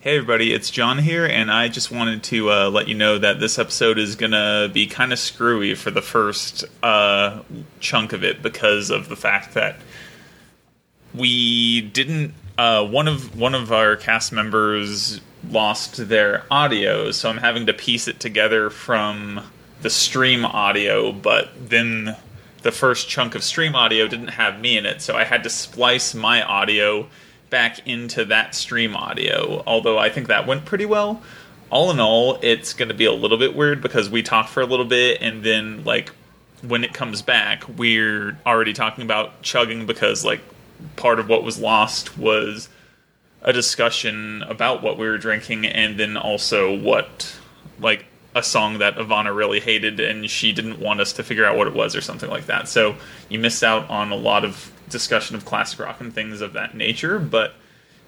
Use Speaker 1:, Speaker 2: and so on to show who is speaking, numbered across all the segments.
Speaker 1: Hey, everybody, it's John here, and I just wanted to uh, let you know that this episode is going to be kind of screwy for the first uh, chunk of it because of the fact that we didn't. Uh, one of one of our cast members lost their audio, so I'm having to piece it together from the stream audio. But then the first chunk of stream audio didn't have me in it, so I had to splice my audio back into that stream audio. Although I think that went pretty well. All in all, it's going to be a little bit weird because we talked for a little bit and then like when it comes back, we're already talking about chugging because like part of what was lost was a discussion about what we were drinking and then also what like a song that Ivana really hated and she didn't want us to figure out what it was or something like that. So you missed out on a lot of discussion of classic rock and things of that nature. But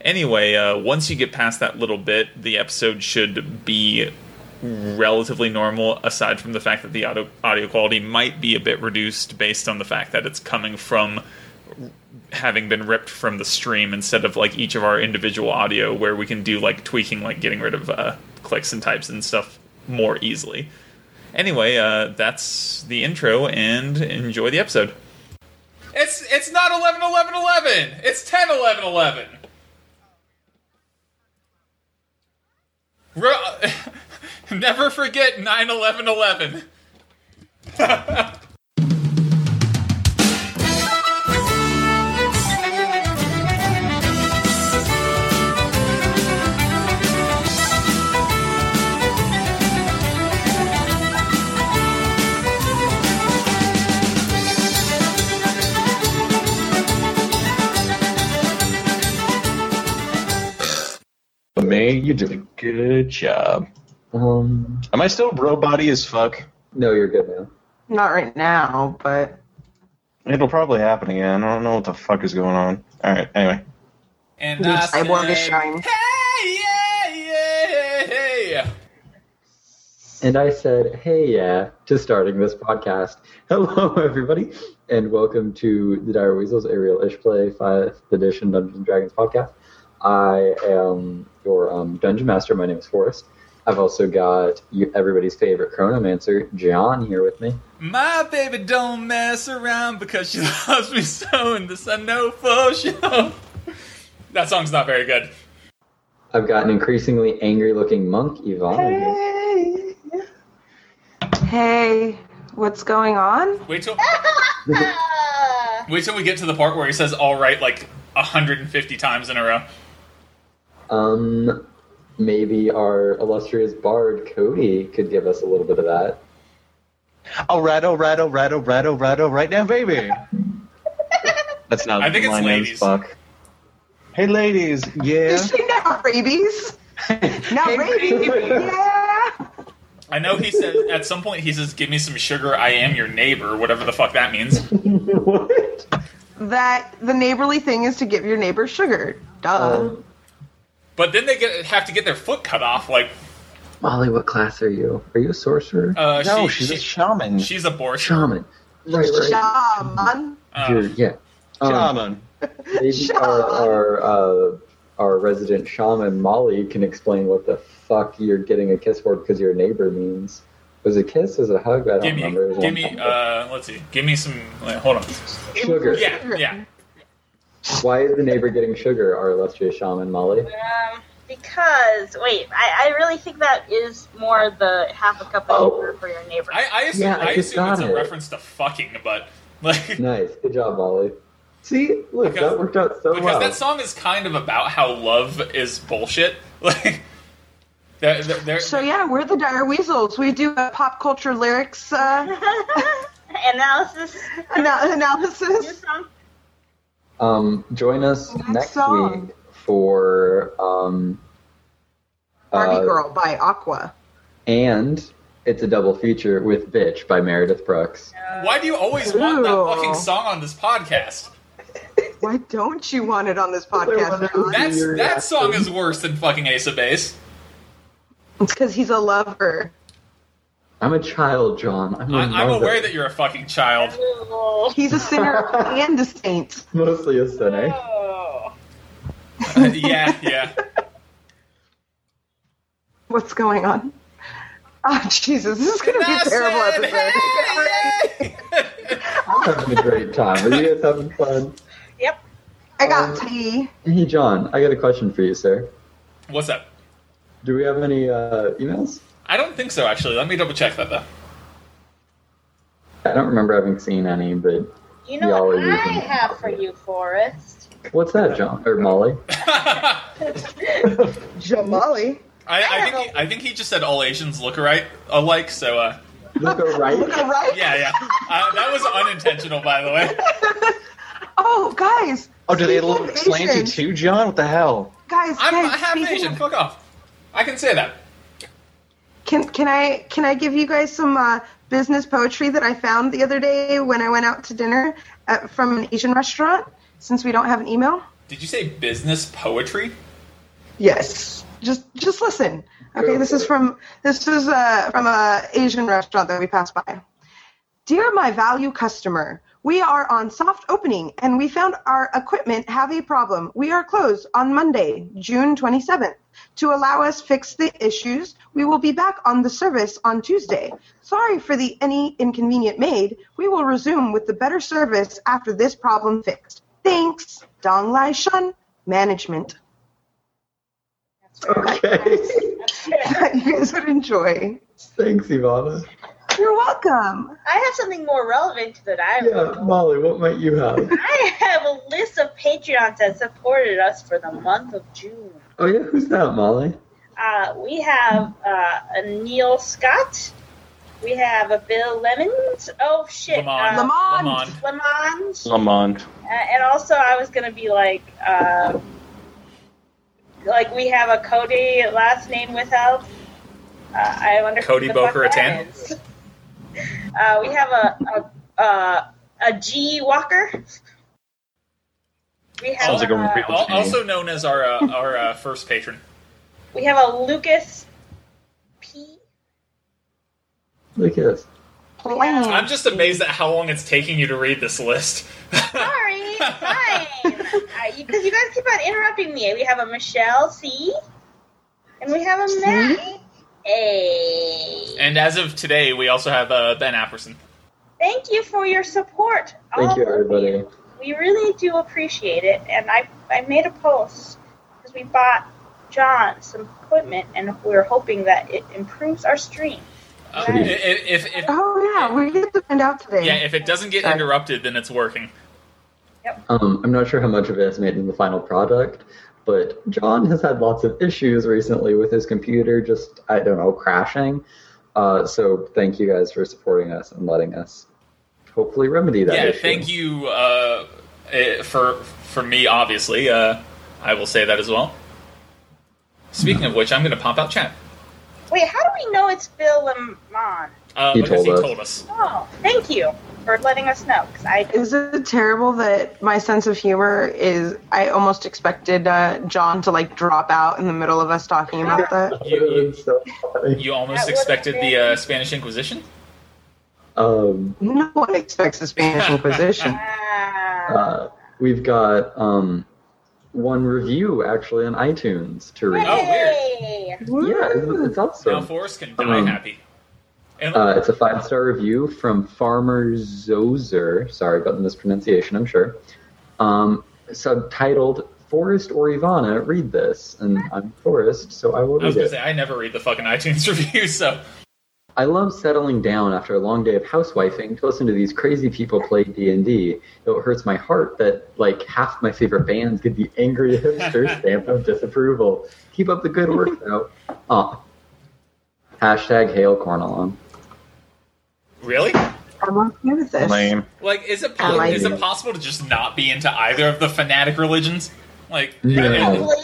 Speaker 1: anyway, uh, once you get past that little bit, the episode should be relatively normal, aside from the fact that the audio, audio quality might be a bit reduced based on the fact that it's coming from having been ripped from the stream instead of like each of our individual audio where we can do like tweaking like getting rid of uh, clicks and types and stuff more easily. Anyway, uh, that's the intro, and enjoy the episode.
Speaker 2: It's it's not 11 11 11. It's 10 11 11. Ro- Never forget 9 11 11.
Speaker 3: But May, you did a good job.
Speaker 4: Um,
Speaker 3: Am I still robot-y as fuck?
Speaker 4: no, you're good, man.
Speaker 5: Not right now, but
Speaker 3: It'll probably happen again. I don't know what the fuck is going on. All right. Anyway,
Speaker 2: And
Speaker 5: The
Speaker 2: I
Speaker 5: cyborg is
Speaker 2: said,
Speaker 5: showing.
Speaker 2: Hey, yeah, yeah, yeah.
Speaker 4: And I said, hey, yeah, to starting this podcast. Hello, everybody, and welcome to the Dire Weasels Aerial Ishplay 5th Edition Dungeons and Dragons podcast. I am your um, dungeon master. My name is Forrest. I've also got you, everybody's favorite chronomancer, John, here with me.
Speaker 2: My baby don't mess around because she loves me so, and this I know for sure. That song's not very good.
Speaker 4: I've got an increasingly angry looking monk, Yvonne. here.
Speaker 5: hey, what's going on?
Speaker 2: Wait till wait till we get to the part where he says "all right" like 150 times in a row.
Speaker 4: Um, maybe our illustrious bard, Cody, could give us a little bit of that.
Speaker 3: all right, all right, all right, all right, all right, all right now, baby. That's not.
Speaker 2: I think it's
Speaker 3: my name's
Speaker 2: ladies.
Speaker 3: Fuck. Hey, ladies. Yeah.
Speaker 5: Is she not rabies? Not rabies. yeah.
Speaker 2: I know he says at some point he says, "Give me some sugar. I am your neighbor," whatever the fuck that means.
Speaker 4: what?
Speaker 5: That the neighborly thing is to give your neighbor sugar. Duh.
Speaker 4: Um,
Speaker 2: But then they get have to get their foot cut off. Like,
Speaker 4: Molly, what class are you? Are you a sorcerer?
Speaker 2: uh,
Speaker 3: no,
Speaker 2: she,
Speaker 3: she's a
Speaker 2: she-
Speaker 3: shaman.
Speaker 2: she's a borscht.
Speaker 4: Shaman. Right, right.
Speaker 5: Shaman.
Speaker 2: Uh,
Speaker 4: You're- yeah. Um,
Speaker 3: shaman.
Speaker 4: maybe our our, uh, our resident shaman Molly can explain what the fuck you're getting a kiss for because your neighbor means. Was it a kiss? Was it a hug? I don't
Speaker 2: give me,
Speaker 4: remember. It was a
Speaker 2: give
Speaker 4: long
Speaker 2: me.
Speaker 4: time ago.
Speaker 2: Uh, let's see. Give me some. Wait, hold on.
Speaker 4: sugar.
Speaker 2: Yeah, yeah.
Speaker 4: Why is the neighbor getting sugar? Our illustrious shaman Molly.
Speaker 6: Um, because wait, I, I really think that is more the half a cup of
Speaker 4: Oh.
Speaker 6: sugar for your neighbor.
Speaker 2: I, I assume,
Speaker 4: Yeah, I
Speaker 2: I
Speaker 4: just
Speaker 2: assume it's
Speaker 4: got
Speaker 2: a
Speaker 4: it.
Speaker 2: reference to fucking, but like.
Speaker 4: Nice, good job, Molly. See, look,
Speaker 2: Because-
Speaker 4: that worked out so
Speaker 2: because
Speaker 4: well.
Speaker 2: that song is kind of about how love is bullshit. Like, they're, they're, they're-
Speaker 5: So yeah, we're the Dire Weasels. We do a pop culture lyrics uh,
Speaker 6: Analysis.
Speaker 5: ana-
Speaker 6: New
Speaker 5: analysis.
Speaker 6: song.
Speaker 4: Um, join us
Speaker 5: Next
Speaker 4: next
Speaker 5: song.
Speaker 4: week for um,
Speaker 5: Barbie
Speaker 4: uh,
Speaker 5: Girl by Aqua.
Speaker 4: and it's a double feature with "Bitch" by Meredith Brooks.
Speaker 2: why do you always want
Speaker 5: Ew.
Speaker 2: that fucking song on this podcast?
Speaker 5: Why don't you want it on this podcast? John?
Speaker 2: That's
Speaker 4: You're
Speaker 2: that song
Speaker 4: asking-
Speaker 2: is worse than fucking Ace of Base.
Speaker 5: It's because he's a lover.
Speaker 4: I'm a child, John. I'm, a
Speaker 2: I, I'm
Speaker 4: mother.
Speaker 2: aware that you're a fucking child.
Speaker 6: Oh.
Speaker 5: He's a sinner and a saint.
Speaker 4: mostly a sinner.
Speaker 6: Oh.
Speaker 2: yeah, yeah.
Speaker 5: What's going on? Oh, Jesus, this is going to be a terrible
Speaker 1: Massive!
Speaker 5: episode.
Speaker 4: I'm having a great time. Are you guys having fun?
Speaker 6: Yep.
Speaker 5: I got tea.
Speaker 4: Hey, John, I got a question for you, sir.
Speaker 1: What's up?
Speaker 4: Do we have any uh, emails?
Speaker 1: I don't think so, actually. Let me double check that, though.
Speaker 4: I don't remember having seen any, but
Speaker 6: You know
Speaker 4: Yeah, I'll
Speaker 6: what
Speaker 4: use
Speaker 6: I
Speaker 4: them.
Speaker 6: have for you, Forrest?
Speaker 4: what's that, John or Molly?
Speaker 5: Jamali.
Speaker 1: I, I, think he, I think he just said all Asians look alike, alike so uh,
Speaker 4: Look all right.
Speaker 5: All right.
Speaker 1: yeah, yeah. Uh, that was unintentional, by the way.
Speaker 5: Oh, guys.
Speaker 3: Oh, do they
Speaker 5: Speaking
Speaker 3: little
Speaker 5: of
Speaker 3: explain to you
Speaker 5: Asian-
Speaker 3: too, John? What the hell?
Speaker 5: Guys,
Speaker 1: I'm,
Speaker 5: guys,
Speaker 1: I have an
Speaker 5: speaking
Speaker 1: Asian.
Speaker 5: of-
Speaker 1: Fuck off. I can say that.
Speaker 5: Can can I can I give you guys some uh, business poetry that I found the other day when I went out to dinner at, from an Asian restaurant? Since we don't have an email.
Speaker 1: Did you say business poetry?
Speaker 5: Yes. Just just listen. Okay, this is from this is uh, from a Asian restaurant that we passed by. Dear my value customer, we are on soft opening and we found our equipment have a problem. We are closed on Monday, June 27th. To allow us fix the issues, we will be back on the service on Tuesday. Sorry for the any inconvenient made. We will resume with the better service after this problem fixed. Thanks, Dong Lai Shun, management.
Speaker 4: Okay.
Speaker 5: you guys would enjoy.
Speaker 4: Thanks, Ivana.
Speaker 5: You're welcome.
Speaker 6: I have something more relevant that I
Speaker 4: Yeah, Molly, what might you have?
Speaker 6: I have a list of Patreons that supported us for the month of June.
Speaker 4: Oh yeah, who's that, Molly?
Speaker 6: Uh, we have uh, a Neil Scott. We have a Bill Lemons. Oh shit,
Speaker 1: Lamond.
Speaker 6: Uh,
Speaker 5: Lamont.
Speaker 1: Lamond.
Speaker 6: Lamond.
Speaker 3: Lamond.
Speaker 6: Uh, and also, I was gonna be like, uh, like we have a Cody last name withheld. Uh, I wonder. who
Speaker 7: Cody
Speaker 6: the fuck that
Speaker 7: Bokeratan?
Speaker 6: is. Uh, we have a a, a a G Walker. We have
Speaker 3: Sounds like a
Speaker 6: uh,
Speaker 3: real-
Speaker 1: Al- Also known as our uh, our uh, first patron.
Speaker 6: we have a Lucas P.
Speaker 4: Look at this.
Speaker 1: I'm just amazed at how long it's taking you to read this list.
Speaker 6: Sorry, fine. Because you guys keep on interrupting me. We have a Michelle C. And we have a Matt A.
Speaker 1: and as of today, we also have uh, Ben Apperson.
Speaker 6: Thank you for your support. all
Speaker 4: Thank you,
Speaker 6: of
Speaker 4: everybody.
Speaker 6: you. We really do appreciate it. And I, I made a post because we bought John some equipment and we're hoping that it improves our stream.
Speaker 1: Uh, i-
Speaker 6: Nice.
Speaker 1: i- if, if,
Speaker 5: Oh yeah, we get to find out today.
Speaker 1: yeah, if it doesn't get
Speaker 5: Sorry.
Speaker 1: interrupted, then it's working.
Speaker 4: Um, I'm not sure how much of it is made in the final product, but John has had lots of issues recently with his computer just, I don't know, crashing. Uh, so thank you guys for supporting us and letting us hopefully remedy that
Speaker 1: yeah,
Speaker 4: issue.
Speaker 1: thank you uh, eh, for for me. Obviously, uh, I will say that as well. Speaking of which, I'm going to pop out chat
Speaker 6: Wait, how do we know it's Bill Lamont?
Speaker 1: uh,
Speaker 4: He
Speaker 1: because
Speaker 4: told us.
Speaker 1: he told us.
Speaker 6: Oh, thank you for letting us know. 'cause I
Speaker 5: Is it terrible that my sense of humor is? I almost expected uh, John to like drop out in the middle of us talking about that.
Speaker 4: That would've been so funny.
Speaker 1: You almost
Speaker 6: That would've
Speaker 1: expected the
Speaker 6: been-
Speaker 1: uh, Spanish Inquisition.
Speaker 4: Um,
Speaker 5: No one expects the Spanish Inquisition.
Speaker 6: Ah.
Speaker 4: uh, we've got um, one review actually on iTunes to read.
Speaker 1: Oh,
Speaker 6: Hey!
Speaker 4: Yeah, it's, it's
Speaker 1: Now
Speaker 4: awesome.
Speaker 1: Forrest can die
Speaker 4: Um,
Speaker 1: happy. And
Speaker 4: Uh, it's a five star review from Farmer Zozer. Sorry about the mispronunciation, I'm sure. Um, subtitled Forrest or Ivana, read this. And I'm Forrest, so I will
Speaker 1: I was
Speaker 4: read
Speaker 1: going
Speaker 4: it.
Speaker 1: to say I never read the fucking iTunes reviews, so
Speaker 4: I love settling down after a long day of housewifing to listen to these crazy people play D&D. Though it hurts my heart that, like, half my favorite bands get the angry hipster stamp of disapproval. Keep up the good work, though. Aw. Hashtag hail corn along.
Speaker 1: really,
Speaker 5: I'm okay with this.
Speaker 3: Lame.
Speaker 1: like, is it
Speaker 5: I like
Speaker 1: is
Speaker 4: it.
Speaker 1: it possible to just not be into either of the fanatic religions? Like,
Speaker 4: No.
Speaker 6: Probably.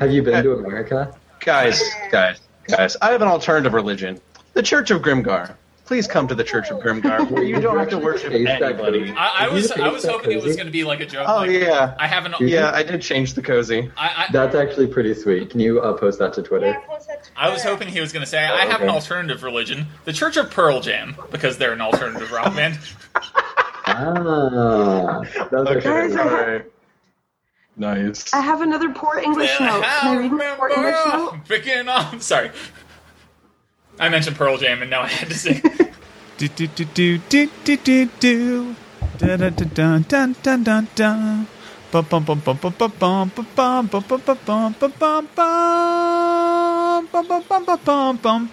Speaker 4: Have you been to America?
Speaker 3: Guys, guys, guys, I have an alternative religion. The Church of Grimgar. Please come to the Church of Grimgar where you don't have to worship
Speaker 4: Face that
Speaker 3: anybody.
Speaker 4: crazy.
Speaker 1: I, I
Speaker 4: Did you
Speaker 1: was
Speaker 4: just
Speaker 1: I
Speaker 4: make
Speaker 1: was
Speaker 4: that
Speaker 1: hoping it was
Speaker 4: cozy?
Speaker 1: going to be like a joke.
Speaker 3: Oh,
Speaker 1: like,
Speaker 3: yeah.
Speaker 1: I have an
Speaker 3: Yeah, I did change the cozy.
Speaker 1: I, I,
Speaker 4: That's actually pretty sweet. Can you uh, post that to
Speaker 6: Yeah,
Speaker 4: Twitter?
Speaker 6: post that to
Speaker 1: I was
Speaker 6: Twitter.
Speaker 1: hoping he was going to say I
Speaker 4: Oh,
Speaker 1: have an
Speaker 4: okay.
Speaker 1: alternative religion, the Church of Pearl Jam, because they're an alternative rock band.
Speaker 4: Ah, those are
Speaker 3: Okay,
Speaker 5: Guys, I
Speaker 4: pretty
Speaker 5: have-
Speaker 3: alright. Nice.
Speaker 5: I have another poor English note. Can I read my poor English note?
Speaker 1: Begin on. Sorry. I mentioned Pearl Jam and now I had to sing.
Speaker 7: Do do do do do do do do. Da da da dun dun dun dun dun. Bum bum bum bum bum bum bum bum bum bum bum bum bum bum bum bum bum bum bum bum bum.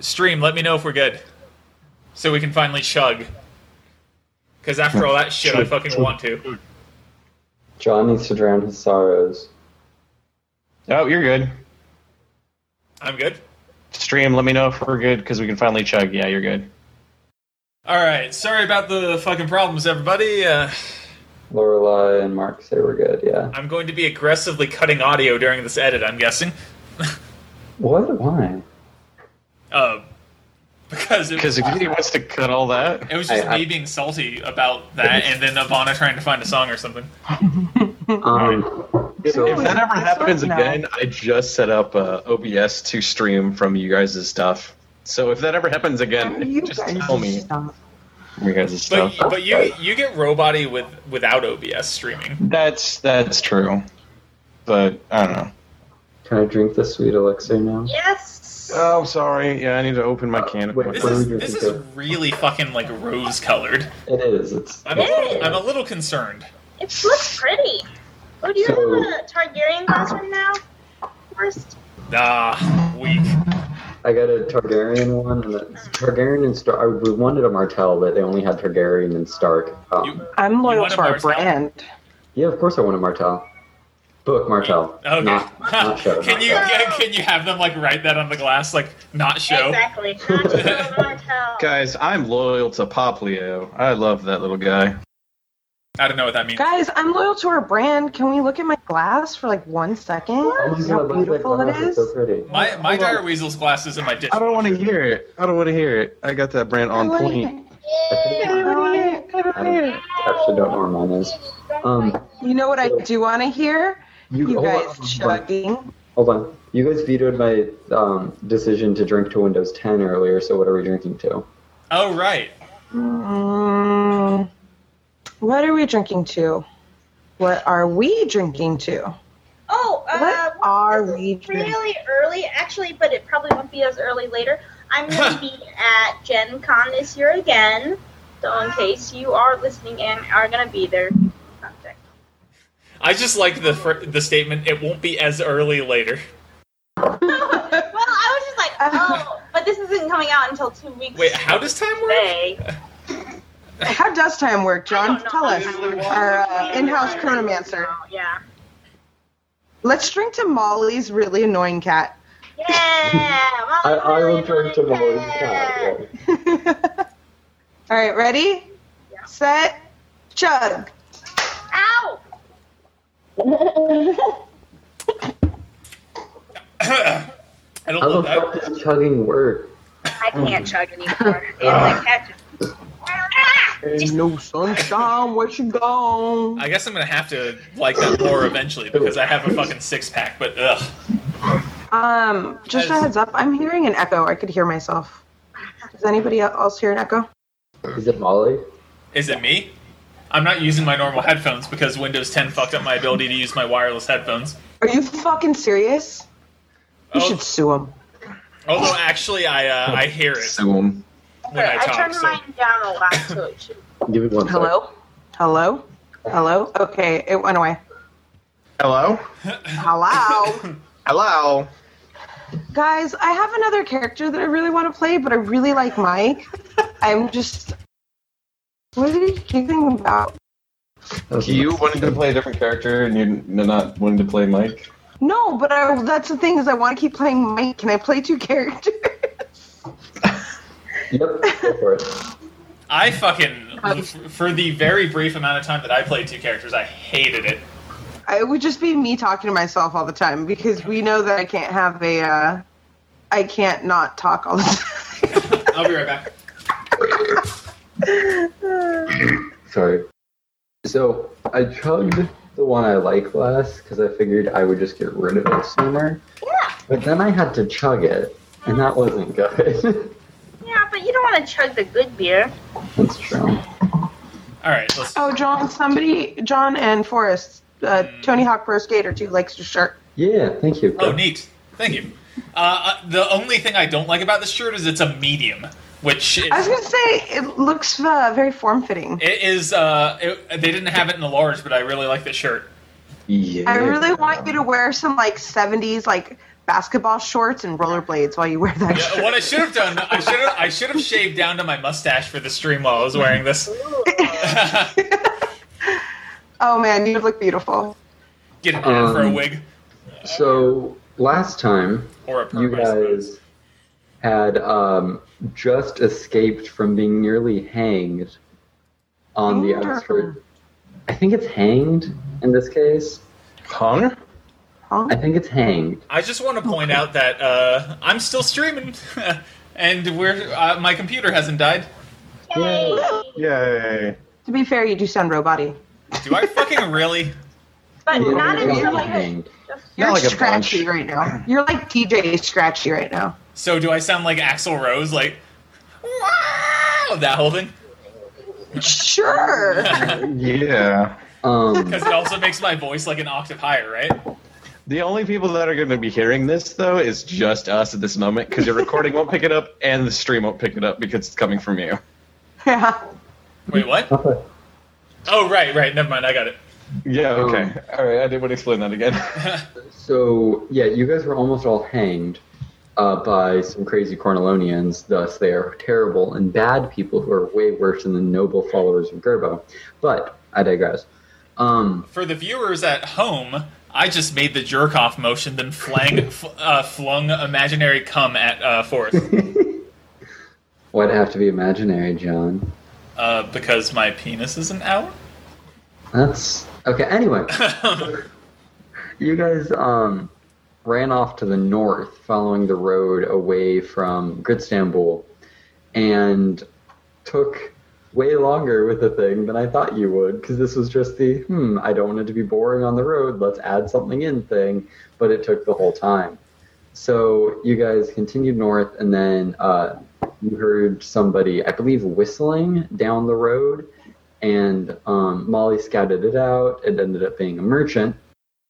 Speaker 1: Stream, let me know if we're good. So we can finally chug. Because after all that shit, I fucking want to.
Speaker 4: John needs to drown his sorrows.
Speaker 3: Oh, you're good.
Speaker 1: I'm good.
Speaker 3: Stream, let me know if we're good because we can finally chug. Yeah, you're good.
Speaker 1: Alright, sorry about the fucking problems, everybody. Uh,
Speaker 4: Lorelai and Mark say we're good. Yeah.
Speaker 1: I'm going to be aggressively cutting audio during this edit, I'm guessing.
Speaker 4: What? Why?
Speaker 1: Uh, because it
Speaker 3: Because
Speaker 1: was,
Speaker 3: if he wants to cut all that,
Speaker 1: it was just
Speaker 4: I- I-
Speaker 1: me being salty about that and then Ivana trying to find a song or something.
Speaker 4: Um.
Speaker 3: if
Speaker 4: So
Speaker 3: that ever
Speaker 5: That's
Speaker 3: happens
Speaker 5: fine now.
Speaker 3: again, I just set up uh, OBS to stream from you guys' stuff. So if that ever happens again,
Speaker 5: Oh, You
Speaker 3: just
Speaker 5: guys
Speaker 3: tell me
Speaker 5: stop.
Speaker 3: you guys' stuff.
Speaker 1: But but you you get roboty with without OBS streaming.
Speaker 3: That's that's true. But I don't know.
Speaker 4: can I drink the sweet elixir now?
Speaker 6: Yes.
Speaker 3: Oh, sorry. Yeah, I need to open my can. of
Speaker 4: Wait,
Speaker 3: worms.
Speaker 1: Uh, This
Speaker 4: What are
Speaker 1: is
Speaker 4: we drinking,
Speaker 1: this
Speaker 4: Joe?
Speaker 1: is really fucking like rose colored.
Speaker 4: It is. It's.
Speaker 1: I'm a little, I'm a little concerned.
Speaker 6: It looks pretty. Oh, do you
Speaker 4: So-
Speaker 6: have a Targaryen classroom now? First,
Speaker 1: Ah, weak.
Speaker 4: I got a Targaryen one. And a, Targaryen and Stark. I, we wanted a Martell, but they only had Targaryen and Stark. Um,
Speaker 1: You-
Speaker 5: I'm loyal
Speaker 1: want a
Speaker 5: to our
Speaker 1: Marcel?
Speaker 5: brand.
Speaker 4: yeah, of course I want a Martell. Book Martell.
Speaker 1: Okay.
Speaker 4: Not, not show.
Speaker 1: can you
Speaker 4: Martell.
Speaker 1: can, can you have them like write that on the glass like not show?
Speaker 6: exactly. Not just a motel.
Speaker 3: Guys, I'm loyal to Poplio. I love that little guy.
Speaker 1: I don't know what that means.
Speaker 5: Guys, I'm loyal to our brand. Can we look at my glass for like one second?
Speaker 4: Oh my god,
Speaker 5: See how
Speaker 4: look at that
Speaker 5: beautiful it
Speaker 4: glass, It's
Speaker 5: is.
Speaker 4: so pretty.
Speaker 1: My my dire weasel's glass is in my dish.
Speaker 3: I don't want to hear it. I don't want to hear it. I got that brand on
Speaker 5: I like
Speaker 3: point.
Speaker 4: I
Speaker 5: it.
Speaker 4: think-
Speaker 5: I like it.
Speaker 4: I don't- actually don't know where mine is. Um,
Speaker 5: You know what I do want to hear?
Speaker 4: you,
Speaker 5: You
Speaker 4: hold on,
Speaker 5: guys
Speaker 4: hold on.
Speaker 5: chugging.
Speaker 4: Hold on. You guys vetoed my um, decision to drink to Windows 10 earlier, so what are we drinking to?
Speaker 1: Oh right.
Speaker 5: Mm, what are we drinking to? What are we drinking to?
Speaker 6: Oh, uh,
Speaker 5: What
Speaker 6: well,
Speaker 5: are
Speaker 6: this is
Speaker 5: we drinking?
Speaker 6: Really early, actually, but it probably won't be as early later. I'm going to be at Gen Con this year again, so in case you are listening and are going to be there, contact.
Speaker 1: I just like the fr- the statement. It won't be as early later.
Speaker 6: Well, I was just like,
Speaker 5: Uh-huh.
Speaker 6: oh, but this isn't coming out until two weeks.
Speaker 1: Wait, how does time work?
Speaker 6: today.
Speaker 5: How does time work,
Speaker 6: I
Speaker 5: John?
Speaker 6: don't know.
Speaker 5: Tell us. Our uh, in-house chronomancer.
Speaker 6: Oh, yeah.
Speaker 5: Let's drink to Molly's really annoying cat.
Speaker 6: Yeah.
Speaker 4: I,
Speaker 6: well,
Speaker 4: I will
Speaker 6: really
Speaker 4: drink to
Speaker 6: like
Speaker 4: Molly's
Speaker 6: that.
Speaker 4: cat.
Speaker 5: All right, ready?
Speaker 6: Yeah.
Speaker 5: Set. Chug.
Speaker 6: Ow!
Speaker 1: I don't
Speaker 4: How
Speaker 1: know
Speaker 4: the
Speaker 1: that.
Speaker 4: fuck does chugging work?
Speaker 6: I
Speaker 4: Mm.
Speaker 6: can't chug anymore. It's like ketchup. Ah!
Speaker 3: Ain't no sunshine.
Speaker 5: John, where you going?
Speaker 1: I guess I'm gonna have to like that more eventually because I have a fucking six pack. But ugh.
Speaker 5: Um, just a
Speaker 1: Guys.
Speaker 5: heads up, I'm hearing an echo. I could hear myself. Does anybody else hear an echo?
Speaker 4: Is it Molly?
Speaker 1: Is it me? I'm not using my normal headphones because Windows 10 fucked up my ability to use my wireless headphones.
Speaker 5: Are you fucking serious? You
Speaker 1: Oh,
Speaker 5: should sue him.
Speaker 1: although actually, I uh, I hear it
Speaker 3: Sue him.
Speaker 1: when I
Speaker 6: I
Speaker 1: talk.
Speaker 6: turned
Speaker 1: So
Speaker 6: mine down a lot, so it should.
Speaker 4: Give me one sec.
Speaker 5: Hello? Hello? Hello? Okay, it went away.
Speaker 3: Hello?
Speaker 5: Hello?
Speaker 3: Hello?
Speaker 5: Guys, I have another character that I really want to play, but I really like Mike. I'm just. What are you thinking about?
Speaker 4: That was
Speaker 3: You
Speaker 4: nice.
Speaker 3: wanted to play a different character and you're not wanting to play Mike?
Speaker 5: No, but I, that's the thing is I want to keep playing Mike. Can I play two characters?
Speaker 4: Yep, go for it.
Speaker 1: I fucking f- for the very brief amount of time that I played two characters, I hated it.
Speaker 5: it would just be me talking to myself all the time because we know that I can't have a. Uh, I can't not talk all the time.
Speaker 1: I'll be right back.
Speaker 4: Sorry. So I chugged the one I like less because I figured I would just get rid of it sooner.
Speaker 6: Yeah.
Speaker 4: But then I had to chug it, and that wasn't good.
Speaker 6: Yeah, but you don't want to chug the good beer.
Speaker 4: That's true.
Speaker 1: All right, let's.
Speaker 5: Oh, John, somebody, John and Forrest, uh,
Speaker 1: Hmm.
Speaker 5: Tony Hawk Pro Skater 2 likes your shirt.
Speaker 4: Yeah, thank you.
Speaker 1: Oh, neat. Thank you. Uh, uh, the only thing I don't like about this shirt is it's a medium, which is,
Speaker 5: I was going to say, it looks uh, very form fitting.
Speaker 1: it is. Uh, it, they didn't have it in the large, but I really like the shirt.
Speaker 4: Yeah.
Speaker 5: I really want you to wear some like 70s like basketball shorts and rollerblades while you wear that
Speaker 1: Yeah,
Speaker 5: shirt.
Speaker 1: what I should have done, I should have, I should have shaved down to my mustache for the stream while I was wearing this.
Speaker 5: Oh man, you would look beautiful.
Speaker 1: Get it in for a
Speaker 4: Um,
Speaker 1: wig
Speaker 4: So last time
Speaker 1: or a perm.
Speaker 4: you
Speaker 1: I suppose.
Speaker 4: guys had um, just escaped from being nearly hanged on the
Speaker 5: Hanged or-
Speaker 4: outskirts. I think it's hanged in this case.
Speaker 3: Hung?
Speaker 5: Huh?
Speaker 4: I think it's hanged.
Speaker 1: I just want to point out that uh, I'm still streaming, and we're uh, my computer hasn't died.
Speaker 6: Yay!
Speaker 3: Yay.
Speaker 5: To be fair, you do sound roboty.
Speaker 1: Do I fucking really?
Speaker 6: But
Speaker 4: Yeah,
Speaker 6: not
Speaker 4: it's
Speaker 6: until
Speaker 4: not
Speaker 6: like
Speaker 4: hanged.
Speaker 5: You're
Speaker 3: like a
Speaker 5: scratchy
Speaker 3: bunch.
Speaker 5: right now. You're like DJ scratchy right now.
Speaker 1: So do I sound like Axl Rose, like wow, that whole thing?
Speaker 5: Sure.
Speaker 3: Yeah.
Speaker 4: Um,
Speaker 1: Because it also makes my voice like an octave higher, right?
Speaker 3: The only people that are going to be hearing this, though, is just us at this moment because your recording won't pick it up and the stream won't pick it up because it's coming from you.
Speaker 5: yeah.
Speaker 1: Wait, what? Oh, right, right. Never mind. I got it.
Speaker 3: Yeah, okay.
Speaker 4: Um,
Speaker 3: All right, I didn't want to explain that again.
Speaker 4: so yeah, you guys were almost all hanged uh, by some crazy Cornelonians. Thus, they are terrible and bad people who are way worse than the noble followers of Gerbo. But I digress. Um,
Speaker 1: For the viewers at home, I just made the jerk off motion, then flang, f- uh, flung imaginary cum at uh, Forrest
Speaker 4: why'd it have to be imaginary, John?
Speaker 1: uh, because my penis isn't out.
Speaker 4: That's okay. Anyway, you guys um, ran off to the north, following the road away from Goodstambul, and took way longer with the thing than I thought you would, because this was just the hmm. I don't want it to be boring on the road. Let's add something in thing, but it took the whole time. So you guys continued north, and then uh, you heard somebody, I believe, whistling down the road and um, Molly scouted it out. It ended up being a merchant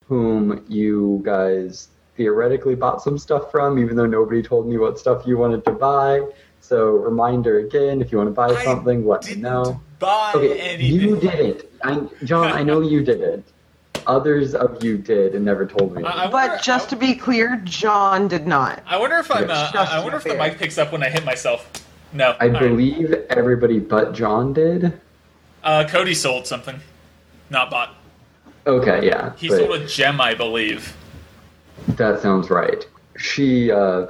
Speaker 4: whom you guys theoretically bought some stuff from, even though nobody told me what stuff you wanted to buy. So, reminder again if you want to buy
Speaker 1: I
Speaker 4: something, let me
Speaker 1: Didn't
Speaker 4: know.
Speaker 1: buy
Speaker 4: Okay,
Speaker 1: anything.
Speaker 4: you didn't. I, John, I know you didn't. Others of you did and never told me.
Speaker 1: I- I wonder-
Speaker 5: But just to be clear, John did not.
Speaker 1: I wonder if I'm. Uh,
Speaker 5: Yes.
Speaker 1: I wonder if the mic picks up when I hit myself. No,
Speaker 4: I
Speaker 1: All right.
Speaker 4: believe everybody but John did.
Speaker 1: uh, Cody sold something, not bought.
Speaker 4: Okay, yeah.
Speaker 1: He
Speaker 4: but-
Speaker 1: sold a gem, I believe.
Speaker 4: That sounds right. She uh,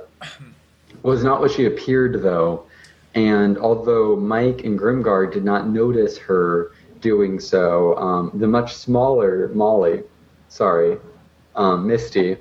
Speaker 4: was not what she appeared, though, and although Mike and Grimgar did not notice her doing so, um, the much smaller Molly, sorry, um, Misty,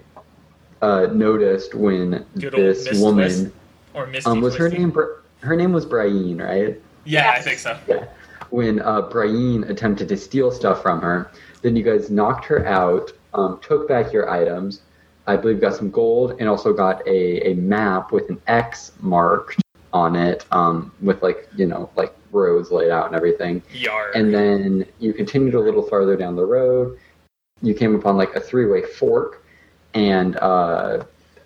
Speaker 4: uh, noticed when
Speaker 1: Good old
Speaker 4: this
Speaker 1: Miss
Speaker 4: woman
Speaker 1: Twist. Or Misty.
Speaker 4: um, was her
Speaker 1: Twisty.
Speaker 4: name. Bri- her name was Brian, right?
Speaker 1: Yeah, I
Speaker 6: Yes.
Speaker 1: think so.
Speaker 4: Yeah. When uh, Brian attempted to steal stuff from her, then you guys knocked her out, um, took back your items. I believe got some gold and also got a, a map with an X marked on it, um, with like you know like roads laid out and everything.
Speaker 1: Yar.
Speaker 4: And then you continued a little farther down the road. You came upon like a three-way fork, and uh,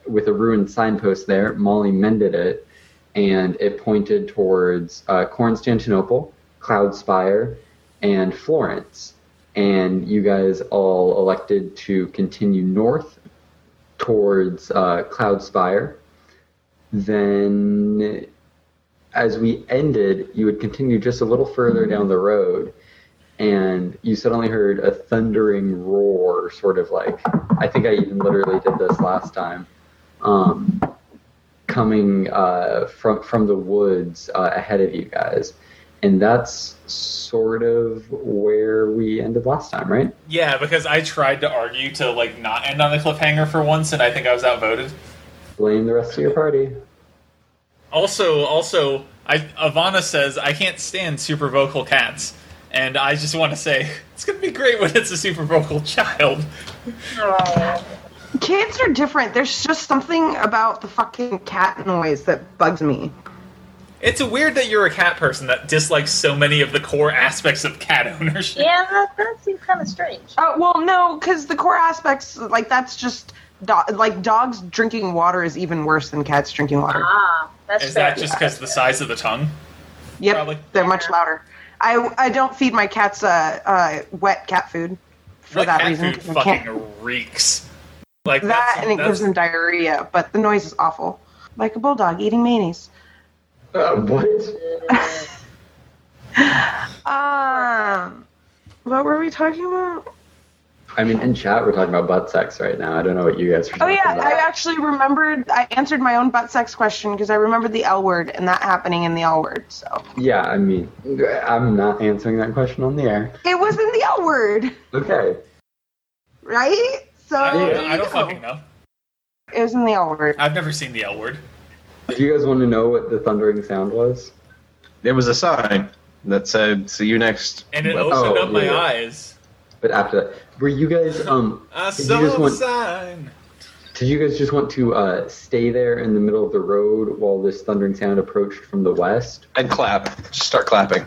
Speaker 4: with a ruined signpost there, Molly mended it, and it pointed towards uh, Constantinople, Cloudspire, and Florence. And you guys all elected to continue north towards uh, Cloudspire. Then as we ended, you would continue just a little further down the road, and you suddenly heard a thundering roar, sort of like I think I even literally did this last time, um, coming uh, from from the woods uh, ahead of you guys, and that's sort of where we ended last time, right?
Speaker 1: yeah, because I tried to argue to like not end on the cliffhanger for once, and I think I was outvoted.
Speaker 4: Blame the rest of your party.
Speaker 1: Also, also, I, Ivana says I can't stand super vocal cats, and I just want to say it's gonna be great when it's a super vocal child.
Speaker 5: Kids are different. There's just something about the fucking cat noise that bugs me.
Speaker 1: It's weird that you're a cat person that dislikes so many of the core aspects of cat ownership.
Speaker 6: Yeah, that, that seems kind of strange.
Speaker 5: Uh, well, no, because the core aspects, like that's just do- like dogs drinking water is even worse than cats drinking water.
Speaker 6: Ah, that's
Speaker 1: Is
Speaker 6: fair.
Speaker 1: that just because the size of the tongue?
Speaker 5: yep,
Speaker 1: probably.
Speaker 5: they're much louder. I, I don't feed my cats uh, uh, wet cat food for
Speaker 1: Like,
Speaker 5: that
Speaker 1: cat
Speaker 5: reason.
Speaker 1: food
Speaker 5: I can't-
Speaker 1: fucking reeks. Like
Speaker 5: that
Speaker 1: that's,
Speaker 5: and it
Speaker 1: that's-
Speaker 5: gives them diarrhea, but the noise is awful. Like a bulldog eating mayonnaise.
Speaker 4: Uh, what?
Speaker 5: Um, what were we talking about?
Speaker 4: I mean, in chat we're talking about butt sex right now. I don't know what you guys are
Speaker 5: Oh
Speaker 4: talking
Speaker 5: yeah,
Speaker 4: about.
Speaker 5: I actually remembered. I answered my own butt sex question because I remembered the L word and that happening in the L word. So
Speaker 4: yeah, I mean, I'm not answering that question on the air.
Speaker 5: it was in the L word,
Speaker 4: Okay.
Speaker 5: right? So
Speaker 1: I don't,
Speaker 5: there
Speaker 1: I
Speaker 5: you
Speaker 1: don't
Speaker 5: go.
Speaker 1: fucking know.
Speaker 5: It was in the L word.
Speaker 1: I've never seen the L word.
Speaker 4: Do you guys want to know what the thundering sound was?
Speaker 3: It was a sign that said, "See you next."
Speaker 1: And it
Speaker 3: web-
Speaker 1: opened
Speaker 4: oh,
Speaker 1: up my
Speaker 4: yeah.
Speaker 1: eyes.
Speaker 4: But after that, were you guys um?
Speaker 1: I
Speaker 4: did you
Speaker 1: saw
Speaker 4: guys
Speaker 1: the
Speaker 4: want-
Speaker 1: sign.
Speaker 4: Did you guys just want to uh, stay there in the middle of the road while this thundering sound approached from the west?
Speaker 3: and clap. Just start clapping.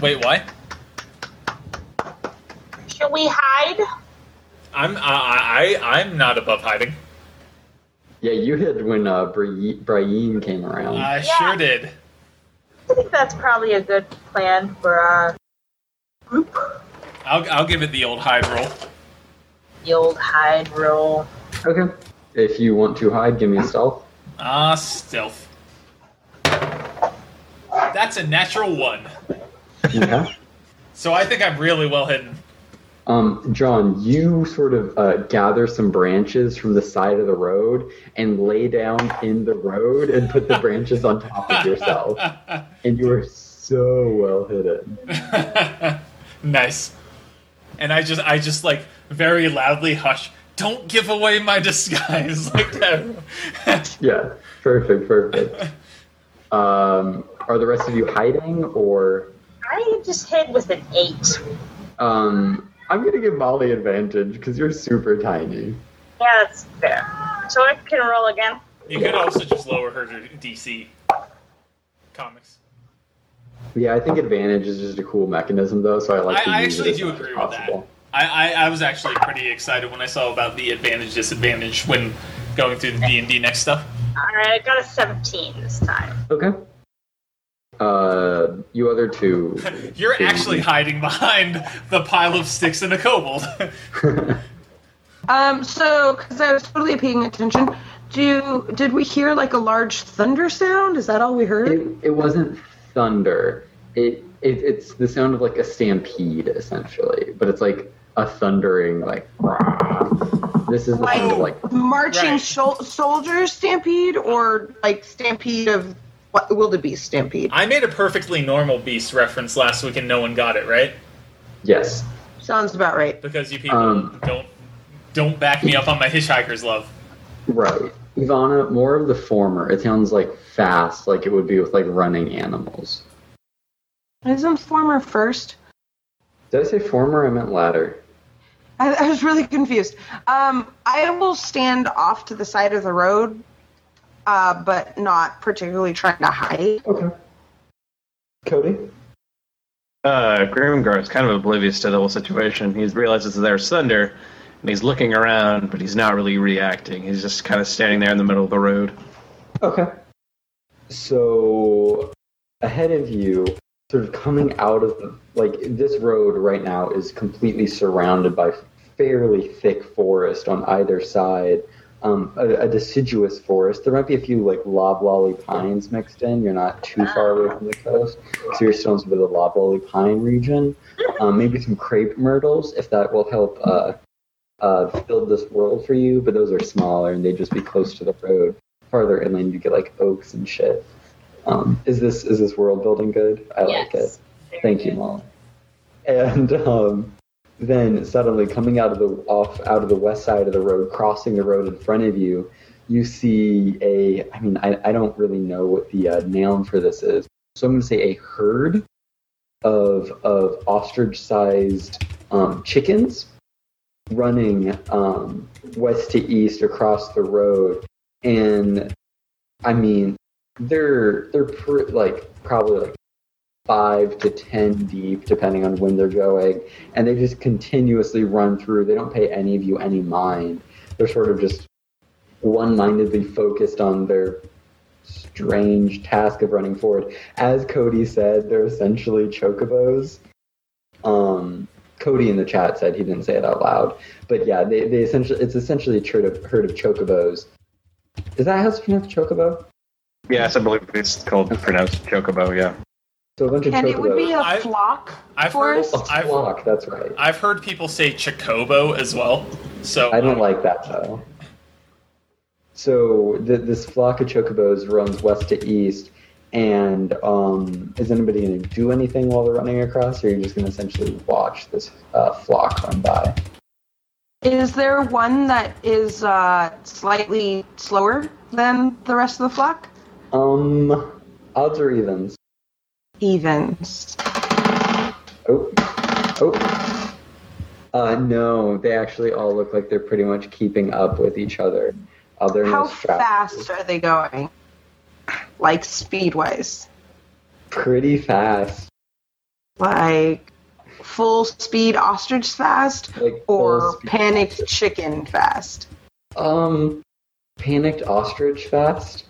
Speaker 1: Wait, what?
Speaker 6: Should we hide?
Speaker 1: I'm I, I I'm not above hiding.
Speaker 4: Yeah, you hid when uh, Bri- Brian came around.
Speaker 1: I
Speaker 6: Yeah.
Speaker 1: sure did.
Speaker 6: I think that's probably a good plan for uh, group.
Speaker 1: I'll I'll give it the old hide roll.
Speaker 6: The old hide roll.
Speaker 4: okay. If you want to hide, give me a stealth.
Speaker 1: Ah, stealth. That's a natural one.
Speaker 4: Yeah.
Speaker 1: So I think I'm really well hidden.
Speaker 4: Um, John, you sort of uh, gather some branches from the side of the road and lay down in the road and put the branches on top of yourself. And you are so well hidden.
Speaker 1: nice. And I just I just like very loudly hush. Don't give away my disguise like that.
Speaker 4: Yeah, perfect, perfect. Um, are the rest of you hiding or?
Speaker 6: I just hid with an eight.
Speaker 4: Um, I'm gonna give Molly advantage because you're super tiny.
Speaker 6: Yeah, that's fair. So I can roll again.
Speaker 1: you could also just lower her to DC. Comics.
Speaker 4: Yeah, I think advantage is just a cool mechanism though, so I like. to
Speaker 1: I, I
Speaker 4: use
Speaker 1: actually
Speaker 4: it as
Speaker 1: do
Speaker 4: much as
Speaker 1: agree with that.
Speaker 4: possible.
Speaker 1: I, I, I was actually pretty excited when I saw about the advantage disadvantage when going through the D and D next stuff.
Speaker 6: Alright, I got a 17 this time.
Speaker 4: Okay. Uh, you other two.
Speaker 1: You're
Speaker 4: didn't-
Speaker 1: actually hiding behind the pile of sticks and a kobold.
Speaker 5: Um, so because I was totally paying attention, do did we hear like a large thunder sound? Is that all we
Speaker 4: It,
Speaker 5: heard?
Speaker 4: it wasn't thunder. It, it it's the sound of like a stampede essentially, but it's like a thundering like. rah. This is the sound of like
Speaker 5: Like marching
Speaker 1: Right.
Speaker 5: shol- soldier stampede or like stampede of what wildebeest stampede?
Speaker 1: I made a perfectly normal beast reference last week and no one got it right
Speaker 4: yes.
Speaker 5: Sounds about right.
Speaker 1: because you people
Speaker 4: Um.
Speaker 1: don't don't back me up on my hitchhiker's love.
Speaker 4: Right. Ivana, more of the former. It sounds like fast, like it would be with like running animals.
Speaker 5: Isn't former first?
Speaker 4: Did I say former? I meant latter.
Speaker 5: I, I was really confused. Um, I will stand off to the side of the road, uh, but not particularly trying to hide.
Speaker 4: Okay. Cody?
Speaker 3: Uh, Grimgar is kind of oblivious to the whole situation. He realizes that there's thunder, and he's looking around, but he's not really reacting. He's just kind of standing there in the middle of the road.
Speaker 4: Okay. So ahead of you, sort of coming out of the, like this road right now is completely surrounded by fairly thick forest on either side. Um, a, a deciduous forest. There might be a few like loblolly pines mixed in. You're not too far away from the coast, so you're still in sort of the loblolly pine region. Um, maybe some crepe myrtles, if that will help uh, uh, build this world for you. But those are smaller, and they'd just be close to the road farther inland you get like oaks and shit. Um, is this is this world building good? I like it.
Speaker 6: Yes. Very
Speaker 4: Thank you,
Speaker 6: good.
Speaker 4: Mom. And um, then suddenly coming out of the off out of the west side of the road, crossing the road in front of you, you see a I mean I, I don't really know what the uh, noun for this is. So I'm going to say a herd of of ostrich sized um, chickens running um, west to east across the road and I mean, they're they're pr- like probably like five to ten deep, depending on when they're going, and they just continuously run through. They don't pay any of you any mind. They're sort of just one-mindedly focused on their strange task of running forward. As Cody said, they're essentially chocobos. Um, Cody in the chat said he didn't say it out loud, but yeah, they, they essentially it's essentially a herd of, herd of chocobos. Is that how it's pronounced, chocobo?
Speaker 3: Yes, I believe it's called pronounced chocobo. Yeah.
Speaker 4: So a bunch of
Speaker 5: And
Speaker 4: chocobos.
Speaker 5: it would be a
Speaker 1: I-
Speaker 5: flock
Speaker 1: I've
Speaker 5: for
Speaker 1: heard-
Speaker 5: us.
Speaker 4: A
Speaker 1: I've-
Speaker 4: flock, that's right.
Speaker 1: I've heard people say Chocobo as well. So
Speaker 4: I don't like that though. So th this flock of chocobos runs west to east, and um, is anybody going to do anything while they're running across, or are you just going to essentially watch this uh, flock run by?
Speaker 5: Is there one that is uh, slightly slower than the rest of the flock?
Speaker 4: Um, odds or evens?
Speaker 5: Evens.
Speaker 4: Oh, oh. Uh, no, they actually all look like they're pretty much keeping up with each other. Uh, they're
Speaker 5: How
Speaker 4: no strap-
Speaker 5: fast are they going? Like speed wise?
Speaker 4: Pretty fast,
Speaker 5: Like full speed ostrich fast
Speaker 4: like full
Speaker 5: or
Speaker 4: speed.
Speaker 5: panicked chicken fast?
Speaker 4: Um, panicked ostrich fast.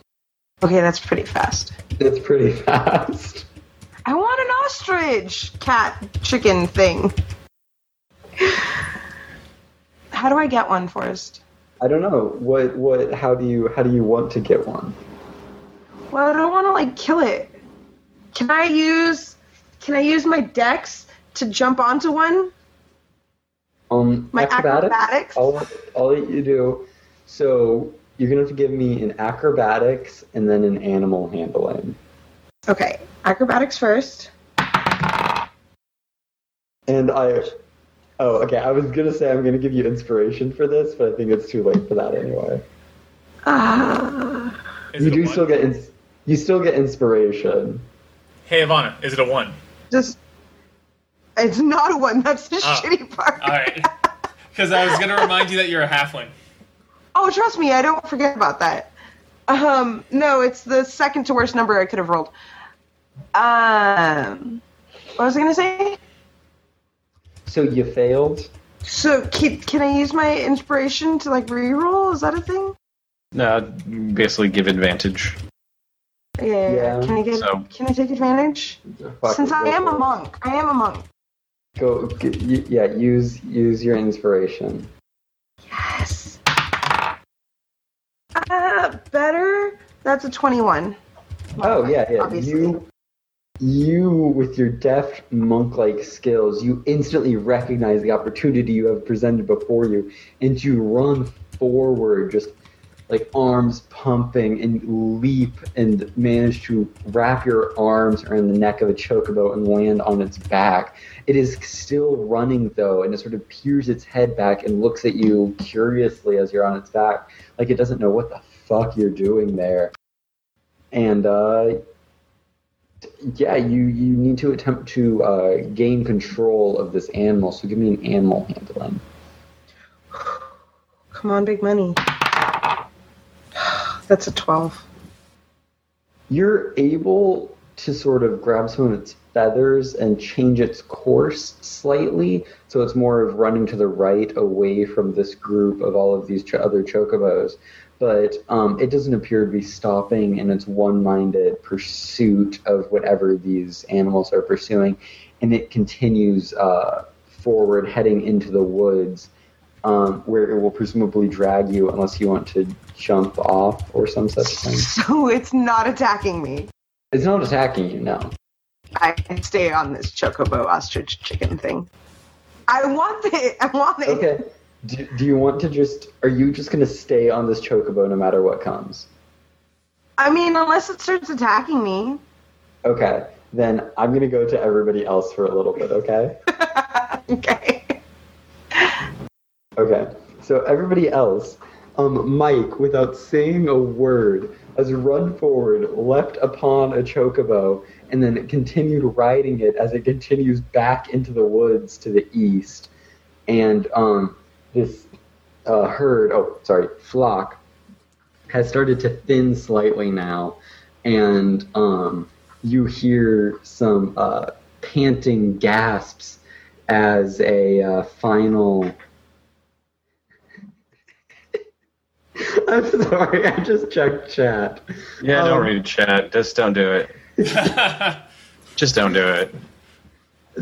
Speaker 5: Okay, that's pretty fast.
Speaker 4: That's pretty fast.
Speaker 5: I want an ostrich cat chicken thing. How do I get one first?
Speaker 4: I don't know what what how do you how do you want to get one?
Speaker 5: Well, I don't want to like kill it. Can I use can I use my dex to jump onto one?
Speaker 4: Um,
Speaker 5: My acrobatics?
Speaker 4: All all that you do. So you're gonna have to give me an acrobatics and then an animal handling.
Speaker 5: Okay, acrobatics first.
Speaker 4: And I. Oh, okay. I was gonna say I'm gonna give you inspiration for this, but I think it's too late for that anyway.
Speaker 5: Uh,
Speaker 1: Is
Speaker 4: you
Speaker 1: it a
Speaker 4: do
Speaker 1: one?
Speaker 4: still get ins- you still get inspiration.
Speaker 1: Hey Ivana, is it a one?
Speaker 5: just it's not a one. That's the
Speaker 1: Ah.
Speaker 5: shitty part.
Speaker 1: All right. Because I was gonna remind you that you're a halfling.
Speaker 5: Oh, trust me, I don't forget about that. Um, no, it's the second to worst number I could have rolled. Um, what was I gonna say?
Speaker 4: So you failed.
Speaker 5: So can, can I use my inspiration to like reroll? Is that a thing?
Speaker 3: No, basically give advantage.
Speaker 5: Yeah. yeah, yeah.
Speaker 4: Yeah,
Speaker 5: Can I get?
Speaker 3: so-
Speaker 5: Can I take advantage?
Speaker 4: Fuck,
Speaker 5: Since I am a
Speaker 4: roll.
Speaker 5: monk, I am a monk.
Speaker 4: Go, g- y- yeah. Use use your inspiration.
Speaker 5: Yes. Uh, better. That's a twenty-one.
Speaker 4: Oh yeah, yeah.
Speaker 5: Obviously.
Speaker 4: You, you with your deft monk-like skills, you instantly recognize the opportunity you have presented before you, and you run forward, just like arms pumping, and leap, and manage to wrap your arms around the neck of a chocobo and land on its back. It is still running though, and it sort of peers its head back and looks at you curiously as you're on its back, like it doesn't know what the fuck you're doing there and uh, yeah, you you need to attempt to uh, gain control of this animal. So give me an animal handling.
Speaker 5: Come on, big money. That's a twelve.
Speaker 4: You're able to sort of grab some of its feathers and change its course slightly, so it's more of running to the right away from this group of all of these ch- other chocobos. But um, it doesn't appear to be stopping in its one-minded pursuit of whatever these animals are pursuing, and it continues uh, forward, heading into the woods, um, where it will presumably drag you unless you want to jump off or some such thing.
Speaker 5: So it's not attacking me.
Speaker 4: It's not attacking you, no.
Speaker 5: I can stay on this chocobo ostrich chicken thing. I want it. I want it.
Speaker 4: Okay. Do, do you want to just. Are you just going to stay on this chocobo no matter what comes?
Speaker 5: I mean, unless it starts attacking me.
Speaker 4: Okay. Then I'm going to go to everybody else for a little bit, okay?
Speaker 5: okay.
Speaker 4: Okay. So, everybody else, um, Mike, without saying a word, has run forward, leapt upon a chocobo, and then continued riding it as it continues back into the woods to the east. And um, this uh, herd, oh, sorry, flock, has started to thin slightly now. and um, you hear some uh, panting gasps as a uh, final. I'm sorry, I just checked chat.
Speaker 3: Yeah, don't
Speaker 4: Um,
Speaker 3: read chat. Just don't do it. Just don't do it.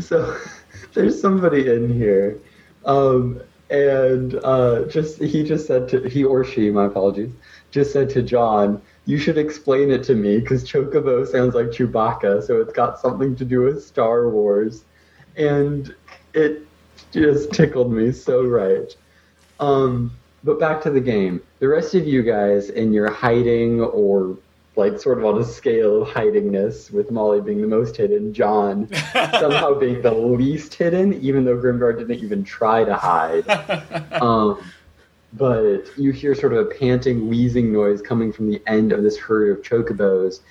Speaker 4: so there's somebody in here um, and uh, just he just said to he or she my apologies just said to john you should explain it to me because chocobo sounds like chewbacca so it's got something to do with star wars and it just tickled me so right um, but back to the game the rest of you guys in your hiding or like sort of on a scale of hidingness with molly being the most hidden john somehow being the least hidden, even though Grimgar didn't even try to hide. Um, but you hear sort of a panting, wheezing noise coming from the end of this herd of chocobos,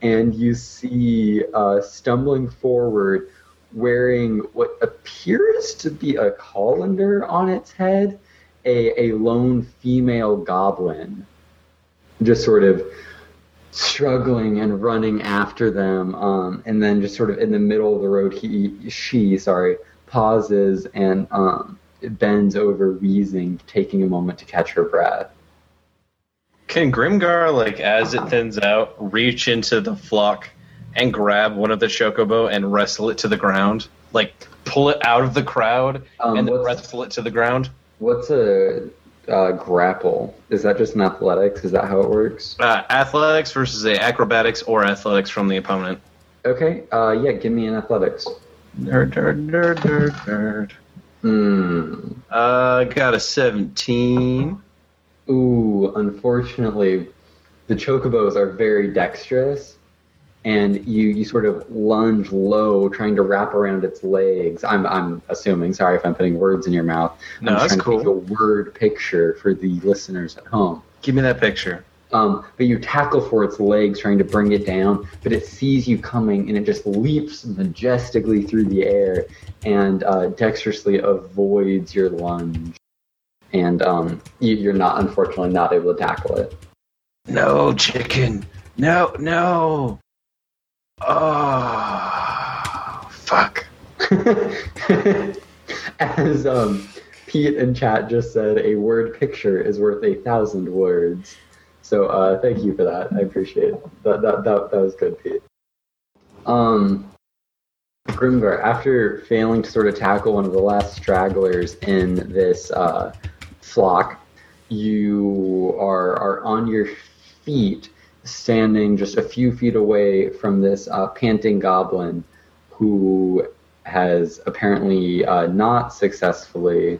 Speaker 4: and you see uh, stumbling forward, wearing what appears to be a colander on its head, a, a lone female goblin, just sort of struggling and running after them. Um, and then just sort of in the middle of the road, he, she, sorry, pauses and um, bends over, wheezing, taking a moment to catch her breath.
Speaker 3: Can Grimgar, like as it thins out, reach into the flock and grab one of the chocobo and wrestle it to the ground? Like pull it out of the crowd
Speaker 4: Um,
Speaker 3: and then
Speaker 4: what's-
Speaker 3: wrestle it to the ground?
Speaker 4: What's a uh, grapple? Is that just in athletics? Is that how it works?
Speaker 3: Uh, athletics versus the acrobatics or athletics from the opponent.
Speaker 4: Okay, uh, yeah, give me an athletics.
Speaker 3: Nerd, nerd, nerd, nerd, nerd.
Speaker 4: Hmm.
Speaker 3: Uh, got a 17.
Speaker 4: Ooh, unfortunately, the chocobos are very dexterous, and you, you sort of lunge low, trying to wrap around its legs. I'm, I'm assuming, sorry if I'm putting words in your mouth.
Speaker 3: No,
Speaker 4: I'm
Speaker 3: that's
Speaker 4: trying
Speaker 3: cool.
Speaker 4: To make a word picture for the listeners at home.
Speaker 3: Give me that picture.
Speaker 4: Um, but you tackle for its legs, trying to bring it down, but it sees you coming and it just leaps majestically through the air and uh, dexterously avoids your lunge. And um, you, you're not, unfortunately, not able to tackle it.
Speaker 3: No, chicken. No, no. Oh, fuck.
Speaker 4: As um, Pete and chat just said, a word picture is worth a thousand words. So uh, thank you for that. I appreciate it. That, that, that, that was good, Pete. Um, Grimgar, after failing to sort of tackle one of the last stragglers in this uh, flock, you are, are on your feet, standing just a few feet away from this uh, panting goblin who has apparently uh, not successfully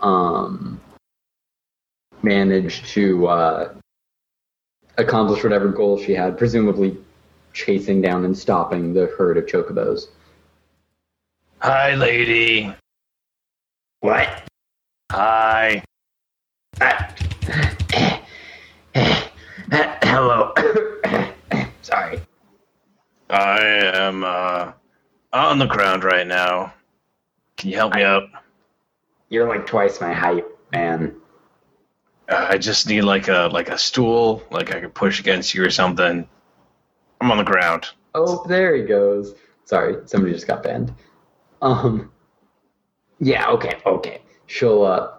Speaker 4: um, managed to uh, accomplish whatever goal she had, presumably chasing down and stopping the herd of chocobos.
Speaker 3: Hi, lady. What? Hi.
Speaker 4: Hello. Sorry.
Speaker 3: I am uh, on the ground right now. Can you help me up?
Speaker 4: You're like twice my height, man.
Speaker 3: Uh, I just need like a like a stool, like I could push against you or something. I'm on the ground.
Speaker 4: Oh, there he goes. Sorry, somebody just got banned. Um, yeah, okay, okay. She'll uh,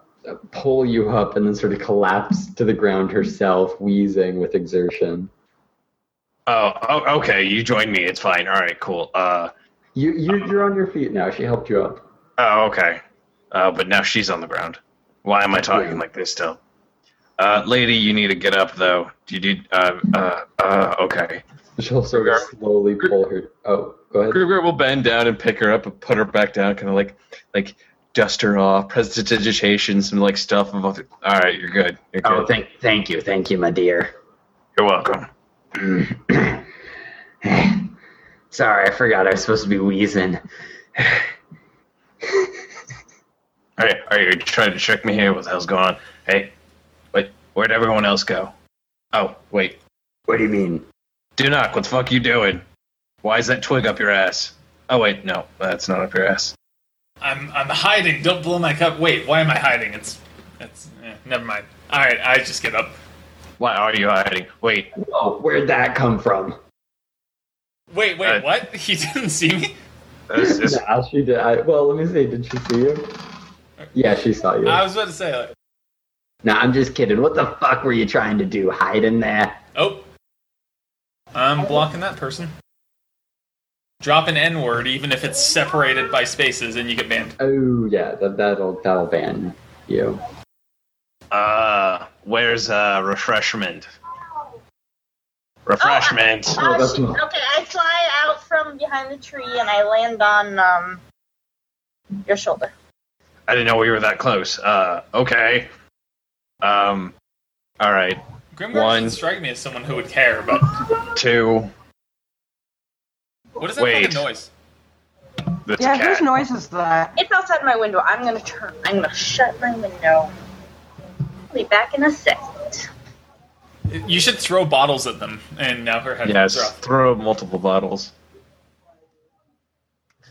Speaker 4: pull you up and then sort of collapse to the ground herself, wheezing with exertion.
Speaker 3: Oh, oh okay. You joined me. It's fine. All right, cool. Uh,
Speaker 4: You, you, you're on your feet now. She helped you up.
Speaker 3: oh, okay. Uh, but now she's on the ground. Why am I talking like this still? Uh, lady, you need to get up though. You need. Uh, uh, uh, okay.
Speaker 4: She'll sort of slowly pull her. Oh, go ahead.
Speaker 3: Kruger will bend down and pick her up and put her back down, kind of like like dust her off, prestidigitation, some like stuff. All right, you're good. You're good.
Speaker 4: Oh, thank, thank you, thank you, my dear.
Speaker 3: Oh, you're welcome.
Speaker 4: Sorry, I forgot I was supposed to be wheezing.
Speaker 3: All right, all right, you're trying to trick me here. What the hell's going on? Hey, wait, where'd everyone else go? Oh, wait,
Speaker 4: What do you mean?
Speaker 3: do knock. What the fuck you doing? Why is that twig up your ass? Oh wait, no, that's not up your ass.
Speaker 1: I'm I'm hiding. Don't blow my cup. Wait, why am I hiding? It's it's eh, never mind. All right, I just get up.
Speaker 3: What are you hiding? Wait,
Speaker 4: Whoa, Oh, where'd that come from?
Speaker 1: Wait, wait,
Speaker 3: Uh,
Speaker 1: what? He didn't see me?
Speaker 3: this is
Speaker 4: Nah, she did. I, well, let me see. Did she see you? Yeah, she saw you.
Speaker 1: I was about to say, like,
Speaker 4: nah, I'm just kidding. What the fuck were you trying to do? Hide in there?
Speaker 1: oh, I'm blocking that person. Drop an N word, even if it's separated by spaces, and you get banned.
Speaker 4: Oh yeah, that, that'll that'll ban you.
Speaker 3: uh where's uh refreshment? Refreshment.
Speaker 6: Uh,
Speaker 4: that's
Speaker 6: she-
Speaker 4: not-
Speaker 6: okay, I fly out from behind the tree and I land on um your shoulder.
Speaker 3: I didn't know we were that close. Uh okay. Um all right.
Speaker 1: Grimgar
Speaker 3: One.
Speaker 1: doesn't strike me as someone who would care, but
Speaker 3: Two.
Speaker 1: what is that
Speaker 3: Wait.
Speaker 1: fucking noise?
Speaker 3: This
Speaker 5: Yeah,
Speaker 3: cat.
Speaker 5: whose noise is that?
Speaker 6: It's outside my window. I'm gonna turn. I'm gonna shut my window. I'll be back in a second.
Speaker 1: You should throw bottles at them, and now her head
Speaker 3: Yes,
Speaker 1: is off.
Speaker 3: throw multiple bottles.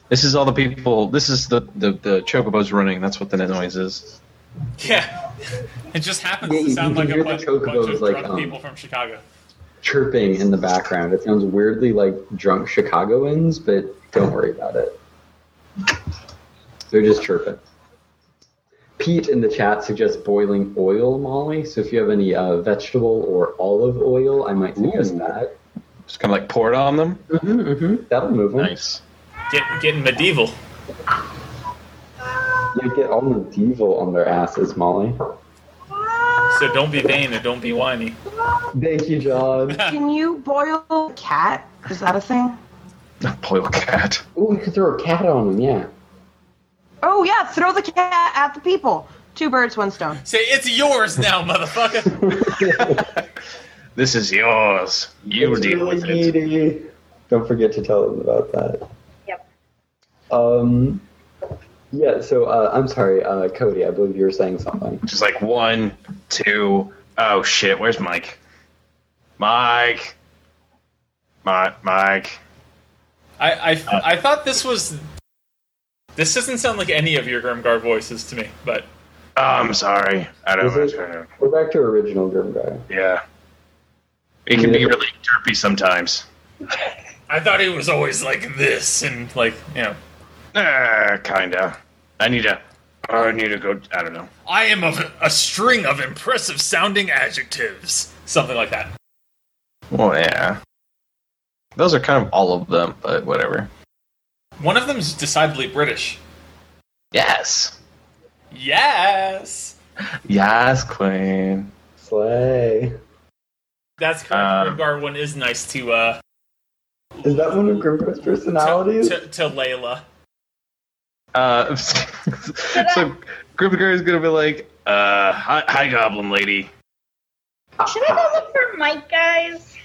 Speaker 3: This is all the people. This is the the, the chocobos running. That's what the noise is.
Speaker 1: Yeah, it just happens
Speaker 4: Yeah, you-
Speaker 1: to sound
Speaker 4: you
Speaker 1: like
Speaker 4: can
Speaker 1: a
Speaker 4: hear
Speaker 1: bunch,
Speaker 4: the chocobos,
Speaker 1: bunch of
Speaker 4: like,
Speaker 1: drunk
Speaker 4: um,
Speaker 1: people from Chicago.
Speaker 4: Chirping in the background. It sounds weirdly like drunk Chicagoans, but don't worry about it. They're just chirping. Pete in the chat suggests boiling oil, Molly. So if you have any uh, vegetable or olive oil, I might suggest
Speaker 3: Ooh.
Speaker 4: that.
Speaker 3: Just kind of like pour it on them.
Speaker 4: Mm-hmm, mm-hmm. That'll move them.
Speaker 3: Nice.
Speaker 1: Get, getting medieval.
Speaker 4: You get all medieval on their asses, Molly.
Speaker 1: So don't be vain or don't be whiny.
Speaker 4: Thank you, John.
Speaker 5: Can you boil a cat? Is that a thing?
Speaker 3: Boil cat.
Speaker 4: Ooh, we could throw a cat on them, yeah.
Speaker 5: Oh yeah, throw the cat at the people. Two birds, one stone.
Speaker 1: Say it's yours now, motherfucker.
Speaker 3: This is yours. You
Speaker 4: It's
Speaker 3: deal
Speaker 4: really
Speaker 3: with it.
Speaker 4: needy. Don't forget to tell them about that.
Speaker 6: Yep.
Speaker 4: Um, yeah, so uh, I'm sorry, uh, Cody, I believe you were saying something.
Speaker 3: Just like one, two. Oh shit! Where's Mike? Mike. Mi- Mike.
Speaker 1: I, I, I thought this was. This doesn't sound like any of your Grimgar voices to me, but
Speaker 3: Oh, I'm sorry. I don't.
Speaker 4: Is
Speaker 3: know.
Speaker 4: it- We're back to original Grimgar.
Speaker 3: Yeah. It can be really derpy sometimes.
Speaker 1: I thought he was always like this and like you know.
Speaker 3: Uh, kinda. I need to. I need to go. I don't know.
Speaker 1: I am of a string of impressive sounding adjectives, something like that.
Speaker 3: Well, yeah. Those are kind of all of them, but whatever.
Speaker 1: One of them's decidedly British.
Speaker 3: Yes.
Speaker 1: Yes,
Speaker 3: Yes, Queen.
Speaker 4: Slay.
Speaker 1: that's correct.
Speaker 3: Um,
Speaker 1: Grimgar one is nice to uh
Speaker 4: Is that one of Grimgar's
Speaker 1: to,
Speaker 4: personalities?
Speaker 1: to, to Layla.
Speaker 3: Uh, so Grimgar is gonna be like, uh, hi, hi, Goblin Lady.
Speaker 6: Should I go look for Mike, guys?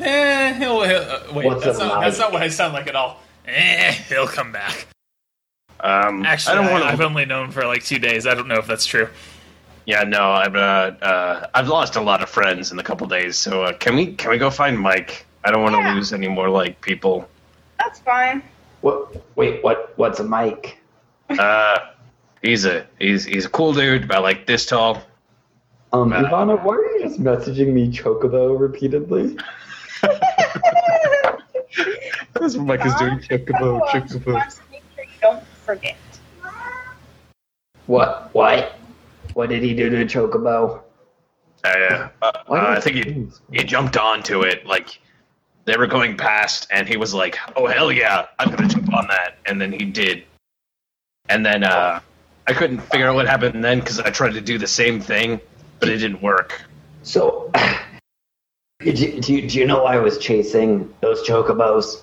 Speaker 1: Eh, he'll, he'll uh, wait.
Speaker 4: What's
Speaker 1: that's
Speaker 4: it
Speaker 1: not,
Speaker 4: like?
Speaker 1: that's not what I sound like at all. Eh, he'll come back.
Speaker 3: Um,
Speaker 1: Actually,
Speaker 3: I don't
Speaker 1: I,
Speaker 3: want
Speaker 1: have
Speaker 3: to.
Speaker 1: only known for like two days. I don't know if that's true.
Speaker 3: Yeah, no, I've uh, uh, I've lost a lot of friends in a couple days. So uh, can we can we go find Mike? I don't want to
Speaker 6: Yeah.
Speaker 3: lose any more like people.
Speaker 6: That's fine.
Speaker 4: What? Wait, what? What's a mic?
Speaker 3: Uh, he's a he's he's a cool dude, about like this tall.
Speaker 4: Um,
Speaker 3: Uh,
Speaker 4: Ivana, why are you just messaging me Chocobo repeatedly?
Speaker 3: That's what Mike
Speaker 6: Someone wants to make sure you don't forget.
Speaker 4: What? What? What did he do to Chocobo?
Speaker 3: Uh, uh,
Speaker 4: Why do
Speaker 3: I
Speaker 4: you-
Speaker 3: think he, he jumped onto it. Like they were going past, and he was like, "Oh hell yeah, I'm gonna jump on that!" And then he did. And then uh, I couldn't figure out what happened then because I tried to do the same thing, but it didn't work.
Speaker 4: So, do, do, do you know why I was chasing those chocobos?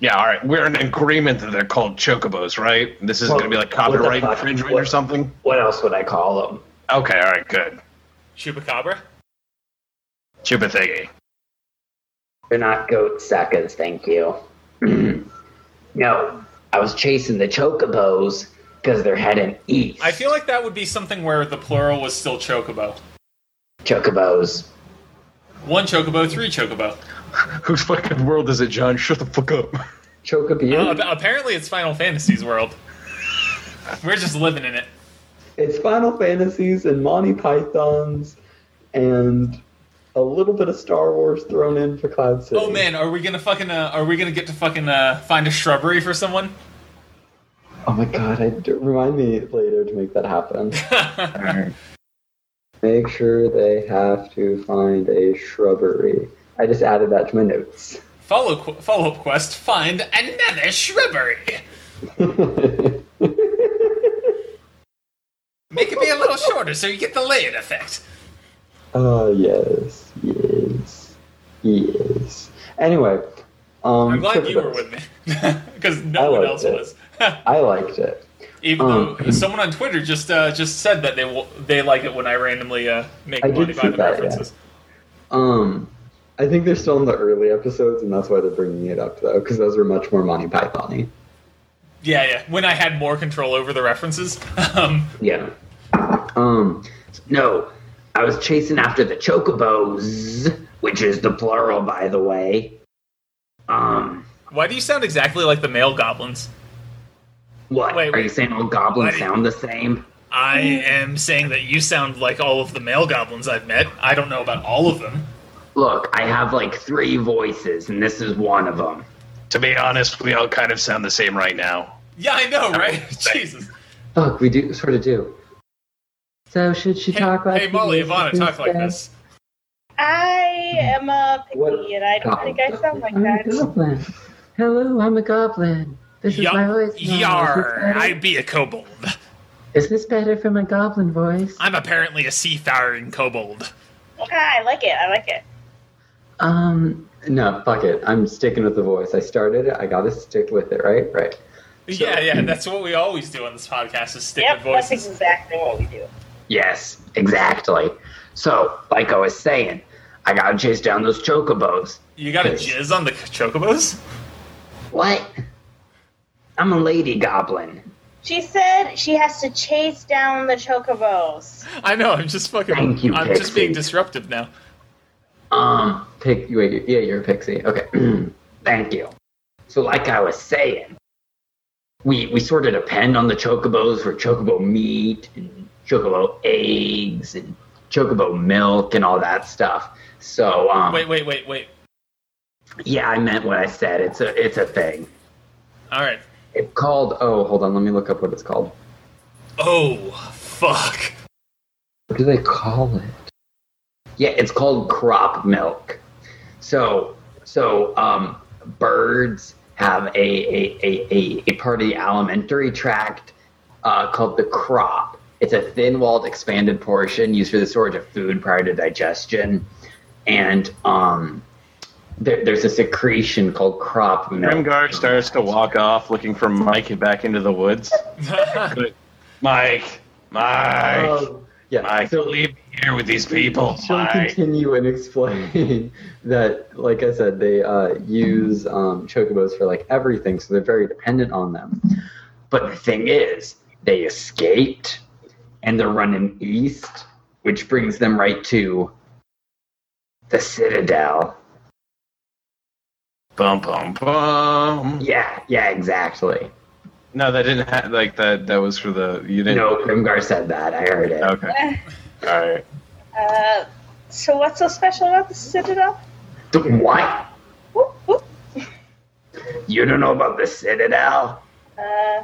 Speaker 3: Yeah, all right. We're in agreement that they're called chocobos, right? This is
Speaker 4: Well,
Speaker 3: gonna be like
Speaker 4: what the
Speaker 3: copyright
Speaker 4: fuck?
Speaker 3: infringement or
Speaker 4: What-
Speaker 3: something.
Speaker 4: What else would I call them?
Speaker 3: Okay, all right, good.
Speaker 1: Chupacabra.
Speaker 3: Chupa thingy.
Speaker 4: They're not goat suckers, thank you. no, I was chasing the chocobos because they're heading east.
Speaker 1: I feel like that would be something where the plural was still chocobo.
Speaker 4: chocobos.
Speaker 1: One chocobo, three chocobo.
Speaker 3: Whose fucking world is it, John? Shut the fuck up.
Speaker 1: Uh,
Speaker 4: Chocobie?
Speaker 1: ap- apparently, it's Final Fantasy's world. We're just living in it.
Speaker 4: it's Final Fantasies and Monty Python's and a little bit of Star Wars thrown in for Cloud City.
Speaker 1: Oh man, are we gonna fucking uh, are we gonna get to fucking uh, find a shrubbery for someone?
Speaker 4: Oh my god! I, d- remind me later to make that happen. Make sure they have to find a shrubbery. I just added that to my notes.
Speaker 1: follow qu- follow up quest. Find another shrubbery. Make it be a little shorter so you get the layered effect.
Speaker 4: Ah, yes, yes, yes. Anyway, um,
Speaker 1: I'm glad
Speaker 4: trip
Speaker 1: you were
Speaker 4: advice.
Speaker 1: with me because
Speaker 4: I
Speaker 1: no one
Speaker 4: liked
Speaker 1: else
Speaker 4: it.
Speaker 1: was.
Speaker 4: I liked it.
Speaker 1: Even
Speaker 4: Um,
Speaker 1: though someone on Twitter just uh, just said that they will, they like it when I randomly uh, make
Speaker 4: I did
Speaker 1: Monty
Speaker 4: see
Speaker 1: Python
Speaker 4: that, yeah.
Speaker 1: references.
Speaker 4: Um, I think they're still in the early episodes, and that's why they're bringing it up though, because those are much more Monty Python-y.
Speaker 1: Yeah, yeah. When I had more control over the references, um,
Speaker 4: Yeah. Um,
Speaker 8: No, I was chasing after the chocobos, which is the plural, by the way. Um,
Speaker 1: why do you sound exactly like the male goblins?
Speaker 8: what?
Speaker 1: Wait,
Speaker 8: Are
Speaker 1: wait.
Speaker 8: you saying all goblins
Speaker 1: Why-
Speaker 8: sound the same?
Speaker 1: I am saying that you sound like all of the male goblins I've met. I don't know about all of them.
Speaker 8: Look, I have like three voices, and this is one of them.
Speaker 3: To be honest, we all kind of sound the same right now.
Speaker 1: Yeah, I know, right? Jesus.
Speaker 4: fuck, we do sort of do. So should she
Speaker 1: Hey,
Speaker 4: talk like?
Speaker 1: hey, Molly,
Speaker 4: this?
Speaker 1: Ivana, talk like this.
Speaker 6: I am a picky,
Speaker 4: What?
Speaker 6: and I don't think I sound like
Speaker 4: I'm a
Speaker 6: that.
Speaker 4: goblin. Hello, I'm a goblin. This is my
Speaker 1: Yar,
Speaker 4: voice. now. Is this
Speaker 1: yar,
Speaker 4: better?
Speaker 1: I be a kobold.
Speaker 4: Is this better for my goblin voice?
Speaker 1: I'm apparently a seafaring kobold.
Speaker 6: Ah, I like it. I like it.
Speaker 4: Um, no, fuck it. I'm sticking with the voice. I started it. I gotta stick with it, right? Right.
Speaker 1: yeah, yeah, that's what we always do on this podcast is stick with
Speaker 6: Yep, that's
Speaker 1: voices.
Speaker 6: exactly what we do.
Speaker 8: Yes, exactly. So, like I was saying, I gotta chase down those chocobos.
Speaker 1: You got a jizz on the chocobos?
Speaker 8: What? I'm a lady goblin.
Speaker 6: She said she has to chase down the chocobos.
Speaker 1: I know, I'm just fucking
Speaker 8: Thank you,
Speaker 1: I'm just being
Speaker 8: Pixie.
Speaker 1: disruptive now.
Speaker 8: Um,
Speaker 4: Pick. Wait. Yeah, you're a pixie. Okay.
Speaker 8: Thank you. So, like I was saying, we we sort of depend on the chocobos for chocobo meat and chocobo eggs and chocobo milk and all that stuff. So, um,
Speaker 1: Wait, wait, wait, wait.
Speaker 8: yeah, I meant what I said. It's a it's a thing.
Speaker 1: Alright.
Speaker 4: it's called. Oh, hold on. Let me look up what it's called.
Speaker 1: Oh fuck.
Speaker 4: What do they call it?
Speaker 8: Yeah, it's called crop milk. So, so um, birds have a a, a, a a part of the alimentary tract uh, called the crop. It's a thin-walled, expanded portion used for the storage of food prior to digestion, and um, there, there's a secretion called crop milk.
Speaker 3: Grimgar starts to walk off, looking for Mike back into the woods. Mike, Mike,
Speaker 4: Um, yeah.
Speaker 3: Mike,
Speaker 4: so
Speaker 3: leave me here with these people.
Speaker 4: She'll
Speaker 3: Mike.
Speaker 4: continue and explain that, like I said, they uh, use um, chocobos for like everything, so they're very dependent on them.
Speaker 8: But the thing is, they escaped and they're running east, which brings them right to the Citadel.
Speaker 3: Bum bum bum.
Speaker 8: Yeah, yeah, exactly.
Speaker 3: No, that didn't ha- like that. That was for the you didn't.
Speaker 8: No, Grimgar said that. I heard it.
Speaker 3: Okay. All right.
Speaker 6: Uh, so what's so special about the Citadel?
Speaker 8: The what?
Speaker 6: Whoop, whoop.
Speaker 8: You don't know about the Citadel?
Speaker 6: Uh,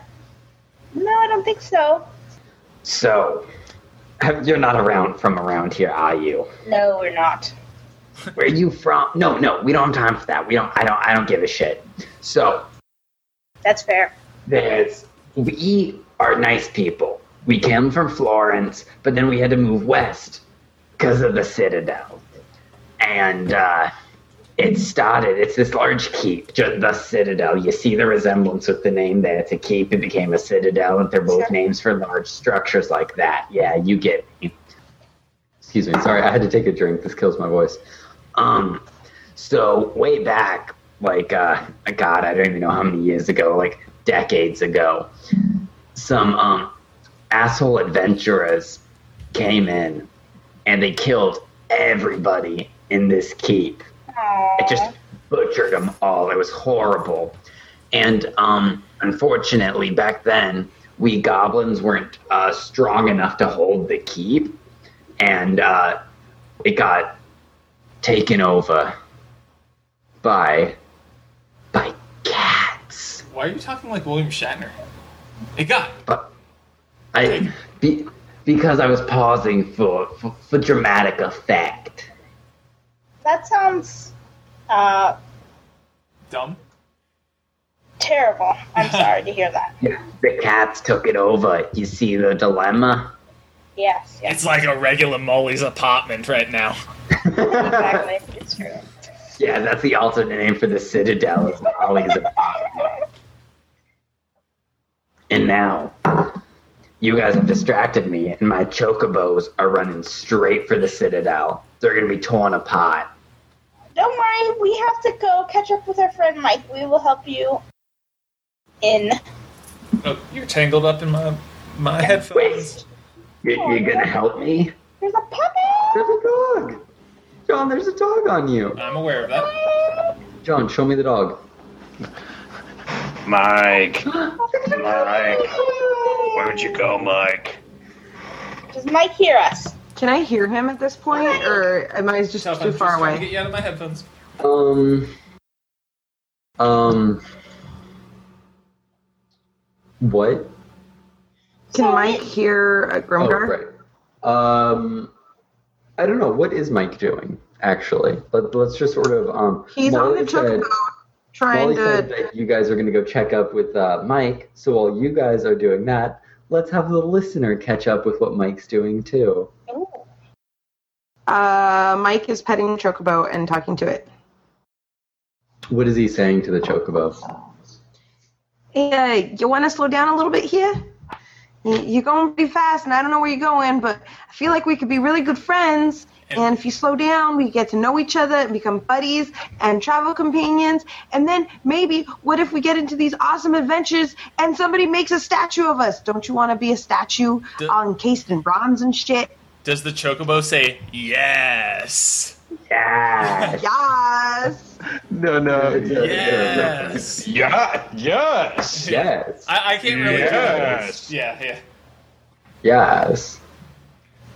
Speaker 6: no, I don't think so.
Speaker 8: So, you're not around from around here, are you?
Speaker 6: No, we're not.
Speaker 8: Where are you from? No, no, we don't have time for that. We don't. I don't. I don't give a shit. So
Speaker 6: That's fair.
Speaker 8: there's we are nice people. We came from Florence, but then we had to move west because of the Citadel, and uh, it started. It's this large keep, ju- the Citadel. You see the resemblance with the name there. It's a keep. It became a citadel, and they're both
Speaker 6: Sure.
Speaker 8: names for large structures like that. Yeah, you get me.
Speaker 4: Excuse me. Sorry, I had to take a drink. This kills my voice.
Speaker 8: Um, so way back, like, uh, God, I don't even know how many years ago, like decades ago, some um, asshole adventurers came in and they killed everybody in this keep.
Speaker 6: Aww.
Speaker 8: It just butchered them all. It was horrible. And um, unfortunately, back then, we goblins weren't uh, strong enough to hold the keep. And uh, it got taken over by by cats.
Speaker 1: Why are you talking like William Shatner? It got
Speaker 8: But I be, because I was pausing for, for for dramatic effect.
Speaker 6: That sounds uh,
Speaker 1: dumb.
Speaker 6: terrible. I'm sorry to hear that.
Speaker 8: Yeah, the cats took it over. You see the dilemma?
Speaker 6: Yes, yes,
Speaker 1: It's like a regular Molly's apartment right now.
Speaker 6: exactly. It's true.
Speaker 8: Yeah, that's the alternate name for the Citadel. Is Molly's apartment. And now, you guys have distracted me, and my chocobos are running straight for the Citadel. They're gonna be torn apart.
Speaker 6: Don't worry, we have to go catch up with our friend Mike. We will help you in.
Speaker 1: Oh, you're tangled up in my my headphones.
Speaker 8: Wait, you, you're gonna help me?
Speaker 6: There's a puppy!
Speaker 4: There's a dog. John, there's a dog on you.
Speaker 1: I'm aware of that.
Speaker 4: John, show me the dog.
Speaker 3: Mike, Mike, where'd you go, Mike?
Speaker 6: Does Mike hear us?
Speaker 5: Can I hear him at this point, or am I just
Speaker 1: Tough,
Speaker 5: too
Speaker 1: I'm
Speaker 5: far
Speaker 1: just trying to
Speaker 5: away?
Speaker 1: Get you out of my headphones.
Speaker 4: Um. Um. What?
Speaker 5: Can
Speaker 6: So
Speaker 5: Mike
Speaker 6: we-
Speaker 5: hear a
Speaker 4: Oh,
Speaker 5: Grimgar?
Speaker 4: right. Um. I don't know. What is Mike doing? Actually, Let, let's just sort of um.
Speaker 5: He's on the
Speaker 4: Molly said-
Speaker 5: chocobo, trying
Speaker 4: Molly said
Speaker 5: to.
Speaker 4: that you guys are going to go check up with uh, Mike. So while you guys are doing that, let's have the listener catch up with what Mike's doing too.
Speaker 6: Ooh.
Speaker 5: Uh, Mike is petting chocobo and talking to it.
Speaker 4: What is he saying to the chocobo?
Speaker 5: Hey, uh, you want to slow down a little bit here? Y- You're going pretty fast, and I don't know where you're going, but I feel like we could be really good friends. And if you slow down, we get to know each other and become buddies and travel companions. And then maybe, what if we get into these awesome adventures and somebody makes a statue of us? Don't you want to be a statue
Speaker 1: D-
Speaker 5: all encased in bronze and shit?
Speaker 1: Does the chocobo say yes?
Speaker 8: Yeah.
Speaker 5: Yes!
Speaker 3: No, no.
Speaker 1: Yes.
Speaker 3: Yeah, yes.
Speaker 4: Yes.
Speaker 1: I, I can't really. do
Speaker 3: Yes.
Speaker 1: this. Yeah, yeah.
Speaker 4: Yes.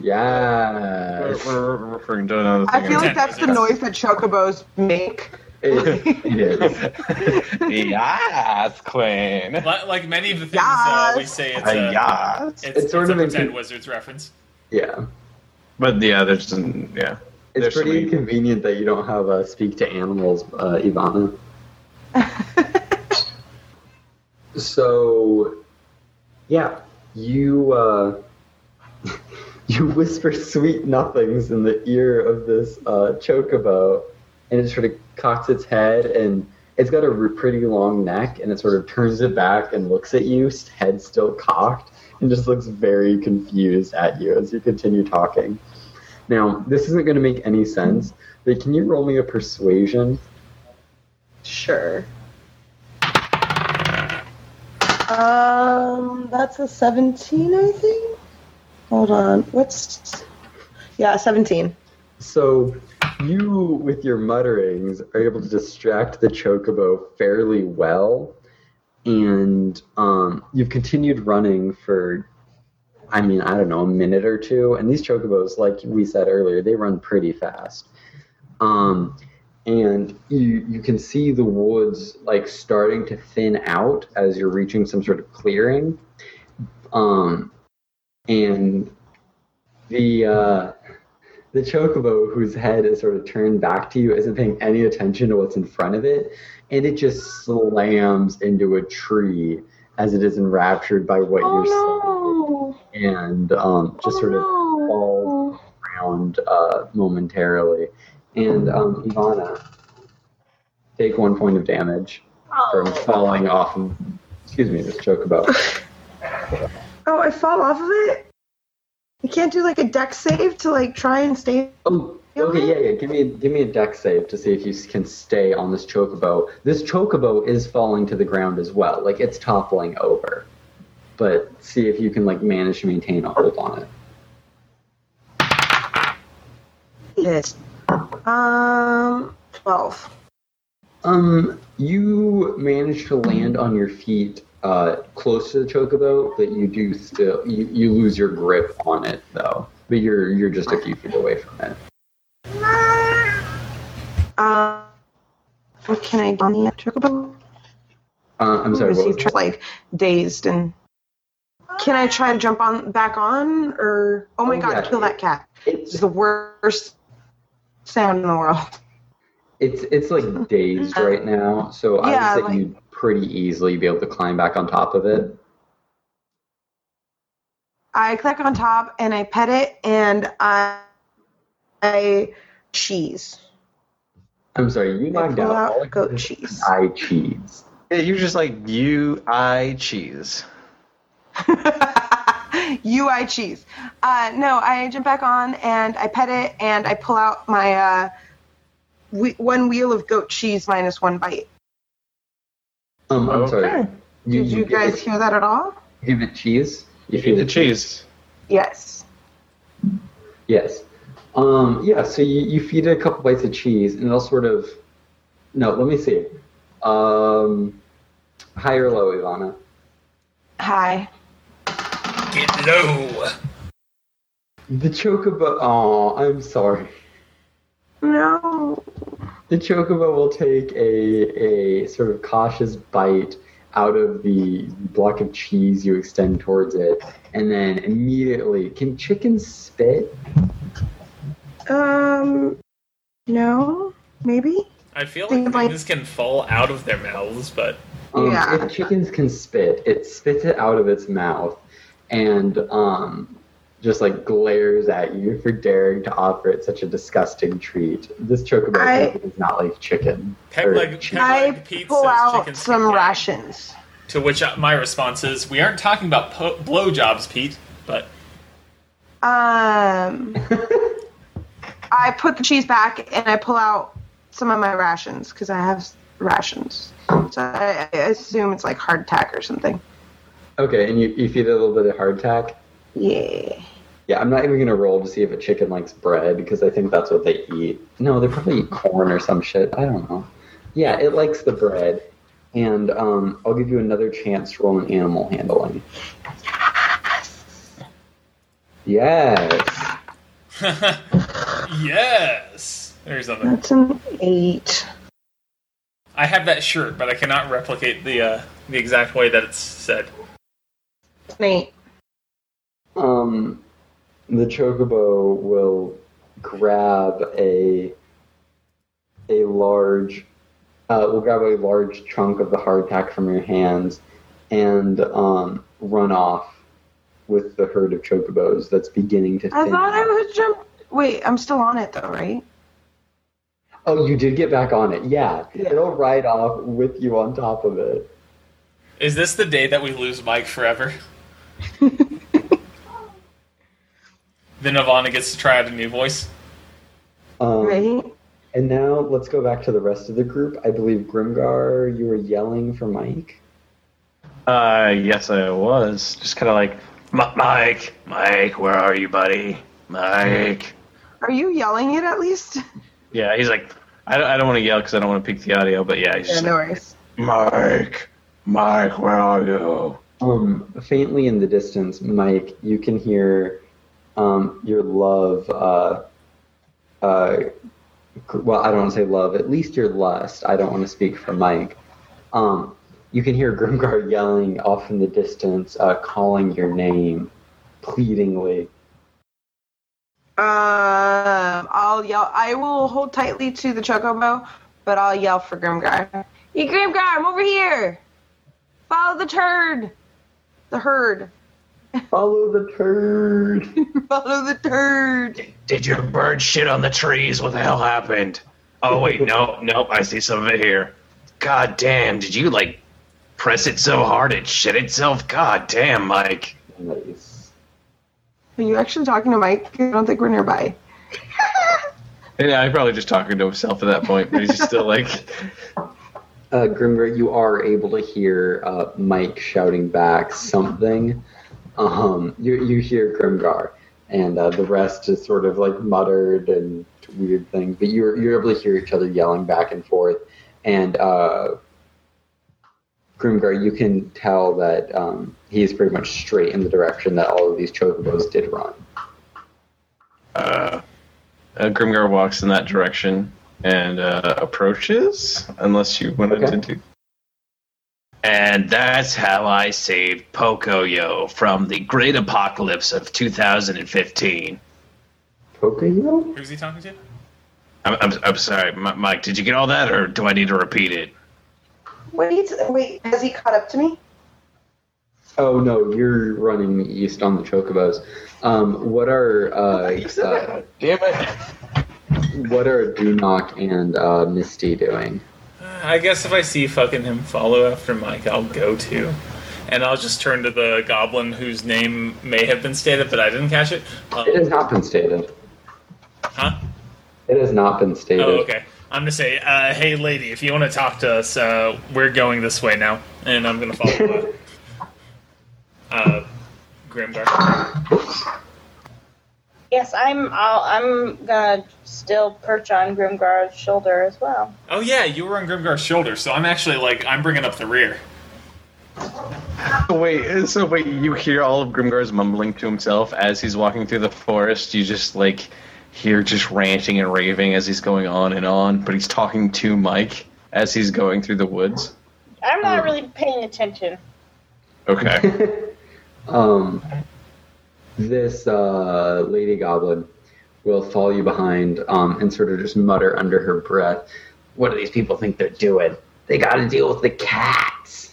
Speaker 4: Yes.
Speaker 3: We're, we're referring to another
Speaker 5: I
Speaker 3: thing.
Speaker 5: feel like that's the noise that chocobos make.
Speaker 4: It, it is.
Speaker 3: yes, Queen.
Speaker 1: Like, like many of the things uh, we
Speaker 5: Yes.
Speaker 1: say, it's a,
Speaker 3: yes.
Speaker 1: it's, it's,
Speaker 4: sort
Speaker 1: a
Speaker 4: of in-
Speaker 1: pretend wizards reference.
Speaker 4: Yeah.
Speaker 3: But yeah, there's some, yeah.
Speaker 4: It's
Speaker 3: There's
Speaker 4: pretty
Speaker 3: some-
Speaker 4: inconvenient that you don't have a speak to animals, uh, Ivana. so, yeah, you uh, you whisper sweet nothings in the ear of this uh, chocobo, and it sort of cocks its head, and it's got a r- pretty long neck, and it sort of turns it back and looks at you, s- head still cocked, and just looks very confused at you as you continue talking. Now, this isn't going to make any sense, but can you roll me a persuasion?
Speaker 5: Sure. Um, that's a 17, I think. Hold on. What's. Yeah, 17.
Speaker 4: So, you, with your mutterings, are able to distract the chocobo fairly well, and um, you've continued running for, I mean, I don't know, a minute or two. And these chocobos, like we said earlier, they run pretty fast. Um, and you, you can see the woods like starting to thin out as you're reaching some sort of clearing. Um, and the uh, the chocobo whose head is sort of turned back to you isn't paying any attention to what's in front of it, and it just slams into a tree as it is enraptured by what
Speaker 5: Oh
Speaker 4: you're seeing, and um, just sort of falls around uh, momentarily. And um, Ivana, take one point of damage from
Speaker 6: Oh,
Speaker 4: falling off of, excuse me, this chocobo.
Speaker 5: Oh, I fall off of it? You can't do like a deck save to like try and stay.
Speaker 4: Oh, okay, yeah, yeah. Give me, give me a deck save to see if you can stay on this chocobo. This chocobo is falling to the ground as well. Like it's toppling over, but see if you can like manage to maintain a hold on it.
Speaker 5: Yes. Um, 12.
Speaker 4: Um, you manage to land on your feet uh, close to the chocobo, but you do still you, you lose your grip on it though. But you're you're just a few feet away from it.
Speaker 5: Um, what can I get on the chocobo?
Speaker 4: Uh, I'm sorry.
Speaker 5: Because
Speaker 4: What
Speaker 5: he's
Speaker 4: was
Speaker 5: tr- like dazed and. Can I try to jump on back on or? Oh my
Speaker 4: Oh,
Speaker 5: god!
Speaker 4: yeah.
Speaker 5: Kill that cat! It's
Speaker 4: it's
Speaker 5: the worst sound in the world.
Speaker 4: it's it's like dazed right now, so
Speaker 5: Uh, Yeah,
Speaker 4: I would say
Speaker 5: like-
Speaker 4: you'd pretty easily be able to climb back on top of it.
Speaker 5: I click on top and I pet it and I, I cheese.
Speaker 4: I'm sorry. You
Speaker 5: I
Speaker 4: knocked
Speaker 5: pull
Speaker 4: out all
Speaker 5: out
Speaker 4: of
Speaker 5: goat cheese.
Speaker 4: I cheese.
Speaker 9: Yeah, you just like you I cheese.
Speaker 5: UI cheese. Uh, no, I jump back on and I pet it and I pull out my uh, we- one wheel of goat cheese minus one bite.
Speaker 4: Um, I'm sorry.
Speaker 3: Okay.
Speaker 4: You,
Speaker 5: Did you
Speaker 4: give
Speaker 5: guys
Speaker 4: it-
Speaker 5: hear that at all?
Speaker 4: give it cheese?
Speaker 3: You feed the cheese.
Speaker 5: Yes.
Speaker 4: Yes. Um, yeah, so you, you feed it a couple bites of cheese, and it'll sort of. No, let me see. Um, high or low, Ivana?
Speaker 5: Hi.
Speaker 1: Get low.
Speaker 4: The chocobo. Oh, I'm sorry.
Speaker 5: No.
Speaker 4: The chocobo will take a, a sort of cautious bite out of the block of cheese you extend towards it, and then immediately. Can chickens spit?
Speaker 5: Um. No. Maybe.
Speaker 1: I feel
Speaker 5: Think
Speaker 1: like
Speaker 5: like-
Speaker 1: things can fall out of their mouths, but
Speaker 4: Um,
Speaker 5: Yeah.
Speaker 4: If chickens can spit, it spits it out of its mouth and um, just like glares at you for daring to offer it such a disgusting treat. This chocobo
Speaker 5: I-
Speaker 4: does not like chicken.
Speaker 1: Peg
Speaker 4: Or
Speaker 1: leg-
Speaker 4: chicken.
Speaker 1: Yeah,
Speaker 5: I
Speaker 1: like pizza,
Speaker 5: pull out
Speaker 1: chicken
Speaker 5: some
Speaker 1: spaghetti.
Speaker 5: rations.
Speaker 1: to which I- my response is, we aren't talking about po- blowjobs, Pete. But
Speaker 5: Um. I put the cheese back and I pull out some of my rations because I have s- rations. So I, I assume it's like hardtack or something.
Speaker 4: Okay, and you, you feed it a little bit of hardtack.
Speaker 5: Yeah.
Speaker 4: Yeah, I'm not even gonna roll to see if a chicken likes bread because I think that's what they eat. No, they probably eat corn or some shit. I don't know. Yeah, it likes the bread, and um, I'll give you another chance to roll an animal handling. Yes.
Speaker 1: yes, there's something.
Speaker 5: That's an eight.
Speaker 1: I have that shirt, but I cannot replicate the uh, the exact way that it's said.
Speaker 5: It's an eight.
Speaker 4: Um, the chocobo will grab a a large uh, will grab a large chunk of the hardtack from your hands and um, run off with the herd of chocobos that's beginning to.
Speaker 5: I
Speaker 4: thin
Speaker 5: thought I
Speaker 4: out.
Speaker 5: was jump. Wait, I'm still on it though, right?
Speaker 4: Oh, you did get back on it. Yeah,
Speaker 5: Yeah.
Speaker 4: it'll ride off with you on top of it.
Speaker 1: Is this the day that we lose Mike forever? then Ivana gets to try out a new voice.
Speaker 4: Um,
Speaker 5: Right.
Speaker 4: And now let's go back to the rest of the group. I believe Grimgar, you were yelling for Mike.
Speaker 3: Uh, yes, I was just kind of like "M- Mike, Mike, where are you, buddy, Mike?
Speaker 5: Are you yelling it at least?
Speaker 3: Yeah, he's like, I don't, I don't want to yell because I don't want to peak the audio, but yeah, he's
Speaker 5: Yeah,
Speaker 3: just
Speaker 5: no
Speaker 3: like,
Speaker 5: worries.
Speaker 3: Mike, Mike, where are you?
Speaker 4: Um, faintly in the distance, Mike, you can hear um, your love. Uh, uh, gr- well, I don't want to say love. At least your lust. I don't want to speak for Mike. Um, you can hear Grimgar yelling off in the distance, uh, calling your name, pleadingly.
Speaker 5: Um, I'll yell. I will hold tightly to the chocobo, but I'll yell for Grimgar. Hey, Grimgar, I'm over here. Follow the turd. The herd.
Speaker 4: Follow the turd.
Speaker 5: Follow the turd.
Speaker 3: Did your bird shit on the trees? What the hell happened? Oh wait, no, nope, I see some of it here. God damn, did you like press it so hard it shit itself? God damn, Mike.
Speaker 4: nice.
Speaker 5: Are you actually talking to Mike? I don't think we're nearby.
Speaker 3: Yeah, I'm probably just talking to himself at that point, but he's just still like,
Speaker 4: Uh, Grimgar, you are able to hear uh, Mike shouting back something. Um, you, you hear Grimgar, and uh, the rest is sort of like muttered and weird things, but you're, you're able to hear each other yelling back and forth. And uh, Grimgar, you can tell that um, he is pretty much straight in the direction that all of these chocobos did run.
Speaker 3: uh, Grimgar walks in that direction. and uh, approaches, unless you wanted
Speaker 4: Okay.
Speaker 3: to do. And that's how I saved Pocoyo from the great apocalypse of 2015.
Speaker 4: Pocoyo?
Speaker 1: Who's he talking to?
Speaker 3: I'm, I'm, I'm sorry, Mi- Mike, did you get all that, or do I need to repeat it?
Speaker 5: Wait, wait, has he caught up to me?
Speaker 4: Oh no, you're running east on the chocobos. Um, what are uh, uh,
Speaker 3: Damn it.
Speaker 4: what are Do Knock and uh, Misty doing?
Speaker 1: I guess if I see fucking him follow after Mike, I'll go to. And I'll just turn to the goblin whose name may have been stated, but I didn't catch it.
Speaker 4: It
Speaker 1: Um,
Speaker 4: has not been stated.
Speaker 1: huh?
Speaker 4: It has not been stated.
Speaker 1: Oh, okay. I'm gonna say, uh, hey, lady, if you want to talk to us, uh, we're going this way now, and I'm gonna follow. uh, uh, Grimgar.
Speaker 6: Yes, I'm. I'll, I'm gonna still perch on Grimgar's shoulder as well.
Speaker 1: Oh yeah, you were on Grimgar's shoulder, so I'm actually like I'm bringing up the rear.
Speaker 3: Wait, so wait, you hear all of Grimgar's mumbling to himself as he's walking through the forest. You just like hear just ranting and raving as he's going on and on, but he's talking to Mike as he's going through the woods.
Speaker 6: I'm not really paying attention.
Speaker 3: Okay.
Speaker 4: um, this uh, lady goblin will follow you behind um, and sort of just mutter under her breath,
Speaker 8: What do these people think they're doing? They got to deal with the cats.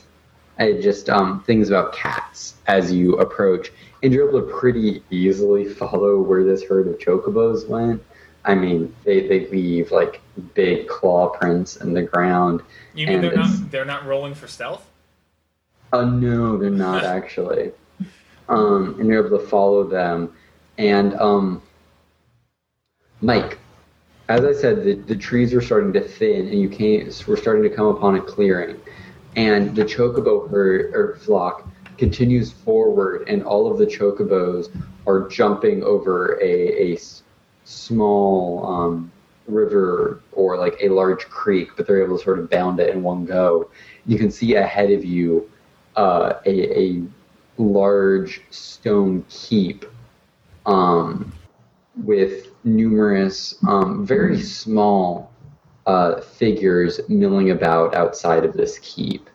Speaker 4: I just um, things about cats as you approach, and you're able to pretty easily follow where this herd of chocobos went. I mean, they, they leave like big claw prints in the ground.
Speaker 1: You mean
Speaker 4: And
Speaker 1: they're
Speaker 4: it's-
Speaker 1: not they're not rolling for stealth?
Speaker 4: Uh, no, they're not actually. Um, and you're able to follow them. And um, Mike, as I said, the, the trees were starting to thin, and you came. We're starting to come upon a clearing, and the chocobo herd or flock continues forward, and all of the chocobos are jumping over a, a s- small um, river or like a large creek, but they're able to sort of bound it in one go. You can see ahead of you uh, a, a large stone keep um, with numerous um, very small uh, figures milling about outside of this keep.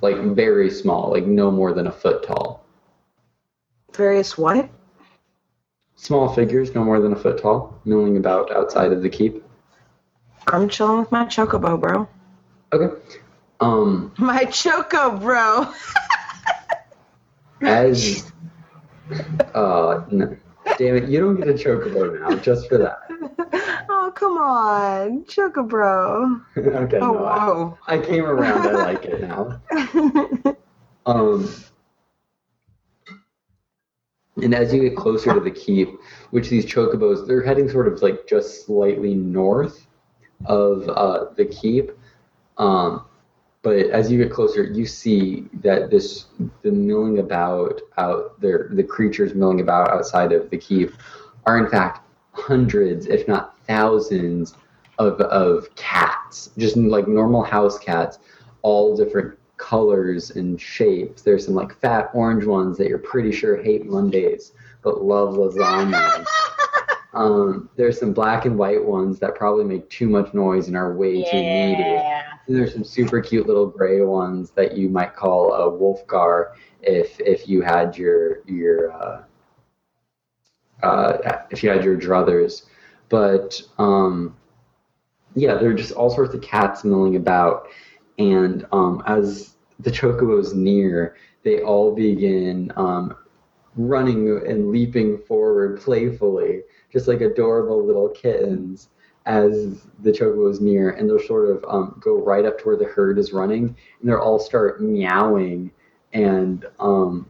Speaker 4: Like very small, like no more than a foot tall.
Speaker 5: Various what?
Speaker 4: Small figures, no more than a foot tall, milling about outside of the keep.
Speaker 5: I'm chilling with my chocobo, bro.
Speaker 4: Okay. Um,
Speaker 5: My choco, bro.
Speaker 4: as uh, no. damn it, you don't get a chocobo now just for that.
Speaker 5: Oh, come on. Choco, bro.
Speaker 4: okay,
Speaker 5: Oh,
Speaker 4: no, I-
Speaker 5: whoa.
Speaker 4: I came around. I like it now. Um, and as you get closer to the keep, which these chocobos, they're heading sort of like just slightly north of uh, the keep. Um, but as you get closer, you see that this the milling about out there, the creatures milling about outside of the keep, are in fact hundreds, if not thousands, of of cats, just like normal house cats, all different colors and shapes. There's some like fat orange ones that you're pretty sure hate Mondays but love lasagna. um, there's some black and white ones that probably make too much noise and are way too needy.
Speaker 6: Yeah.
Speaker 4: And there's some super cute little gray ones that you might call a wolfgar if if you had your your uh, uh, if you had your druthers. But um, yeah, there are just all sorts of cats milling about, and um, as the chocobos near, they all begin um, running and leaping forward playfully, just like adorable little kittens as the chocobo is near, and they'll sort of um, go right up to where the herd is running, and they'll all start meowing and um,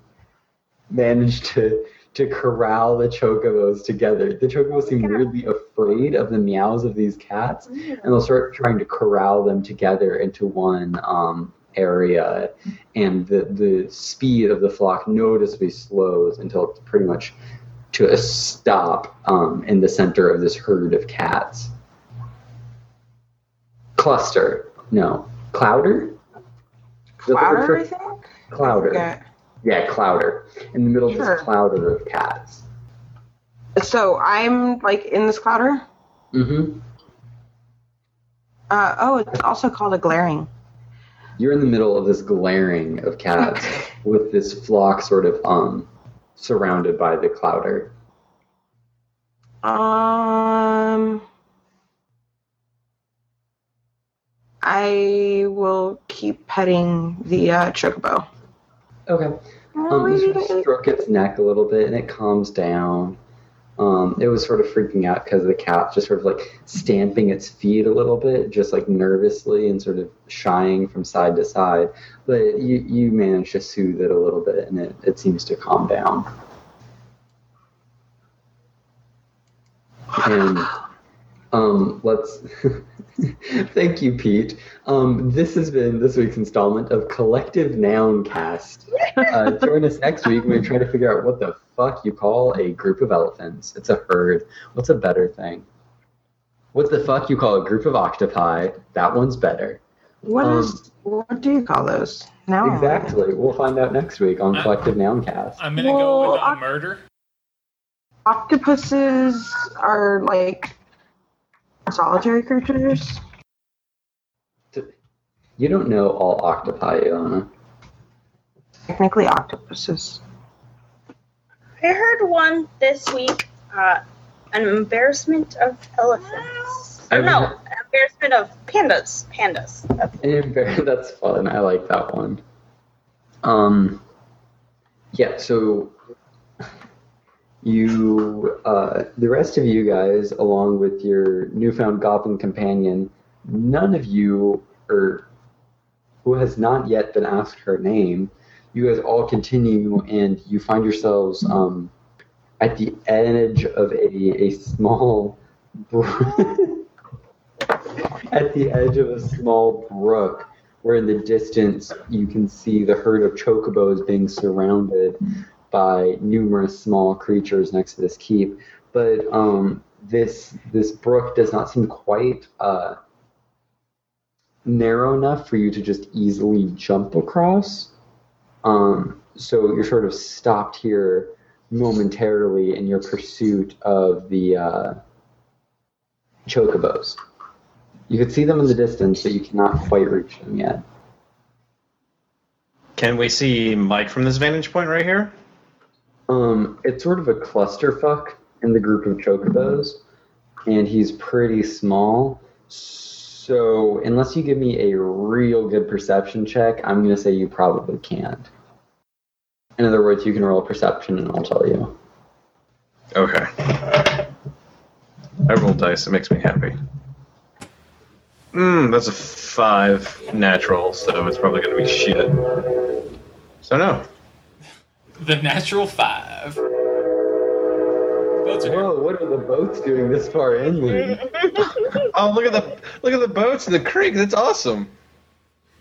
Speaker 4: manage to to corral the chocobos together. The chocobos seem weirdly afraid of the meows of these cats, and they'll start trying to corral them together into one um, area, and the the speed of the flock noticeably slows until it's pretty much to a stop um, in the center of this herd of cats cluster. No, clouder. Is that the word
Speaker 5: Clouder,
Speaker 4: for-
Speaker 5: I think?
Speaker 4: Clouder.
Speaker 5: Okay.
Speaker 4: Yeah, clouder. In the middle of
Speaker 5: Sure.
Speaker 4: this clouder of cats.
Speaker 5: So I'm like in this clouder?
Speaker 4: Mm-hmm.
Speaker 5: Uh, oh, it's also called a glaring.
Speaker 4: You're in the middle of this glaring of cats with this flock sort of um surrounded by the clouder.
Speaker 5: Um, I will keep petting the uh, chocobo.
Speaker 4: Okay. Um, you sort of stroke its neck a little bit and it calms down. Um, it was sort of freaking out because the cat just sort of like stamping its feet a little bit, just like nervously and sort of shying from side to side. But you, you manage to soothe it a little bit and it, it seems to calm down. And um, let's thank you, Pete. Um, this has been this week's installment of Collective Noun Cast. Uh, join us next week when we try to figure out what the fuck you call a group of elephants. It's a herd. What's a better thing? What the fuck you call a group of octopi? That one's better.
Speaker 5: What
Speaker 4: Um,
Speaker 5: is- What do you call those? No.
Speaker 4: Exactly. We'll find out next week on Collective Noun Cast.
Speaker 1: I'm gonna go with
Speaker 5: Well,
Speaker 1: a
Speaker 5: I-
Speaker 1: murder.
Speaker 5: Octopuses are like solitary creatures.
Speaker 4: You don't know all octopi, Ilana.
Speaker 5: Technically, octopuses.
Speaker 6: I heard one this week. Uh, an embarrassment of elephants.
Speaker 4: I've
Speaker 6: no,
Speaker 4: heard-
Speaker 6: embarrassment of pandas. Pandas. That's-
Speaker 4: And that's fun. I like that one. Um, yeah. So you, uh, the rest of you guys, along with your newfound goblin companion, none of you or who has not yet been asked her name, you guys all continue and you find yourselves um, at the edge of a, a small at the edge of a small brook where in the distance you can see the herd of chocobos being surrounded by numerous small creatures next to this keep but um, this this brook does not seem quite uh, narrow enough for you to just easily jump across um, so you're sort of stopped here momentarily in your pursuit of the uh, chocobos you could see them in the distance, but you cannot quite reach them yet.
Speaker 3: Can we see Mike from this vantage point right here?
Speaker 4: Um, it's sort of a clusterfuck in the group of chocobos, and he's pretty small. So unless you give me a real good perception check, I'm gonna say you probably can't. In other words, you can roll perception, and I'll tell you.
Speaker 3: Okay. I roll dice. It makes me happy. Mmm, that's a five natural, so it's probably gonna be shit. So no.
Speaker 1: The natural five. Boats are here.
Speaker 4: Whoa! What are the boats doing this far inland?
Speaker 3: Oh, look at the look at the boats in the creek. That's awesome.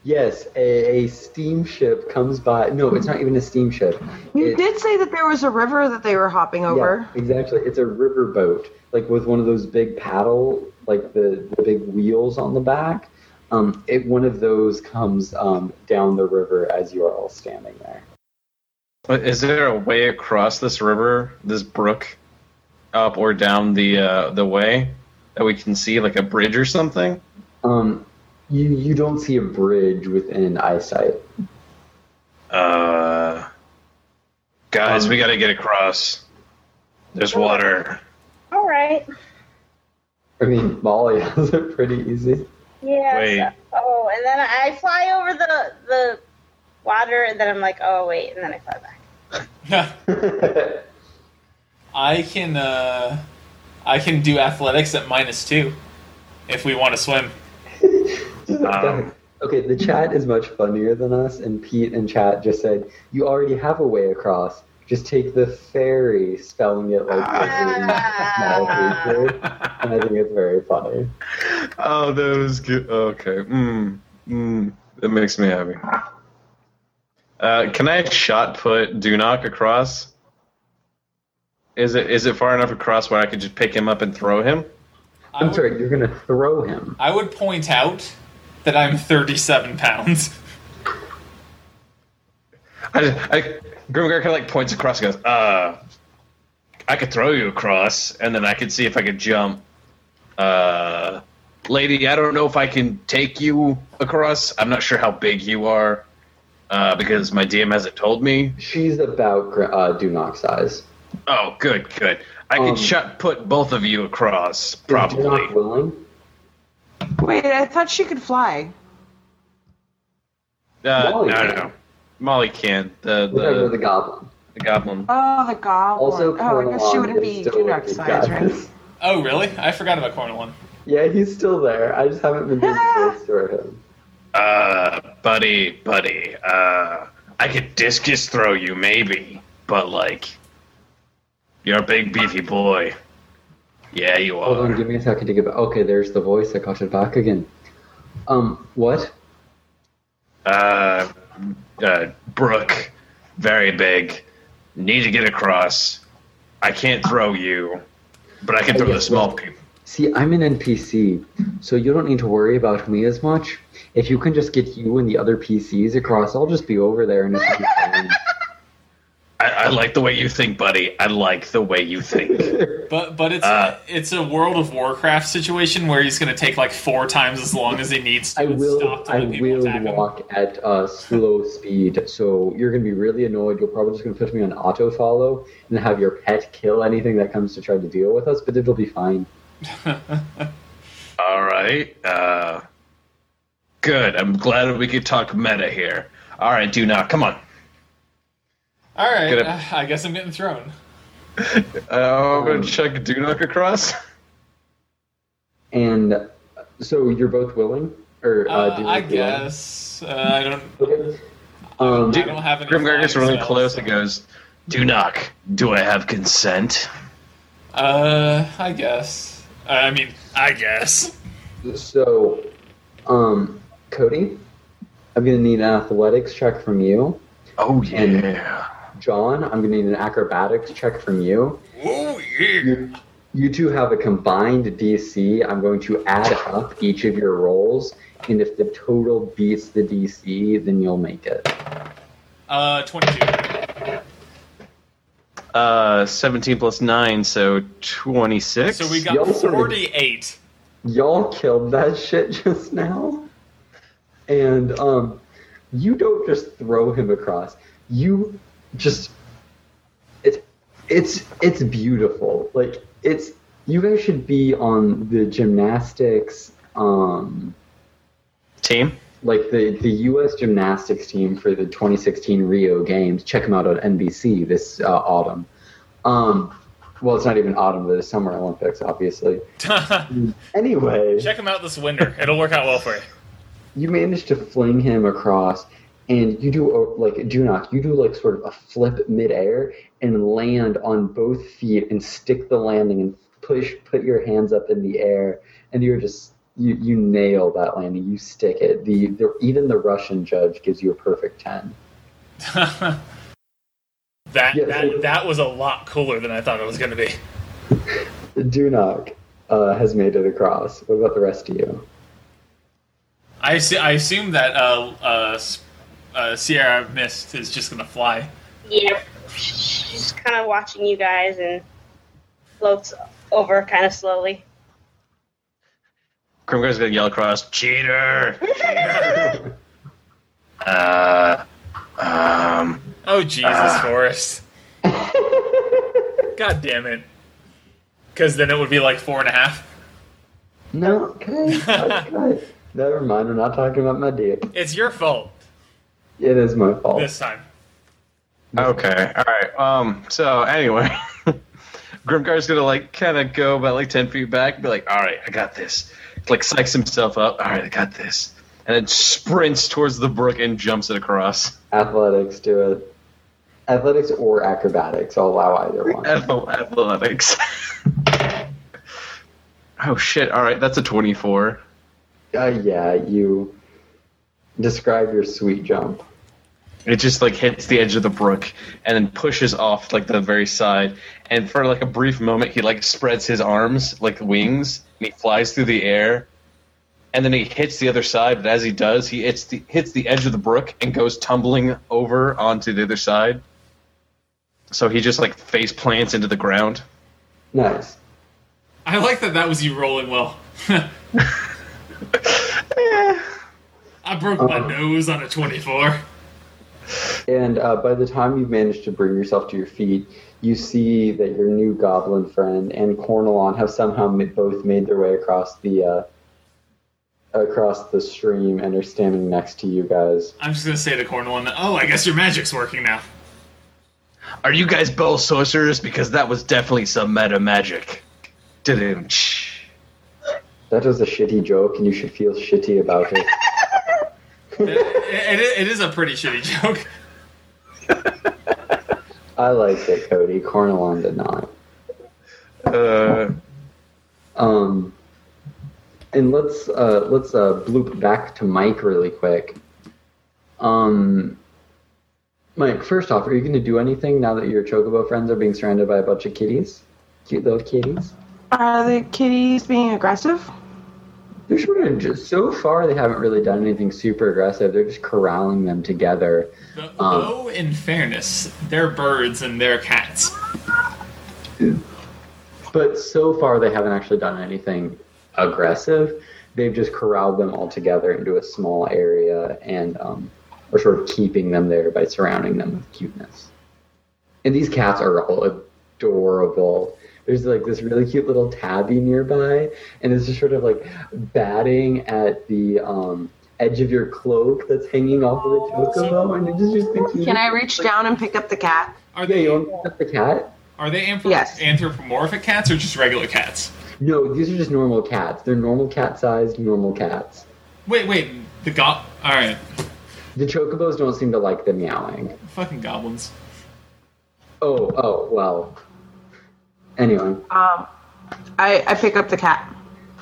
Speaker 4: yes, a, a steamship comes by. No, it's not even a steamship.
Speaker 5: You
Speaker 4: It-
Speaker 5: did say that there was a river that they were hopping over.
Speaker 4: Yeah, exactly. It's a river boat, like with one of those big paddle, like the, the big wheels on the back. Um, it, one of those comes um, down the river as you are all standing there.
Speaker 3: But is there a way across this river, this brook, up or down the uh, the way that we can see, like a bridge or something?
Speaker 4: Um, you you don't see a bridge within eyesight.
Speaker 3: Uh, guys,
Speaker 4: Um,
Speaker 3: we gotta get across. There's water.
Speaker 6: All right.
Speaker 4: I mean, Molly has it pretty easy.
Speaker 6: Yeah.
Speaker 3: Wait.
Speaker 6: so- oh, and then I fly over the the water, and then I'm like, oh wait, and then I fly back.
Speaker 1: I can uh, I can do athletics at minus two if we want to swim.
Speaker 3: Um,
Speaker 4: okay, the chat is much funnier than us, and Pete and chat just said you already have a way across. Just take the ferry, spelling it like
Speaker 6: Ah.
Speaker 4: every small creature. And I think it's very funny.
Speaker 3: Oh, that was good. Okay. Mm, mm, that makes me happy. Uh, can I shot put Dunok across? Is it is it far enough across where I could just pick him up and throw him?
Speaker 1: I
Speaker 4: I'm
Speaker 1: would,
Speaker 4: sorry, you're gonna throw him.
Speaker 1: I would point out that I'm 37 pounds.
Speaker 3: I, just, I Grimgar kind of like points across and goes, uh, I could throw you across, and then I could see if I could jump, uh,
Speaker 10: lady, I don't know if I can take you across. I'm not sure how big you are uh, because my DM hasn't told me.
Speaker 4: She's about gra- uh, Dunok size.
Speaker 10: Oh, good, good. I
Speaker 4: Um,
Speaker 10: could shut put both of you across,
Speaker 4: Is
Speaker 10: probably.
Speaker 4: Dunok willing?
Speaker 5: Wait, I thought she could fly.
Speaker 10: Uh,
Speaker 4: Molly
Speaker 10: no,
Speaker 4: can.
Speaker 10: no. Molly can. The,
Speaker 4: Whatever the Uh,
Speaker 10: the,
Speaker 4: goblin.
Speaker 10: the goblin.
Speaker 5: Oh, the goblin.
Speaker 4: Also,
Speaker 5: oh, I
Speaker 4: Colonel
Speaker 5: guess she
Speaker 4: Long
Speaker 5: wouldn't
Speaker 4: is
Speaker 5: be
Speaker 4: still with
Speaker 5: Dunoc
Speaker 4: the
Speaker 5: size, right?
Speaker 4: guys.
Speaker 1: Oh, really? I forgot about Cornelon.
Speaker 4: Yeah, he's still there. I just haven't been doing voice for him.
Speaker 10: Uh, buddy, buddy. Uh, I could discus throw you, maybe, but like, you're a big beefy boy. Yeah, you
Speaker 4: Hold on,
Speaker 10: are.
Speaker 4: give me a second to get back. Okay, there's the voice. I got it back again. Um, what?
Speaker 10: Uh, uh, Brooke, very big. Need to get across. I can't throw you, but I can throw the small people.
Speaker 4: See, I'm an NPC, so you don't need to worry about me as much. If you can just get you and the other PCs across, I'll just be over there and it'll be fine.
Speaker 10: I, I like the way you think, buddy. I like the way you think.
Speaker 1: But but it's
Speaker 3: Ah.
Speaker 10: Uh.
Speaker 1: it's a World of Warcraft situation where he's going to take like four times as long as he needs to
Speaker 4: I
Speaker 1: and
Speaker 4: will.
Speaker 1: stop to
Speaker 4: I
Speaker 1: let people
Speaker 4: will
Speaker 1: attack him.
Speaker 4: walk at uh, slow speed, so you're gonna be really annoyed. You're probably just gonna put me on auto follow and have your pet kill anything that comes to try to deal with us, but it'll be fine.
Speaker 10: All right. Uh, good. I'm glad we could talk meta here. All right, do not. Come on.
Speaker 1: All right,
Speaker 3: Get up.
Speaker 1: uh, I guess I'm getting thrown.
Speaker 3: Uh, I'm gonna check Dunok across.
Speaker 4: And so you're both willing, or uh,
Speaker 1: Uh,
Speaker 4: do you
Speaker 1: I
Speaker 4: think you're willing?
Speaker 1: guess uh, I don't.
Speaker 4: Okay. Um,
Speaker 1: I don't have any.
Speaker 3: Grimgar gets
Speaker 1: flying
Speaker 3: really
Speaker 1: spells,
Speaker 3: close
Speaker 1: so-
Speaker 3: and goes,
Speaker 10: Do not. Do I have consent?
Speaker 1: Uh, I guess. Uh, I mean, I guess.
Speaker 4: So, um, Cody, I'm gonna need an athletics check from you.
Speaker 10: Oh
Speaker 4: And- John, I'm gonna need an acrobatics check from you.
Speaker 1: Oh yeah.
Speaker 4: You, you two have a combined DC. I'm going to add up each of your rolls, and if the total beats the DC, then you'll make it.
Speaker 1: Uh, twenty-two.
Speaker 3: uh, 17 plus 9, so 26.
Speaker 1: So we
Speaker 4: Y'all
Speaker 1: got
Speaker 4: sort of-
Speaker 1: forty-eight.
Speaker 4: Y'all killed that shit just now, and um, you don't just throw him across. You just it's it's it's beautiful. Like it's you guys should be on the gymnastics um
Speaker 3: team.
Speaker 4: like the, the U.S. gymnastics team for the 2016 Rio Games. Check them out on NBC this uh, autumn. Um, well, it's not even autumn; the Summer Olympics, obviously. Anyway,
Speaker 1: Check him out this winter. It'll work out well for you.
Speaker 4: you manage to fling him across, and you do a- like Dunok. You do like sort of a flip midair and land on both feet and stick the landing and push put your hands up in the air, and you're just you you nail that landing. You stick it. The, the even the Russian judge gives you a perfect ten.
Speaker 1: that
Speaker 4: Yeah, so-
Speaker 1: that that was a lot cooler than I thought it was going to be.
Speaker 4: Dunok uh, has made it across. What about the rest of you?
Speaker 1: I assu- I assume that uh uh, s- uh Sierra Mist is just going to fly.
Speaker 6: Yep. She's kind of watching you guys and floats over kind of slowly.
Speaker 3: Grimgar's gonna yell across,
Speaker 10: Cheater! Cheater! uh, um,
Speaker 1: Oh Jesus,
Speaker 4: Ah.
Speaker 1: Forrest! God damn it! Because then it would be like four and a half.
Speaker 4: No, okay, okay. Never mind. I'm not talking about my dick.
Speaker 1: It's your fault
Speaker 4: It is my fault.
Speaker 1: this time.
Speaker 3: Okay. All right. Um. So anyway, Grimgar's gonna like kind of go about like ten feet back, and be like, "All right, I got this." Like psychs himself up. All right, I got this, and then sprints towards the brook and jumps it across.
Speaker 4: Athletics, do it. Athletics or acrobatics. I'll allow either one.
Speaker 3: Ath- Athletics. oh shit! All right, that's a twenty-four.
Speaker 4: Uh, yeah, you describe your sweet jump.
Speaker 3: It just like hits the edge of the brook and then pushes off like the very side. And for like a brief moment, he like spreads his arms like wings and he flies through the air. And then he hits the other side. But as he does, he hits the hits the edge of the brook and goes tumbling over onto the other side. So he just like face plants into the ground.
Speaker 4: Nice.
Speaker 1: I like that. That was you rolling well. broke my nose on a 24.
Speaker 4: And uh, by the time you've managed to bring yourself to your feet, you see that your new goblin friend and Cornelon have somehow ma- both made their way across the uh, across the stream and are standing next to you guys.
Speaker 1: I'm just gonna say to Cornwall, oh, I guess your magic's working now.
Speaker 3: Are you guys both sorcerers? Because that was definitely some meta magic. Didn't.
Speaker 4: That was a shitty joke, and you should feel shitty about it.
Speaker 1: It, it, it is a pretty shitty joke.
Speaker 4: I liked it, Cody. Cornelon did not.
Speaker 11: Uh,
Speaker 4: Um, and let's uh, let's uh, bloop back to Mike really quick. Um, Mike, first off, are you going to do anything now that your chocobo friends are being surrounded by a bunch of kitties? Cute little kitties.
Speaker 5: Are the kitties being aggressive?
Speaker 4: They're sort of just so far they haven't really done anything super aggressive. They're just corralling them together.
Speaker 1: Th- Though, in fairness, they're birds and they're cats.
Speaker 4: But so far, they haven't actually done anything aggressive. They've just corralled them all together into a small area and um, are sort of keeping them there by surrounding them with cuteness. And these cats are all adorable. There's like this really cute little tabby nearby, and it's just sort of like batting at the um, edge of your cloak that's hanging off of the chocobo, and it is just the cutest.
Speaker 5: Oh, Can I reach down and pick up the cat?
Speaker 1: Are
Speaker 4: Yeah,
Speaker 1: they
Speaker 4: you want to pick up the cat?
Speaker 1: are they anthrop-
Speaker 5: Yes.
Speaker 1: anthropomorphic cats or just regular cats?
Speaker 4: No, these are just normal cats. They're normal cat sized, normal cats.
Speaker 1: Wait, wait, the go- all right,
Speaker 4: The chocobos don't seem to like the meowing.
Speaker 1: fucking goblins.
Speaker 4: Oh, oh, well. Anyway,
Speaker 5: Um, I, I pick up the cat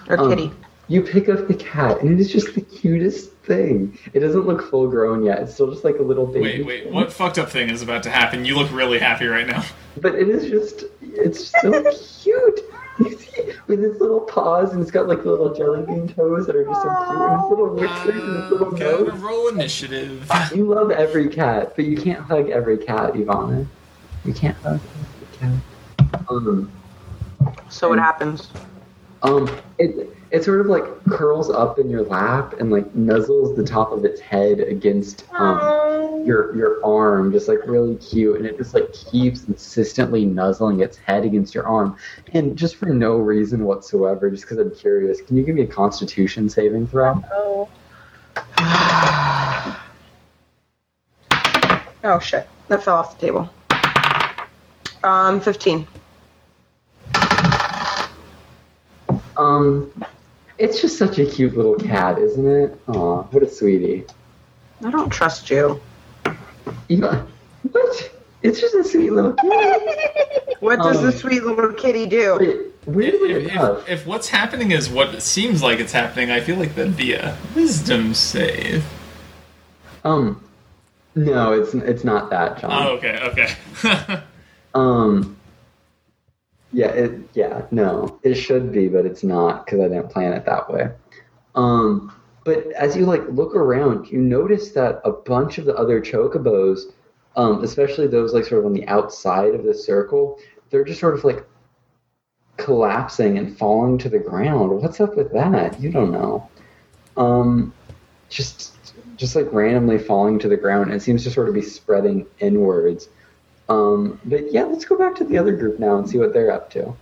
Speaker 5: or
Speaker 4: Um,
Speaker 5: kitty.
Speaker 4: you pick up the cat, and it is just the cutest thing. It doesn't look full grown yet. It's still just like a little baby.
Speaker 1: Wait, wait, what fucked up thing is about to happen? You look really happy right now.
Speaker 4: But it is just, it's so cute. You see, it with its little paws, and it's got like little jelly bean toes that are just so cute, and its little whiskers, and its little
Speaker 1: Gotta
Speaker 4: nose.
Speaker 1: roll initiative.
Speaker 4: You love every cat, but you can't hug every cat, Ivana. You can't hug every cat. Um,
Speaker 5: So what happens?
Speaker 4: Um, it it sort of like curls up in your lap and like nuzzles the top of its head against um,
Speaker 6: Oh.
Speaker 4: your your arm, just like really cute, and it just like keeps insistently nuzzling its head against your arm, and just for no reason whatsoever, just because I'm curious. Can you give me a Constitution saving throw?
Speaker 6: Oh.
Speaker 5: Oh shit, that fell off the table. Um, fifteen.
Speaker 4: Um, it's just such a cute little cat, isn't it? Aw, what a sweetie.
Speaker 5: I don't trust you.
Speaker 4: Eva, what? It's just a sweet little cat.
Speaker 5: What does
Speaker 4: Um,
Speaker 5: the sweet little kitty do?
Speaker 4: Wait, weirdly
Speaker 1: If,
Speaker 4: enough.
Speaker 1: if, if what's happening is what seems like it's happening, I feel like that'd be a wisdom save.
Speaker 4: Um, no, it's it's not that,
Speaker 1: Oh,
Speaker 4: John.
Speaker 1: okay, okay.
Speaker 4: Um, yeah, it yeah, no, it should be, but it's not because I didn't plan it that way. Um, but as you like look around, you notice that a bunch of the other chocobos, um, especially those like sort of on the outside of the circle, they're just sort of like collapsing and falling to the ground. What's up with that? You don't know. Um, just just like randomly falling to the ground. It seems to sort of be spreading inwards. Um, but yeah, let's go back to the other group now and see what they're up to.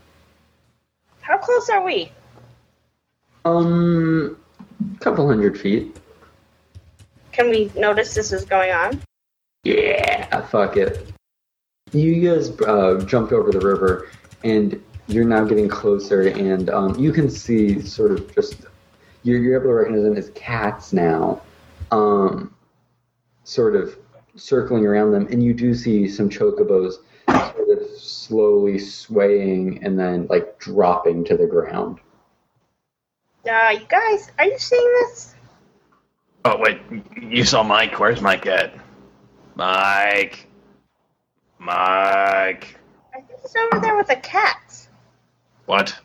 Speaker 6: How close are we?
Speaker 4: Um, couple hundred feet.
Speaker 6: Can we notice this is going on?
Speaker 4: Yeah, fuck it. You guys uh, jumped over the river, and you're now getting closer, and um, you can see sort of just you're, you're able to recognize them as cats now, um, sort of circling around them, and you do see some chocobos sort of slowly swaying and then like dropping to the ground.
Speaker 6: Uh, you guys, are you seeing this?
Speaker 3: Oh wait, you saw Mike. Where's Mike at? Mike. Mike.
Speaker 6: I think he's over there with a cat.
Speaker 3: What?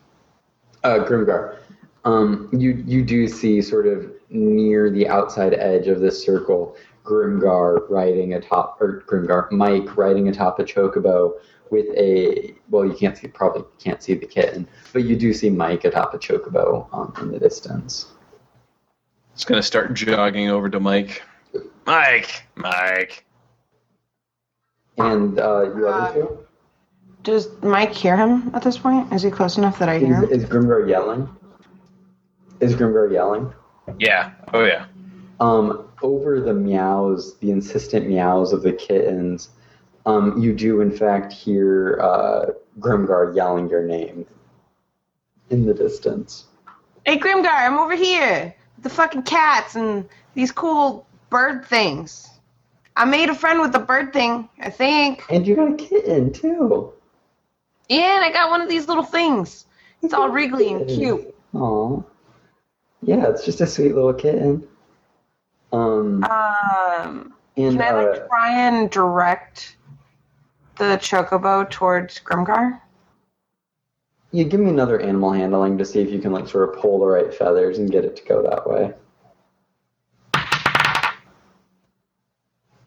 Speaker 4: uh, Grimgar, um, you you do see sort of near the outside edge of this circle, Grimgar riding atop, or Grimgar Mike riding atop a chocobo with a well, you can't see probably can't see the kitten, but you do see Mike atop a chocobo um, in the distance.
Speaker 3: Just gonna start jogging over to Mike. Mike, Mike.
Speaker 4: And uh, you other two?
Speaker 5: Does Mike hear him at this point? Is he close enough that I hear him?
Speaker 4: Is, is Grimgar yelling? Is Grimgar yelling?
Speaker 3: Yeah. Oh yeah.
Speaker 4: Um, over the meows, the insistent meows of the kittens, um, you do in fact hear uh, Grimgar yelling your name in the distance.
Speaker 5: Hey, Grimgar, I'm over here. With the fucking cats and these cool bird things. I made a friend with the bird thing, I think.
Speaker 4: And you got a kitten too.
Speaker 5: Yeah, and I got one of these little things. It's all wriggly and cute.
Speaker 4: Aw. Yeah, it's just a sweet little kitten. Um,
Speaker 5: Um,
Speaker 4: and
Speaker 5: can I
Speaker 4: uh,
Speaker 5: like try and direct the chocobo towards Grimgar?
Speaker 4: yeah, give me another animal handling to see if you can like sort of pull the right feathers and get it to go that way.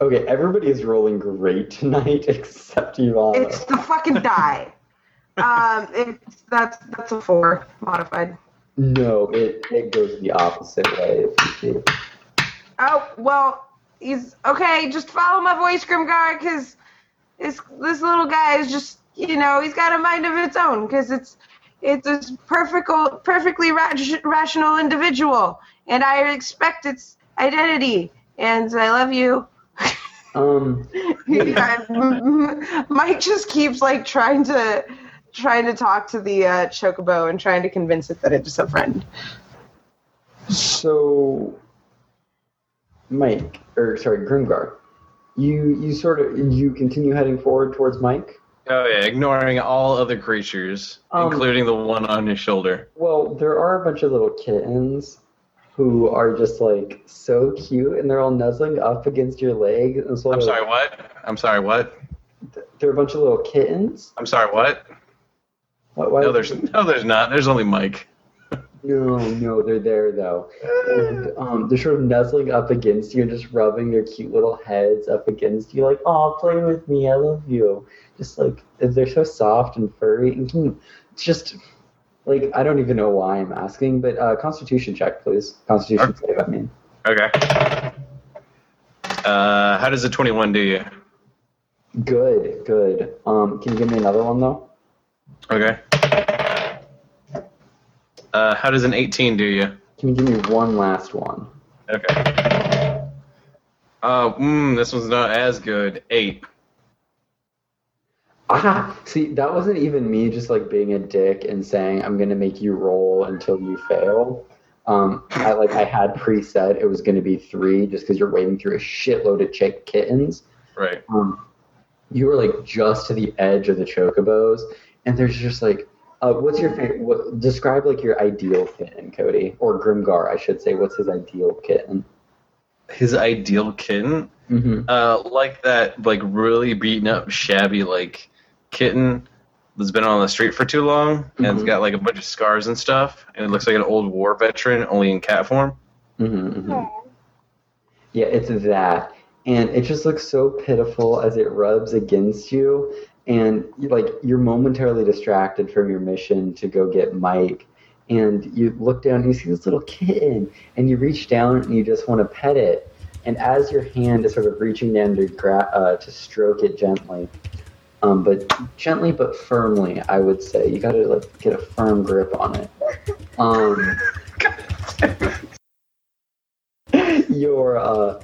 Speaker 4: Okay, everybody is rolling great tonight except Ivana.
Speaker 5: It's the fucking die. um, it's that's that's a four modified.
Speaker 4: No, it, it goes the opposite way. if you do.
Speaker 5: Oh well, he's okay. Just follow my voice, Grimgar, because this this little guy is just you know he's got a mind of its own because it's it's a perfect perfectly ra- rational individual, and I respect its identity. And I love you.
Speaker 4: Um,
Speaker 5: Mike just keeps like trying to trying to talk to the uh, chocobo and trying to convince it that it's a friend.
Speaker 4: so, Mike, or sorry, Grimgar, you you sort of you continue heading forward towards Mike.
Speaker 3: Oh yeah. Ignoring all other creatures,
Speaker 4: Um,
Speaker 3: including the one on his shoulder.
Speaker 4: Well, there are a bunch of little kittens who are just like so cute, and they're all nuzzling up against your leg. And so
Speaker 3: I'm sorry. What? I'm sorry. What?
Speaker 4: There are a bunch of little kittens.
Speaker 3: I'm sorry. What?
Speaker 4: Why, why
Speaker 3: No, there's no, there's not. There's only Mike.
Speaker 4: No, no, they're there though. And um, they're sort of nuzzling up against you and just rubbing their cute little heads up against you, like, oh, play with me, I love you. Just like, they're so soft and furry. And can- it's just, like, I don't even know why I'm asking, but uh, Constitution check, please. Constitution save, I mean.
Speaker 3: Okay. Uh, how does a 21 do you?
Speaker 4: Good, good. Um, can you give me another one though?
Speaker 3: Okay. Uh, how does an 18 do you?
Speaker 4: Can you give me one last one?
Speaker 3: Okay. Uh, mm, this one's not as good. Eight.
Speaker 4: Ah, see, that wasn't even me just like being a dick and saying I'm gonna make you roll until you fail. Um, I like I had preset it was gonna be three just because you're wading through a shitload of chick kittens.
Speaker 3: Right.
Speaker 4: Um, you were like just to the edge of the chocobos, and there's just like, uh, what's your favorite? What, describe like your ideal kitten, Cody, or Grimgar, I should say. What's his ideal kitten?
Speaker 3: His ideal kitten,
Speaker 4: Mm-hmm.
Speaker 3: uh, like that, like really beaten up, shabby, like kitten that's been on the street for too long and it's
Speaker 4: Mhm.
Speaker 3: got like a bunch of scars and stuff, and it looks like an old war veteran only in cat form.
Speaker 4: Mm-hmm, Yeah, it's that. And it just looks so pitiful as it rubs against you. And like you're momentarily distracted from your mission to go get Mike. And you look down and you see this little kitten. And you reach down and you just want to pet it. And as your hand is sort of reaching down to, gra- uh, to stroke it gently, um, but gently but firmly, I would say, you got to like get a firm grip on it. Um, your uh,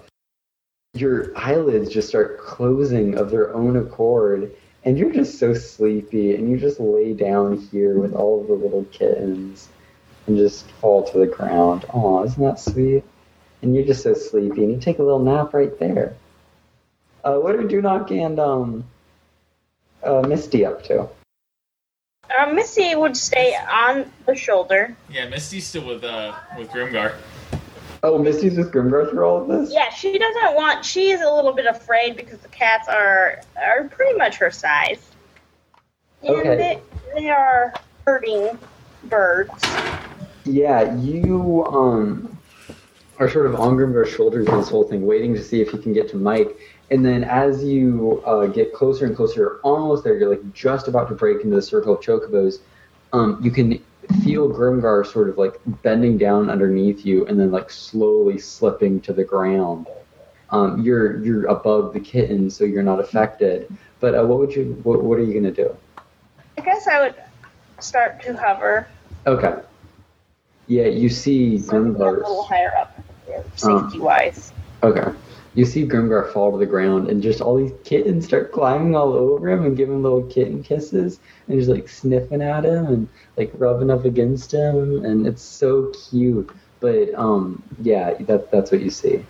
Speaker 4: your eyelids just start closing of their own accord, and you're just so sleepy, and you just lay down here with all of the little kittens, and just fall to the ground. Aw, isn't that sweet? And you're just so sleepy, and you take a little nap right there. Uh, what are Dunok and um, uh, Misty up to?
Speaker 6: Uh, Missy would stay on the shoulder.
Speaker 1: Yeah, Misty's still with uh with Grimgar.
Speaker 4: Oh, Misty's with Grimgar through all of this.
Speaker 6: Yeah, she doesn't want. She is a little bit afraid because the cats are are pretty much her size, and
Speaker 4: Okay.
Speaker 6: they, they are hurting birds.
Speaker 4: Yeah, you um are sort of on Grimgar's shoulders this whole thing, waiting to see if he can get to Mike. And then as you uh, get closer and closer, you're almost there. You're like just about to break into the circle of chocobos. Um, you can feel Grimgar sort of like bending down underneath you and then like slowly slipping to the ground. Um, you're you're above the kitten, so you're not affected. But uh, what would you what, what are you gonna do?
Speaker 6: I guess I would start to hover
Speaker 4: Okay. Yeah, you see
Speaker 6: so I'm a
Speaker 4: Grimgar.
Speaker 6: little higher up, safety wise.
Speaker 4: Okay. You see Grimgar fall to the ground, and just all these kittens start climbing all over him and giving little kitten kisses, and just like sniffing at him and like rubbing up against him, and it's so cute. But um, yeah, that that's what you see.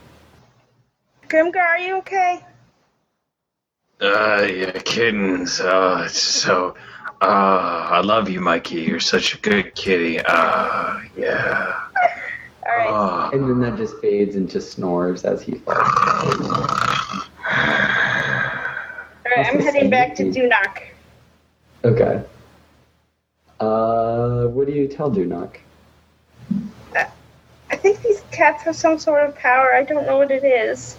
Speaker 6: Grimgar, are you okay?
Speaker 3: Uh, yeah, kittens. Uh, it's so. Uh, I love you, Mikey. You're such a good kitty. Uh, yeah.
Speaker 6: All right.
Speaker 3: Uh,
Speaker 4: And then that just fades into snores as he falls.
Speaker 6: All right, I'm
Speaker 4: that's
Speaker 6: heading back to
Speaker 4: easy.
Speaker 6: Dunak.
Speaker 4: Okay. Uh, what do you tell Dunok?
Speaker 6: I think these cats have some sort of power. I don't know what it is.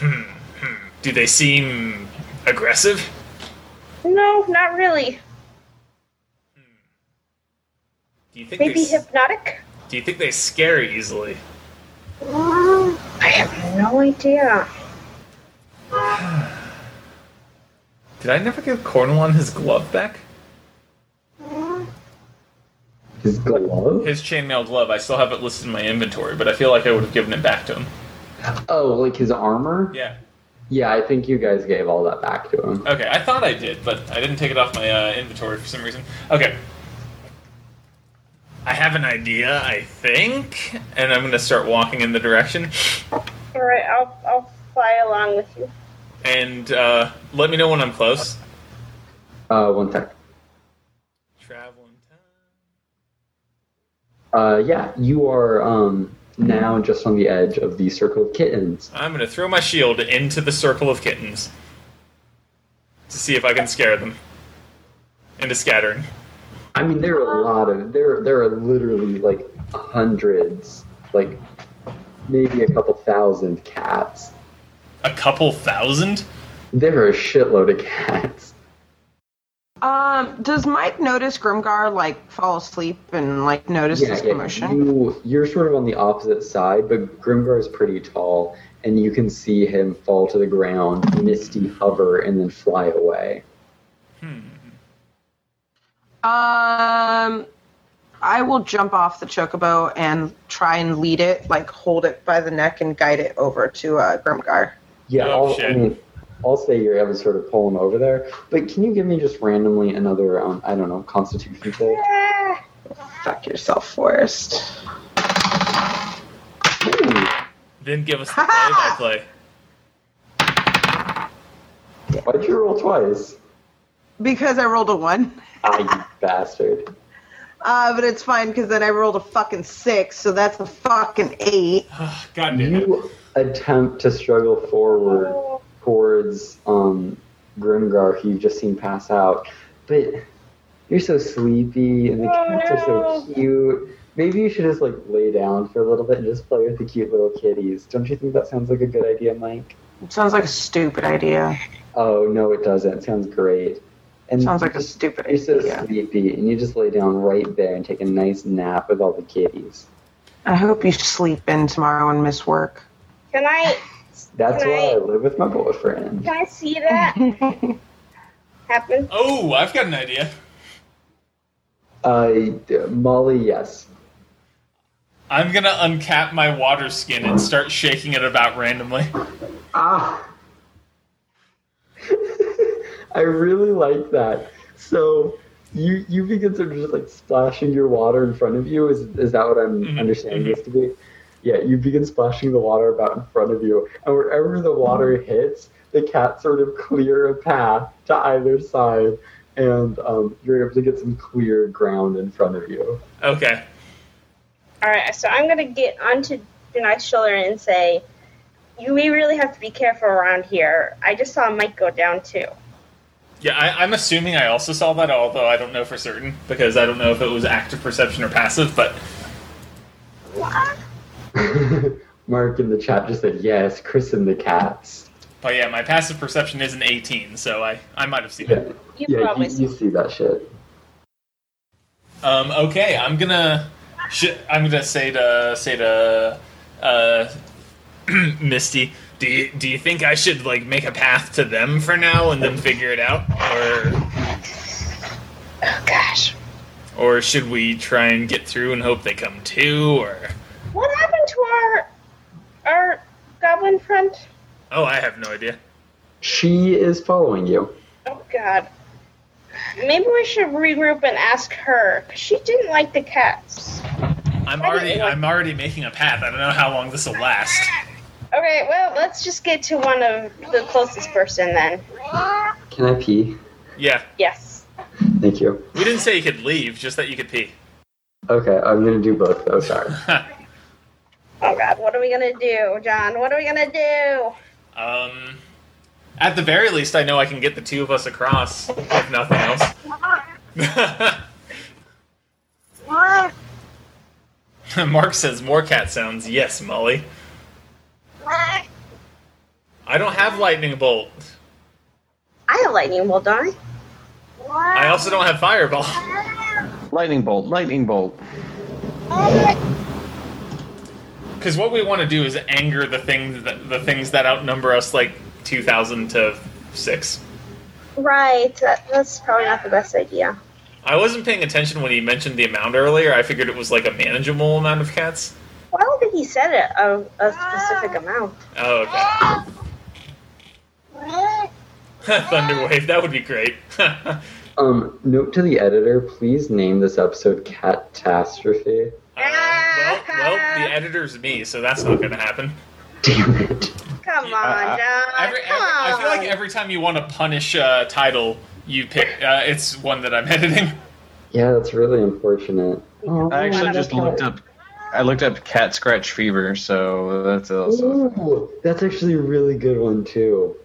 Speaker 1: Do they seem aggressive?
Speaker 6: No, not really.
Speaker 1: Do you think
Speaker 6: Maybe
Speaker 1: they, s-
Speaker 6: hypnotic?
Speaker 1: Do you think they scare easily?
Speaker 6: I have no idea.
Speaker 1: Did I never give Cornwall his glove back?
Speaker 4: His glove?
Speaker 1: His chainmail glove. I still have it listed in my inventory, but I feel like I would have given it back to him.
Speaker 4: Oh, like his armor?
Speaker 1: Yeah.
Speaker 4: Yeah, I think you guys gave all that back to him.
Speaker 1: Okay. I thought I did, but I didn't take it off my uh, inventory for some reason. Okay. I have an idea, I think, and I'm gonna start walking in the direction.
Speaker 6: All right, I'll I'll fly along with you.
Speaker 1: And uh, let me know when I'm close.
Speaker 4: Uh, one sec.
Speaker 1: Traveling time.
Speaker 4: Uh, yeah, you are um, now just on the edge of the circle of kittens.
Speaker 1: I'm gonna throw my shield into the circle of kittens to see if I can scare them into scattering.
Speaker 4: I mean, there are a lot of there. There are literally like hundreds, like maybe a couple thousand cats.
Speaker 1: A couple thousand?
Speaker 4: There are a shitload of cats.
Speaker 5: Um, does Mike notice Grimgar like fall asleep and like notice this commotion?
Speaker 4: You, you're sort of on the opposite side, but Grimgar is pretty tall, and you can see him fall to the ground, misty hover, and then fly away.
Speaker 5: Um, I will jump off the chocobo and try and lead it, like hold it by the neck and guide it over to uh, Grimgar.
Speaker 4: Yeah,
Speaker 1: Oh,
Speaker 4: I'll,
Speaker 1: shit.
Speaker 4: I mean, I'll say you're able to sort of pull him over there, but can you give me just randomly another, um, I don't know, Constitution save?
Speaker 6: Ah,
Speaker 5: Fuck yourself, Forrest.
Speaker 4: Ooh,
Speaker 1: Then give us the play by play.
Speaker 4: Why'd you roll twice?
Speaker 5: Because I rolled a one.
Speaker 4: Ah, you bastard.
Speaker 5: Uh, but it's fine because then I rolled a fucking six, so that's a fucking eight.
Speaker 1: God damn it.
Speaker 4: You attempt to struggle forward towards um, Grimgar, who you've just seen pass out, but you're so sleepy, and the
Speaker 6: Oh,
Speaker 4: cats are so cute. Maybe you should just like lay down for a little bit and just play with the cute little kitties. Don't you think that sounds like a good idea, Mike?
Speaker 5: It sounds like a stupid idea.
Speaker 4: Oh no, it doesn't. Sounds great. And
Speaker 5: Sounds like a stupid
Speaker 4: you're so
Speaker 5: idea.
Speaker 4: sleepy, and you just lay down right there and take a nice nap with all the kitties.
Speaker 5: I hope you sleep in tomorrow and miss work.
Speaker 6: Can I
Speaker 4: That's
Speaker 6: Can
Speaker 4: why
Speaker 6: I-
Speaker 4: I live with my boyfriend.
Speaker 6: can I see that happen?
Speaker 1: Oh, I've got an idea.
Speaker 4: Uh, Molly, yes.
Speaker 1: I'm gonna uncap my water skin and start shaking it about randomly.
Speaker 4: Ah! I really like that. So you you begin sort of just like splashing your water in front of you. Is is that what I'm understanding this to be? Yeah, you begin splashing the water about in front of you, and wherever the water hits, the cats sort of clear a path to either side, and um, you're able to get some clear ground in front of you.
Speaker 1: Okay.
Speaker 6: All right, so I'm gonna get onto Dunak's shoulder and say, "You may really have to be careful around here. I just saw Mike go down too."
Speaker 1: Yeah, I, I'm assuming I also saw that, although I don't know for certain because I don't know if it was active perception or passive. But
Speaker 4: Mark in the chat just said yes, christen the cats.
Speaker 1: but yeah, my passive perception is an 18, so I I might have seen
Speaker 4: Yeah.
Speaker 1: it.
Speaker 6: You
Speaker 4: Yeah,
Speaker 6: probably
Speaker 4: you, you see that shit.
Speaker 1: Um, okay, I'm gonna. Sh- I'm gonna say to say to uh, Misty. Do you, do you think I should like make a path to them for now and then figure it out, or
Speaker 12: Oh gosh.
Speaker 1: or should we try and get through and hope they come too? Or
Speaker 6: What happened to our our goblin friend?
Speaker 1: oh, I have no idea.
Speaker 4: She is following you.
Speaker 6: Oh God. Maybe we should regroup and ask her. 'cause She didn't like the cats.
Speaker 1: I'm already I'm already making a path. I don't know how long this will last.
Speaker 6: Okay, well, let's just get to one of the closest person then.
Speaker 4: Can I pee?
Speaker 1: Yeah,
Speaker 6: Yes.
Speaker 4: Thank you.
Speaker 1: we didn't say you could leave, just that you could pee.
Speaker 4: Okay, I'm gonna do both though. Sorry.
Speaker 6: Oh God, what are we gonna do, John? What are we gonna do?
Speaker 1: Um, at the very least, I know I can get the two of us across if nothing else. Mark says more cat sounds. Yes, Molly. I don't have lightning bolt.
Speaker 6: I have lightning bolt, don't
Speaker 1: I also don't have fireball.
Speaker 11: Lightning bolt, lightning bolt.
Speaker 1: Because what we want to do is anger the things that, the things that outnumber us like two thousand to six.
Speaker 6: I? Right. That, that's probably not the best idea.
Speaker 1: I wasn't paying attention when he mentioned the amount earlier. I figured it was like a manageable amount of cats.
Speaker 6: Well, I don't think he said it a, a specific amount.
Speaker 1: Oh, okay. Thunderwave, that would be great. Uh, I
Speaker 4: Um, note to the editor: please name this episode "Catastrophe."
Speaker 1: well, well, the editor's me, so that's not going to happen.
Speaker 4: Damn it!
Speaker 6: Come on,
Speaker 11: I-
Speaker 6: John.
Speaker 1: Every, every,
Speaker 6: Come on.
Speaker 1: I feel like every time you want to punish a title, you pick. Uh, it's one that I'm editing.
Speaker 4: Yeah, that's really unfortunate.
Speaker 11: I actually
Speaker 6: Wow.
Speaker 11: just looked up. I looked up cat scratch fever, so that's also.
Speaker 4: Ooh, that's actually a really good one too.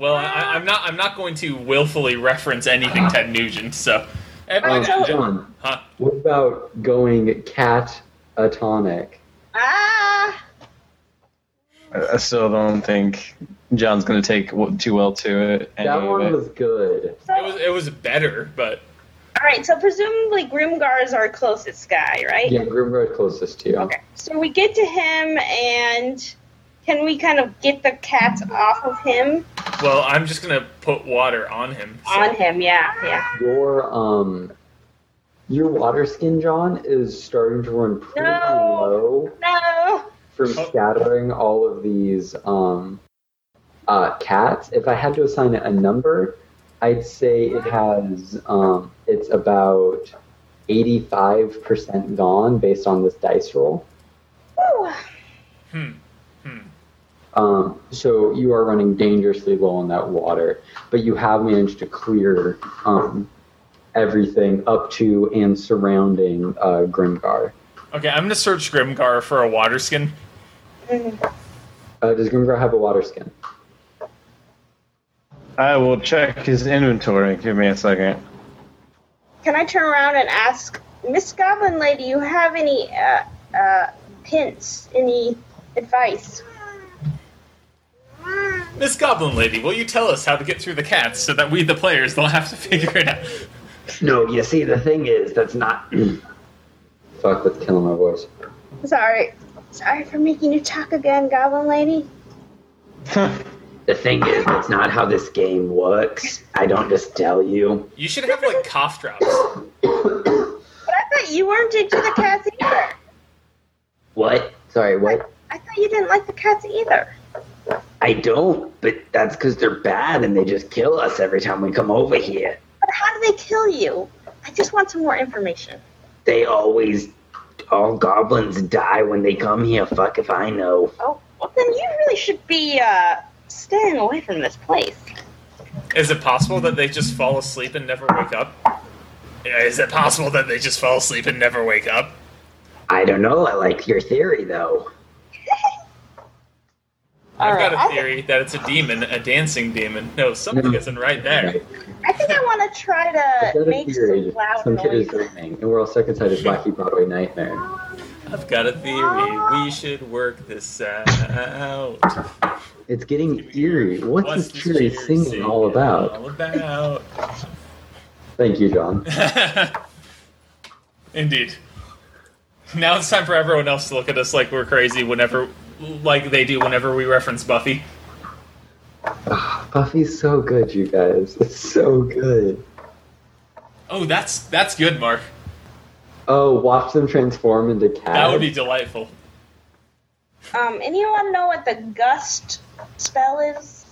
Speaker 1: Well, I, I'm not. I'm not going to willfully reference anything Ted Nugent. So, Eh,
Speaker 4: Um,
Speaker 6: so-
Speaker 4: John,
Speaker 1: Huh?
Speaker 4: what about going cat atonic?
Speaker 6: ah,
Speaker 11: I I still don't think John's gonna take w- too well to it. any
Speaker 4: That
Speaker 11: of
Speaker 4: one
Speaker 11: it.
Speaker 4: was good.
Speaker 6: so,
Speaker 1: it was. It was better, but
Speaker 6: all right. So presumably Grimgar is our closest guy, right?
Speaker 4: Yeah, Grimgard closest to you.
Speaker 6: Okay. So we get to him, and can we kind of get the cats off of him?
Speaker 1: well, I'm just gonna put water on him. so-
Speaker 6: On him, yeah, yeah.
Speaker 4: Your um, your water skin, John, is starting to run pretty
Speaker 6: No.
Speaker 4: low
Speaker 6: No.
Speaker 4: from
Speaker 1: Oh.
Speaker 4: scattering all of these um, uh, cats. If I had to assign it a number, I'd say it has um, it's about eighty-five percent gone based on this dice roll.
Speaker 6: Whew.
Speaker 4: Um, so you are running dangerously low on that water, but you have managed to clear um, everything up to and surrounding uh, Grimgar.
Speaker 1: Okay, I'm gonna search Grimgar for a water skin.
Speaker 4: Uh, does Grimgar have a water skin?
Speaker 11: I will check his inventory. Give me a second.
Speaker 6: Can I turn around and ask Miss Goblin Lady, you have any uh, uh, hints, any advice?
Speaker 1: Miss Goblin Lady, will you tell us how to get through the cats so that we, the players, don't have to figure it out?
Speaker 8: No, you see, the thing is, that's not.
Speaker 4: Fuck, that's killing my voice.
Speaker 6: Sorry, sorry for making you talk again, Goblin Lady.
Speaker 8: The thing is, that's not how this game works. I don't just tell you.
Speaker 1: You should have like cough drops.
Speaker 6: But I thought you weren't into the cats either.
Speaker 8: What?
Speaker 4: Sorry, what?
Speaker 6: I thought you didn't like the cats either.
Speaker 8: I don't, but that's because they're bad and they just kill us every time we come over here.
Speaker 6: But how do they kill you? I just want some more information.
Speaker 8: They always. All goblins die when they come here. Fuck if I know.
Speaker 6: Oh, well then you really should be uh, staying away from this place.
Speaker 1: Is it possible that they just fall asleep and never wake up? Is it possible that they just fall asleep and never wake up?
Speaker 8: I don't know. I like your theory, though.
Speaker 1: I've
Speaker 6: Alright, I
Speaker 1: got a
Speaker 6: think-
Speaker 1: theory that it's a demon, a dancing demon. No, something isn't right there.
Speaker 6: I think I want to try to
Speaker 4: Pathetic
Speaker 6: make some
Speaker 4: theory.
Speaker 6: loud
Speaker 4: Some kid is
Speaker 6: noise.
Speaker 4: dreaming, and we're all stuck inside his wacky Broadway nightmare.
Speaker 1: I've got a theory. We should work this out.
Speaker 4: It's getting eerie. What's, this cheery singing all about?
Speaker 1: All about.
Speaker 4: Thank you, John.
Speaker 1: Indeed. Now it's time for everyone else to look at us like we're crazy whenever, like they do whenever we reference Buffy.
Speaker 4: Buffy's so good, you guys. It's so good.
Speaker 1: Oh, that's that's good, Mark.
Speaker 4: Oh, watch them transform into cats.
Speaker 1: That would be delightful.
Speaker 6: Um, anyone know what the gust spell is?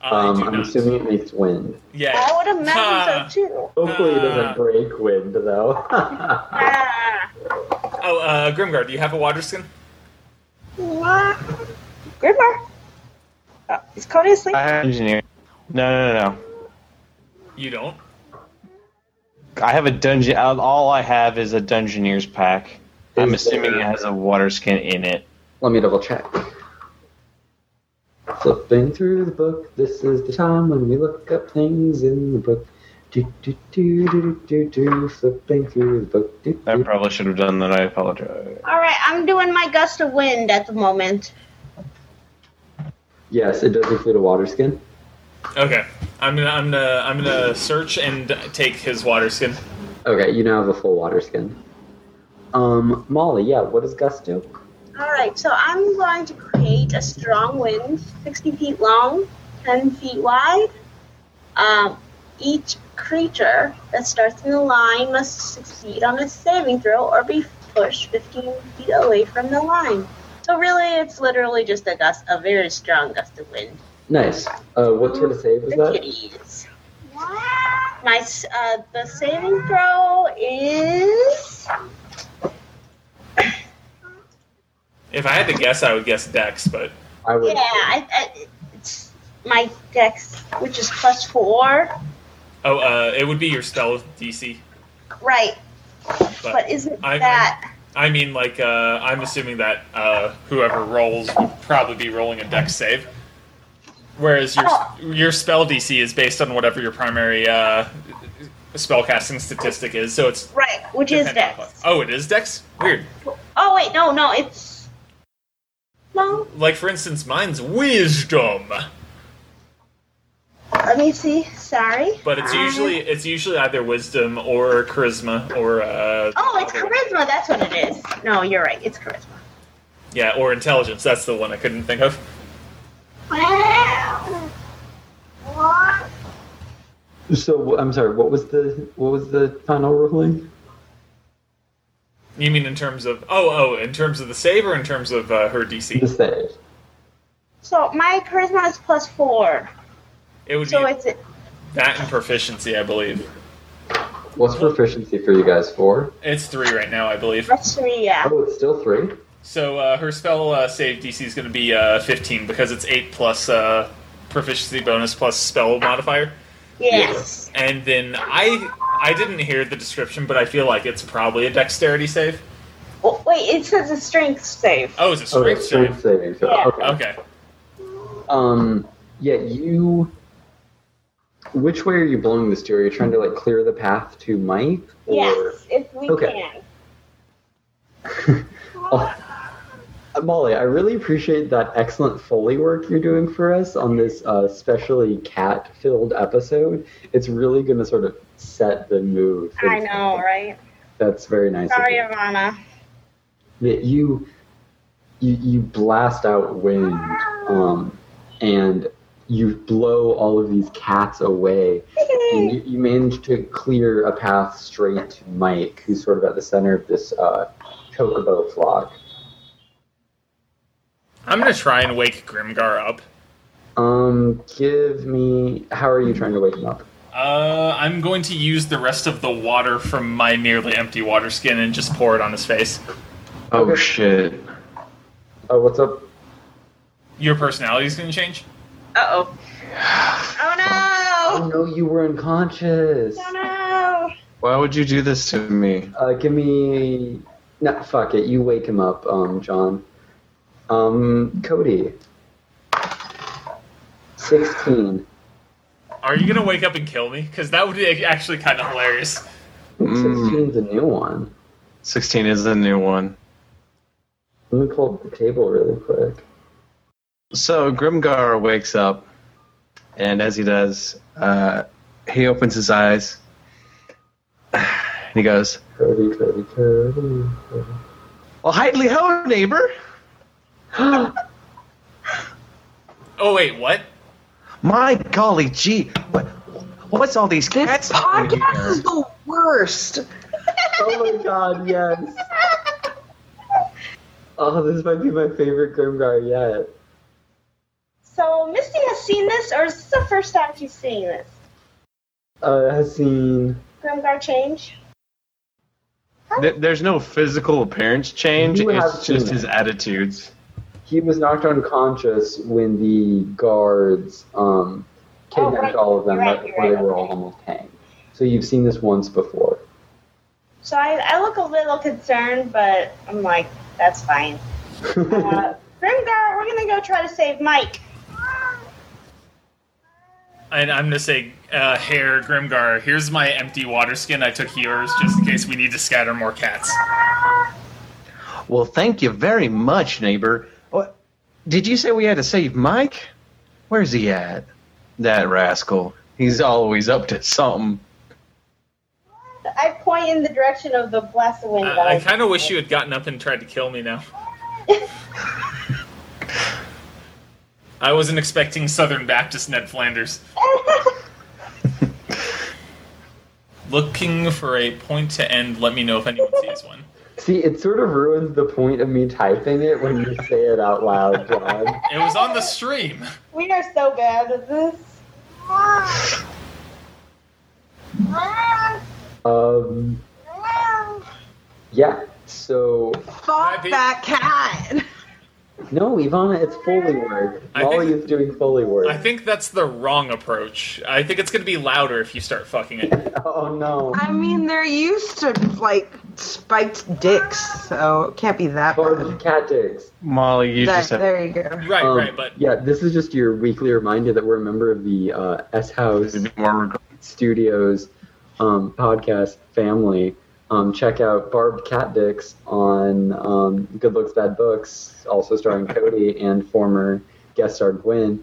Speaker 1: I
Speaker 4: um,
Speaker 1: do
Speaker 4: I'm
Speaker 1: not.
Speaker 4: assuming it makes wind.
Speaker 1: Yeah.
Speaker 6: I would imagine
Speaker 1: Ah.
Speaker 6: so too.
Speaker 4: Hopefully, it
Speaker 1: Ah.
Speaker 4: doesn't break wind though.
Speaker 6: Ah.
Speaker 1: Oh, uh, Grimgar, do you have a water skin?
Speaker 6: What? Grimmer. Uh, is Cody asleep?
Speaker 11: I have engineer. No, no, no,
Speaker 1: You don't.
Speaker 11: no. I have a dungeon. All I have is a dungeoneer's pack. I'm
Speaker 4: Is
Speaker 11: assuming
Speaker 4: there-
Speaker 11: it has a water skin in it.
Speaker 4: Let me double check. Flipping through the book, this is the time when we look up things in the book. Do, do, do, do, do, do, flipping through the book. Do,
Speaker 11: I
Speaker 4: do.
Speaker 11: probably should have done that. I apologize.
Speaker 6: All right, I'm doing my gust of wind at the moment.
Speaker 4: Yes, it does include a water skin.
Speaker 1: Okay. I'm gonna I'm gonna I'm gonna search and take his water skin.
Speaker 4: Okay, you now have a full water skin. Um, Molly, yeah, what does Gus do?
Speaker 6: All right, so I'm going to create a strong wind, 60 feet long, 10 feet wide. Um, each creature that starts in the line must succeed on a saving throw or be pushed 15 feet away from the line. So really, it's literally just a gust, a very strong gust of wind.
Speaker 4: Nice. Uh, what sort of save is
Speaker 6: The
Speaker 4: that?
Speaker 6: kitties. My s- uh, the saving throw is
Speaker 1: If I had to guess, I would guess Dex, but
Speaker 4: I
Speaker 6: yeah.
Speaker 4: would.
Speaker 6: I, I, it's my dex, which is plus four.
Speaker 1: oh, uh, it would be your spell DC.
Speaker 6: Right,
Speaker 1: But,
Speaker 6: but isn't
Speaker 1: I- I-
Speaker 6: that
Speaker 1: I mean, like, uh, I'm assuming that uh, whoever rolls would probably be rolling a Dex save. Whereas your
Speaker 6: Oh.
Speaker 1: your spell DC is based on whatever your primary uh, spellcasting statistic is, so it's
Speaker 6: right? Which is
Speaker 1: dependent on-
Speaker 6: dex.
Speaker 1: Oh, it is Dex. Weird.
Speaker 6: Oh wait, no, no, it's no.
Speaker 1: Like for instance, mine's Wisdom,
Speaker 6: Let me see. Sorry.
Speaker 1: but it's
Speaker 6: Um,
Speaker 1: usually it's usually either Wisdom or Charisma or uh,
Speaker 6: Oh, it's
Speaker 1: other one.
Speaker 6: charisma. That's what it is. No, you're right. It's charisma.
Speaker 1: Yeah, or intelligence. That's the one I couldn't think of.
Speaker 4: So I'm sorry. What was the what was the final ruling?
Speaker 1: You mean in terms of oh oh in terms of the save or in terms of uh, her
Speaker 4: The
Speaker 1: DC?
Speaker 4: save.
Speaker 6: So my charisma is plus four.
Speaker 1: It would
Speaker 6: So
Speaker 1: be
Speaker 6: it's
Speaker 1: that and proficiency, I believe.
Speaker 4: What's proficiency for you guys? Four.
Speaker 1: It's three right now, I believe.
Speaker 6: that's three. Yeah.
Speaker 4: Oh, it's still three.
Speaker 1: So uh, her spell uh, save DC is going to be uh, 15 because it's eight plus uh, proficiency bonus plus spell modifier.
Speaker 6: Yes.
Speaker 1: And then I I didn't hear the description, but I feel like it's probably a dexterity save.
Speaker 6: Oh, wait, it says a strength save.
Speaker 1: Oh, it's a
Speaker 4: Oh,
Speaker 1: strength
Speaker 4: it's strength
Speaker 1: save.
Speaker 4: saving throw.
Speaker 6: Yeah.
Speaker 4: Okay.
Speaker 1: Okay.
Speaker 4: Um, yeah, you. Which way are you blowing this to? Are you trying to like clear the path to Mike? Or...
Speaker 6: Yes, if we
Speaker 4: Okay. Oh, Uh, Molly, I really appreciate that excellent foley work you're doing for us on this uh, especially cat-filled episode. It's really going to sort of set the mood. for
Speaker 6: can. I
Speaker 4: this
Speaker 6: know,
Speaker 4: episode.
Speaker 6: right?
Speaker 4: That's very nice. of
Speaker 6: Sorry,
Speaker 4: you.
Speaker 6: Ivana.
Speaker 4: Yeah, you, you you blast out wind,
Speaker 6: Ah.
Speaker 4: um, and you blow all of these cats away. And you, you manage to clear a path straight to Mike, who's sort of at the center of this uh, chocobo flock.
Speaker 1: I'm going to try and wake Grimgar up.
Speaker 4: Um, give me. How are you trying to wake him up?
Speaker 1: Uh, I'm going to use the rest of the water from my nearly empty water skin and just pour it on his face.
Speaker 11: Oh
Speaker 4: Okay.
Speaker 11: shit!
Speaker 4: Oh, what's up?
Speaker 1: Your personality's going to change?
Speaker 6: Uh oh. Oh
Speaker 4: Oh no, you were unconscious.
Speaker 6: no! Oh
Speaker 11: Why would you do this to me?
Speaker 4: Uh, give me. No, fuck it. You wake him up, um, John. Um, Cody. 16.
Speaker 1: Are you gonna wake up and kill me? Because that would be actually kind of hilarious.
Speaker 11: Mm,
Speaker 4: 16's a new one.
Speaker 11: Sixteen is the new one.
Speaker 4: Let me pull up the table really quick.
Speaker 11: So Grimgar wakes up, and as he does, uh, he opens his eyes,
Speaker 3: And he goes,
Speaker 4: Curly, curly, curly.
Speaker 3: Well, hidely ho, neighbor.
Speaker 1: Oh wait, what?
Speaker 3: My golly gee, what, what's all these
Speaker 5: This
Speaker 3: cats? doing
Speaker 5: podcast
Speaker 3: here?
Speaker 5: is the worst.
Speaker 4: Oh my god, yes. Oh, this might be my favorite Grimgar yet.
Speaker 6: So Misty has seen this, or is this the first time she's seeing this?
Speaker 4: Uh, has seen.
Speaker 6: Grimgar change.
Speaker 11: Th- There's no physical appearance change.
Speaker 4: You have
Speaker 11: It's
Speaker 4: seen
Speaker 11: just
Speaker 4: it.
Speaker 11: his attitudes.
Speaker 4: He was knocked unconscious when the guards um, kidnapped
Speaker 6: Oh, right.
Speaker 4: all of them
Speaker 6: You're right,
Speaker 4: right
Speaker 6: you're
Speaker 4: before they
Speaker 6: right.
Speaker 4: were all almost hanged. So you've seen this once before.
Speaker 6: So I, I look a little concerned, but I'm like, that's fine. Uh, Grimgar, we're gonna go try to save Mike.
Speaker 1: And I'm gonna say, uh, Hair Grimgar, here's my empty water skin. I took yours just in case we need to scatter more cats.
Speaker 3: Well, thank you very much, neighbor. What, did you say we had to save Mike? Where's he at? That rascal. He's always up to something.
Speaker 6: I point in the direction of the blast of wind. that
Speaker 1: Uh, I, I kind of wish you had gotten up and tried to kill me now. I wasn't expecting Southern Baptist Ned Flanders. Looking for a point to end. Let me know if anyone sees one.
Speaker 4: See, it sort of ruins the point of me typing it when you say it out loud, John.
Speaker 1: It was on the stream.
Speaker 6: We are so bad at this.
Speaker 4: Um, yeah, so.
Speaker 5: Fuck
Speaker 1: Maybe.
Speaker 5: that cat.
Speaker 4: No, Ivana, it's Foley work.
Speaker 1: I think-
Speaker 4: Molly is doing Foley work.
Speaker 1: I think that's the wrong approach. I think it's going to be louder if you start fucking it.
Speaker 4: Oh no.
Speaker 5: I mean, they're used to like spiked dicks, so it can't be that bad.
Speaker 4: Barbed cat dicks.
Speaker 11: Molly, you
Speaker 5: That-
Speaker 11: just have
Speaker 5: there you go.
Speaker 1: Right,
Speaker 4: Um,
Speaker 1: right, but
Speaker 4: yeah, this is just your weekly reminder that we're a member of the uh, S House
Speaker 11: to do more reg-
Speaker 4: Studios um, podcast family. Um, check out Barbed Cat Dicks on um, Good Looks Bad Books, also starring Cody and former guest star Gwen.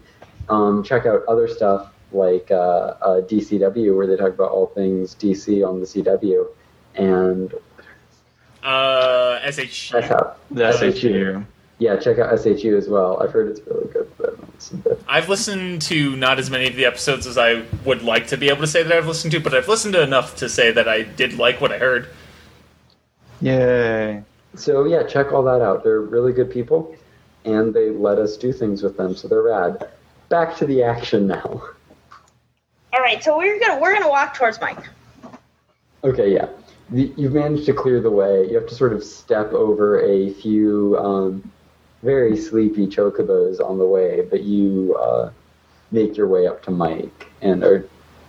Speaker 4: Um, check out other stuff like uh, uh, DCW, where they talk about all things DC on the CW, and
Speaker 1: uh, SH.
Speaker 4: S House.
Speaker 11: That's
Speaker 4: Thank
Speaker 11: it
Speaker 4: you.
Speaker 11: you.
Speaker 4: Yeah, check out SHU as well. I've heard it's really good. But I haven't listened to it.
Speaker 1: I've listened to not as many of the episodes as I would like to be able to say that I've listened to, but I've listened to enough to say that I did like what I heard.
Speaker 11: Yay.
Speaker 4: So yeah, check all that out. They're really good people, and they let us do things with them, so they're rad. Back to the action now.
Speaker 6: All right, so we're gonna we're gonna walk towards Mike.
Speaker 4: Okay, yeah. The, you've managed to clear the way. You have to sort of step over a few um, very sleepy chocobos on the way, but you uh, make your way up to Mike and are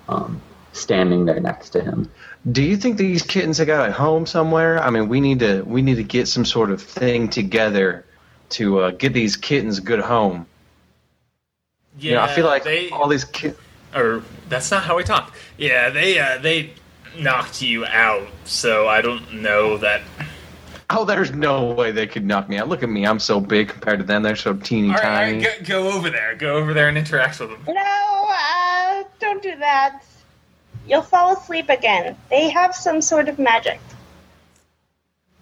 Speaker 4: um, standing there next to him.
Speaker 3: Do you think these kittens have got a home somewhere? I mean, we need to we need to get some sort of thing together to uh, get these kittens a good home.
Speaker 1: Yeah,
Speaker 3: you know, I feel like
Speaker 1: they
Speaker 3: all these kittens.
Speaker 1: or that's not how I talk. Yeah, they uh, they knocked you out, so I don't know that.
Speaker 3: Oh, there's no way they could knock me out. Look at me, I'm so big compared to them. They're so teeny
Speaker 1: All right, all
Speaker 3: tiny.
Speaker 1: right go, go over there. Go over there and interact with them.
Speaker 6: No, uh, don't do that. You'll fall asleep again. They have some sort of magic.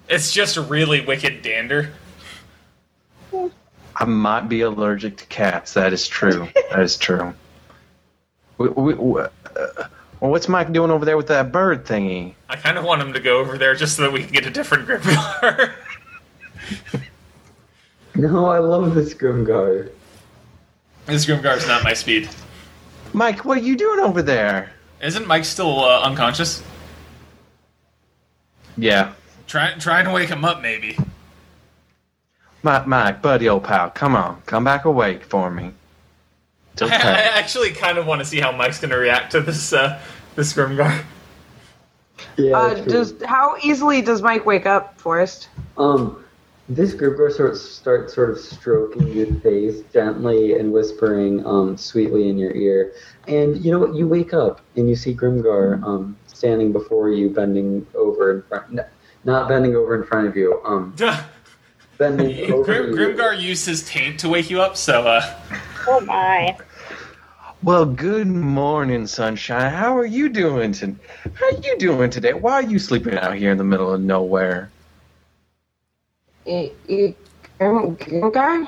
Speaker 1: It's just really wicked dander.
Speaker 3: I might be allergic to cats. That is true. that is true. We, we, we, uh, well, what's Mike doing over there with that bird thingy?
Speaker 1: I kind of want him to go over there just so that we can get a different grip.
Speaker 4: No, I love this Grimgar.
Speaker 1: this Grimgar's not my speed.
Speaker 3: Mike, what are you doing over there?
Speaker 1: Isn't Mike still uh, unconscious?
Speaker 3: Yeah,
Speaker 1: Try try and wake him up, maybe.
Speaker 3: Mike, Mike, buddy, old pal, come on, come back awake for me. It's
Speaker 1: I, I
Speaker 3: okay.
Speaker 1: actually kind of want to see how Mike's going to react to this uh, this Grimgar.
Speaker 4: Yeah,
Speaker 5: Uh,
Speaker 4: true.
Speaker 5: does, how easily does Mike wake up, Forrest?
Speaker 4: Um, this Grimgar sort of starts sort of stroking your face gently and whispering um, sweetly in your ear. And you know what? You wake up and you see Grimgar um, standing before you, bending over in front. No, not bending over in front of you. Um, bending
Speaker 1: Grim,
Speaker 4: over. you.
Speaker 1: Grimgar used his taint to wake you up, so uh,
Speaker 6: Oh my.
Speaker 11: Well, good morning, sunshine. How are you doing today? How are you doing today? Why are you sleeping out here in the middle of nowhere?
Speaker 5: Eh, eh, Grim, Grim guy?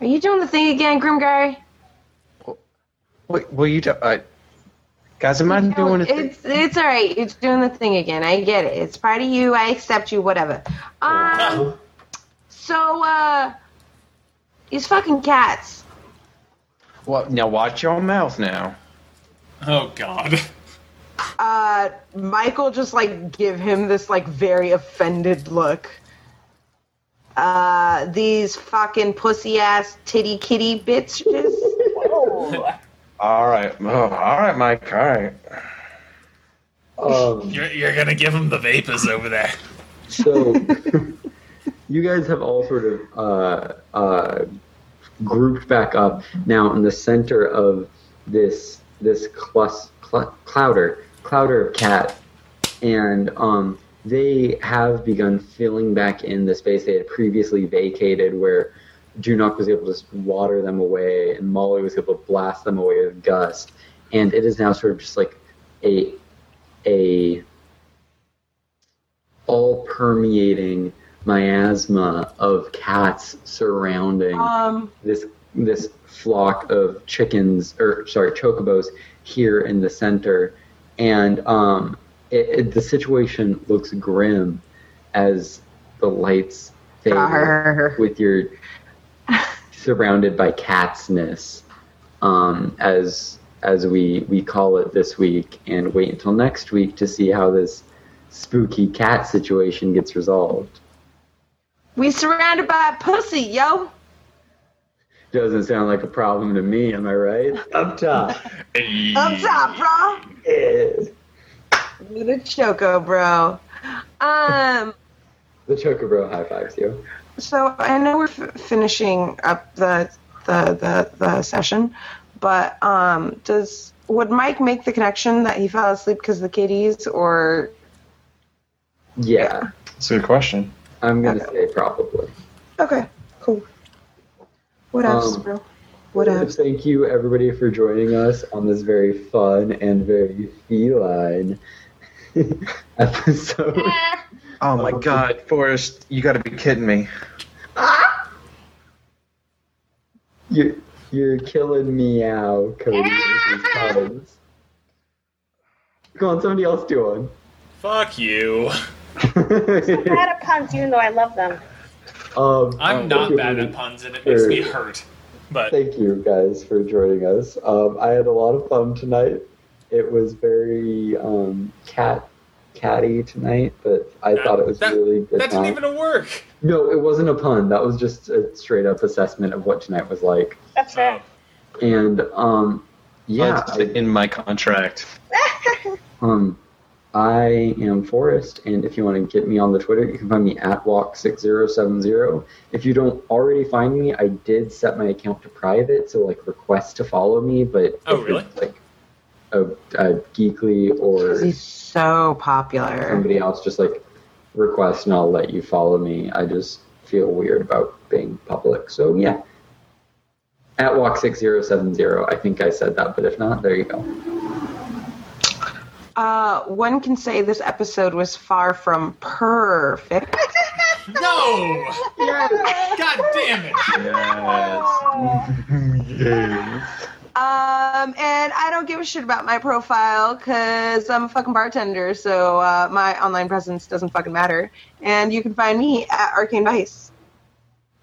Speaker 5: Are you doing the thing again, Grim guy?
Speaker 11: What, what are you doing? Uh, guys, am I doing a thing?
Speaker 5: It's it's all right. It's doing the thing again. I get it. It's part of you. I accept you. Whatever. Um. So uh, these fucking cats.
Speaker 11: Well, now watch your mouth now.
Speaker 1: Oh God.
Speaker 5: Uh, Michael just like give him this like very offended look. Uh, these fucking pussy ass titty kitty bitches.
Speaker 11: All right. Oh, all right, Mike. All right.
Speaker 4: Um,
Speaker 1: You're, you're gonna give him the vapors over there.
Speaker 4: so you guys have all sort of uh, uh, grouped back up now in the center of this this clus, cl- clouder clouder of cat and um, they have begun filling back in the space they had previously vacated where Junok was able to just water them away and Molly was able to blast them away with gust and it is now sort of just like a a all permeating miasma of cats surrounding
Speaker 5: Um.
Speaker 4: this this flock of chickens or sorry chocobos here in the center and um it, it- the situation looks grim as the lights fade
Speaker 5: Arr.
Speaker 4: with your surrounded by catsness um as as we we call it this week and wait until next week to see how this spooky cat situation gets resolved
Speaker 5: We surrounded by pussy, yo.
Speaker 4: doesn't sound like a problem to me am i right up top
Speaker 5: Up top, bro.
Speaker 4: is
Speaker 5: Little choco, bro. Um,
Speaker 4: the Chocobro high fives you.
Speaker 5: so I know we're f- finishing up the, the the the session, but um, does would Mike make the connection that he fell asleep because the kitties, or
Speaker 4: Yeah,
Speaker 11: That's a good question.
Speaker 4: I'm gonna say probably.
Speaker 5: okay, cool. What else,
Speaker 4: Um,
Speaker 5: bro? What else?
Speaker 4: Thank you everybody for joining us on this very fun and very feline episode.
Speaker 11: Oh my God, Forrest, you got to be kidding me.
Speaker 4: You're you're killing me out, Cody. This is fun. Come on, somebody else do one.
Speaker 7: Fuck you.
Speaker 4: um,
Speaker 6: Bad at puns, you know I love them.
Speaker 1: I'm
Speaker 4: um,
Speaker 1: not
Speaker 4: okay,
Speaker 1: bad at puns, and it makes me hurt. But
Speaker 4: Thank you guys for joining us. Um, I had a lot of fun tonight. It was very um, cat catty tonight, but I thought it was
Speaker 7: that-
Speaker 4: really good.
Speaker 7: That didn't
Speaker 4: time.
Speaker 7: even work.
Speaker 4: No, it wasn't a pun. That was just a straight up assessment of what tonight was like.
Speaker 6: That's
Speaker 1: Oh.
Speaker 6: right.
Speaker 4: And um,
Speaker 3: Oh,
Speaker 4: yeah,
Speaker 11: That's
Speaker 4: I,
Speaker 11: in my contract.
Speaker 4: um, I am Forrest, and if you want to get me on the Twitter, you can find me at walk6070. If you don't already find me, I did set my account to private, so like request to follow me, but
Speaker 7: Oh,
Speaker 4: if
Speaker 7: really?
Speaker 4: it's, like a, a geekly or
Speaker 5: He's so popular.
Speaker 4: somebody else, just like request and I'll let you follow me. I just feel weird about being public, so yeah. At walk6070, I think I said that, but if not, there you go.
Speaker 5: Uh, one can say this episode was far from perfect.
Speaker 1: no, God damn it!
Speaker 5: Um, and I don't give a shit about my profile because I'm a fucking bartender, so uh, my online presence doesn't fucking matter. And you can find me at Arcane Vice.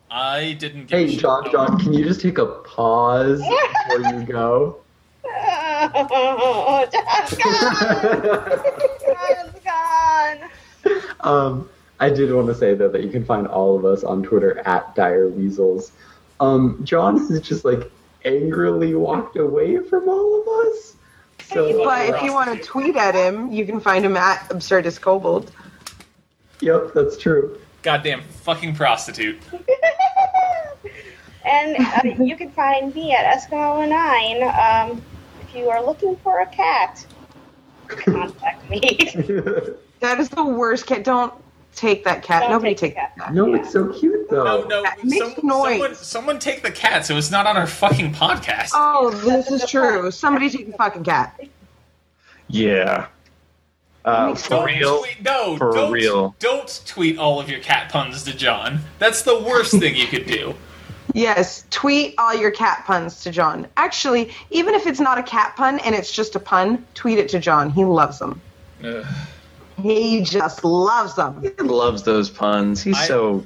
Speaker 1: I didn't give a
Speaker 4: Hey,
Speaker 1: shit.
Speaker 4: John, John, can you just take a pause before you go?
Speaker 6: It's gone.
Speaker 4: um, I did want to say though that you can find all of us on Twitter at Dire Weasels. Um, John has just like angrily walked away from all of us. So,
Speaker 5: But if you want to tweet at him, you can find him at Absurdist Kobold.
Speaker 4: yep, that's true.
Speaker 1: Goddamn fucking prostitute.
Speaker 6: And uh, you can find me at Eskimo09 um, if you are looking for a cat. Contact me.
Speaker 5: That is the worst cat. Don't take that cat.
Speaker 12: Don't
Speaker 5: Nobody
Speaker 12: take
Speaker 5: take
Speaker 12: the
Speaker 5: that cat.
Speaker 4: No, it's so cute
Speaker 11: Oh.
Speaker 4: though.
Speaker 1: No, no.
Speaker 5: That makes
Speaker 1: some-
Speaker 5: noise.
Speaker 1: Someone, someone take the cat so it's not on our fucking podcast.
Speaker 5: Oh, this is true. Somebody take the fucking cat.
Speaker 11: Yeah. Uh,
Speaker 5: Makes
Speaker 11: for
Speaker 1: Don't
Speaker 11: real.
Speaker 1: Tweet, no,
Speaker 11: For
Speaker 1: don't,
Speaker 11: real.
Speaker 1: Don't tweet all of your cat puns to John. That's the worst thing you could do.
Speaker 5: Yes, tweet all your cat puns to John. Actually, even if it's not a cat pun and it's just a pun, tweet it to John. He loves them.
Speaker 1: Ugh.
Speaker 5: He just loves them.
Speaker 11: He loves those puns. He's
Speaker 1: I-
Speaker 11: so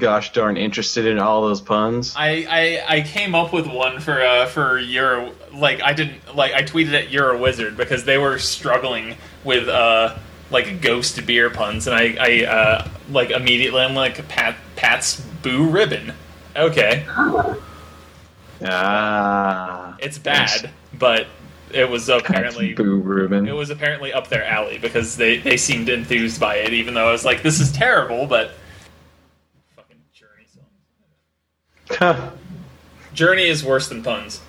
Speaker 11: gosh darn interested in all those puns.
Speaker 1: I, I I came up with one for uh for your like I didn't like I tweeted at you're a wizard because they were struggling with uh like ghost beer puns and I I uh like immediately I'm like Pat Pat's boo ribbon. Okay,
Speaker 11: ah.
Speaker 1: it's bad, but it was apparently
Speaker 11: That's Boo Ruben.
Speaker 1: it was apparently up their alley because they they seemed enthused by it even though I was like this is terrible but fucking journey song. Journey is worse than puns.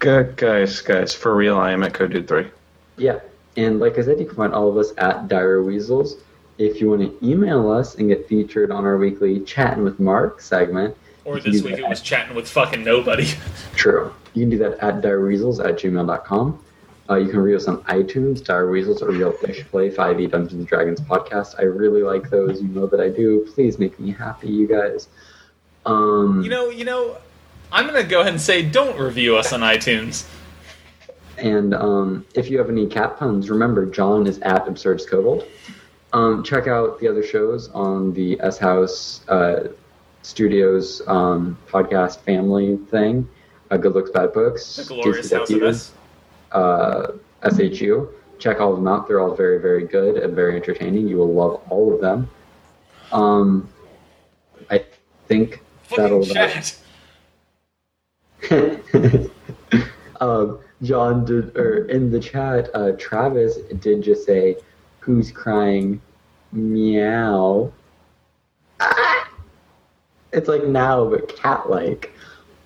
Speaker 11: Gu- guys, guys, for real, I am at Code Dude 3.
Speaker 4: Yeah, and like I said, you can find all of us at Dire Weasels. If you want to email us and get featured on our weekly Chatting with Mark segment,
Speaker 1: Or
Speaker 4: you can
Speaker 1: this
Speaker 4: do
Speaker 1: week it
Speaker 4: that
Speaker 1: was chatting with fucking nobody.
Speaker 4: True. You can do that at direweasels at gmail.com. Uh, you can read us on iTunes, Dire Weasels, or Real Fish Play 5e Dungeons and Dragons podcast. I really like those. You know that I do. Please make me happy, you guys. Um,
Speaker 1: You know, you know, I'm gonna go ahead and say don't review us on iTunes.
Speaker 4: and um, if you have any cat puns, remember John is at Absurd Scotold. Um, check out the other shows on the S House uh, Studios um, podcast family thing. Uh, Good Looks, Bad Books.
Speaker 1: The glorious house of
Speaker 4: DCW.
Speaker 1: us.
Speaker 4: uh, SHU. Check all of them out. They're all very, very good and very entertaining. You will love all of them. Um, I think
Speaker 1: Fucking
Speaker 4: that'll about-
Speaker 1: chat.
Speaker 4: um, John did, or in the chat, uh, Travis did just say, "Who's crying?" Meow. Ah! It's like now, but cat-like.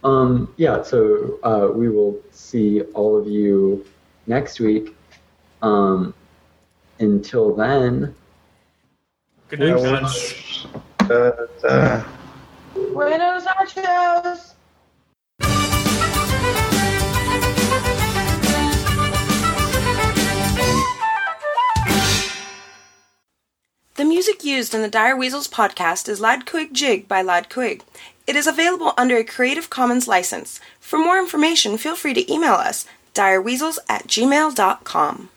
Speaker 4: Um, yeah. So uh, we will see all of you next week. Um, until then,
Speaker 1: Good night,
Speaker 11: Yeah.
Speaker 1: guys.
Speaker 5: Buenos nachos.
Speaker 13: The music used in the Dire Weasels podcast is Lad Quig Jig by Lad Quig. It is available under a Creative Commons license. For more information, feel free to email us direweasels at gmail.com.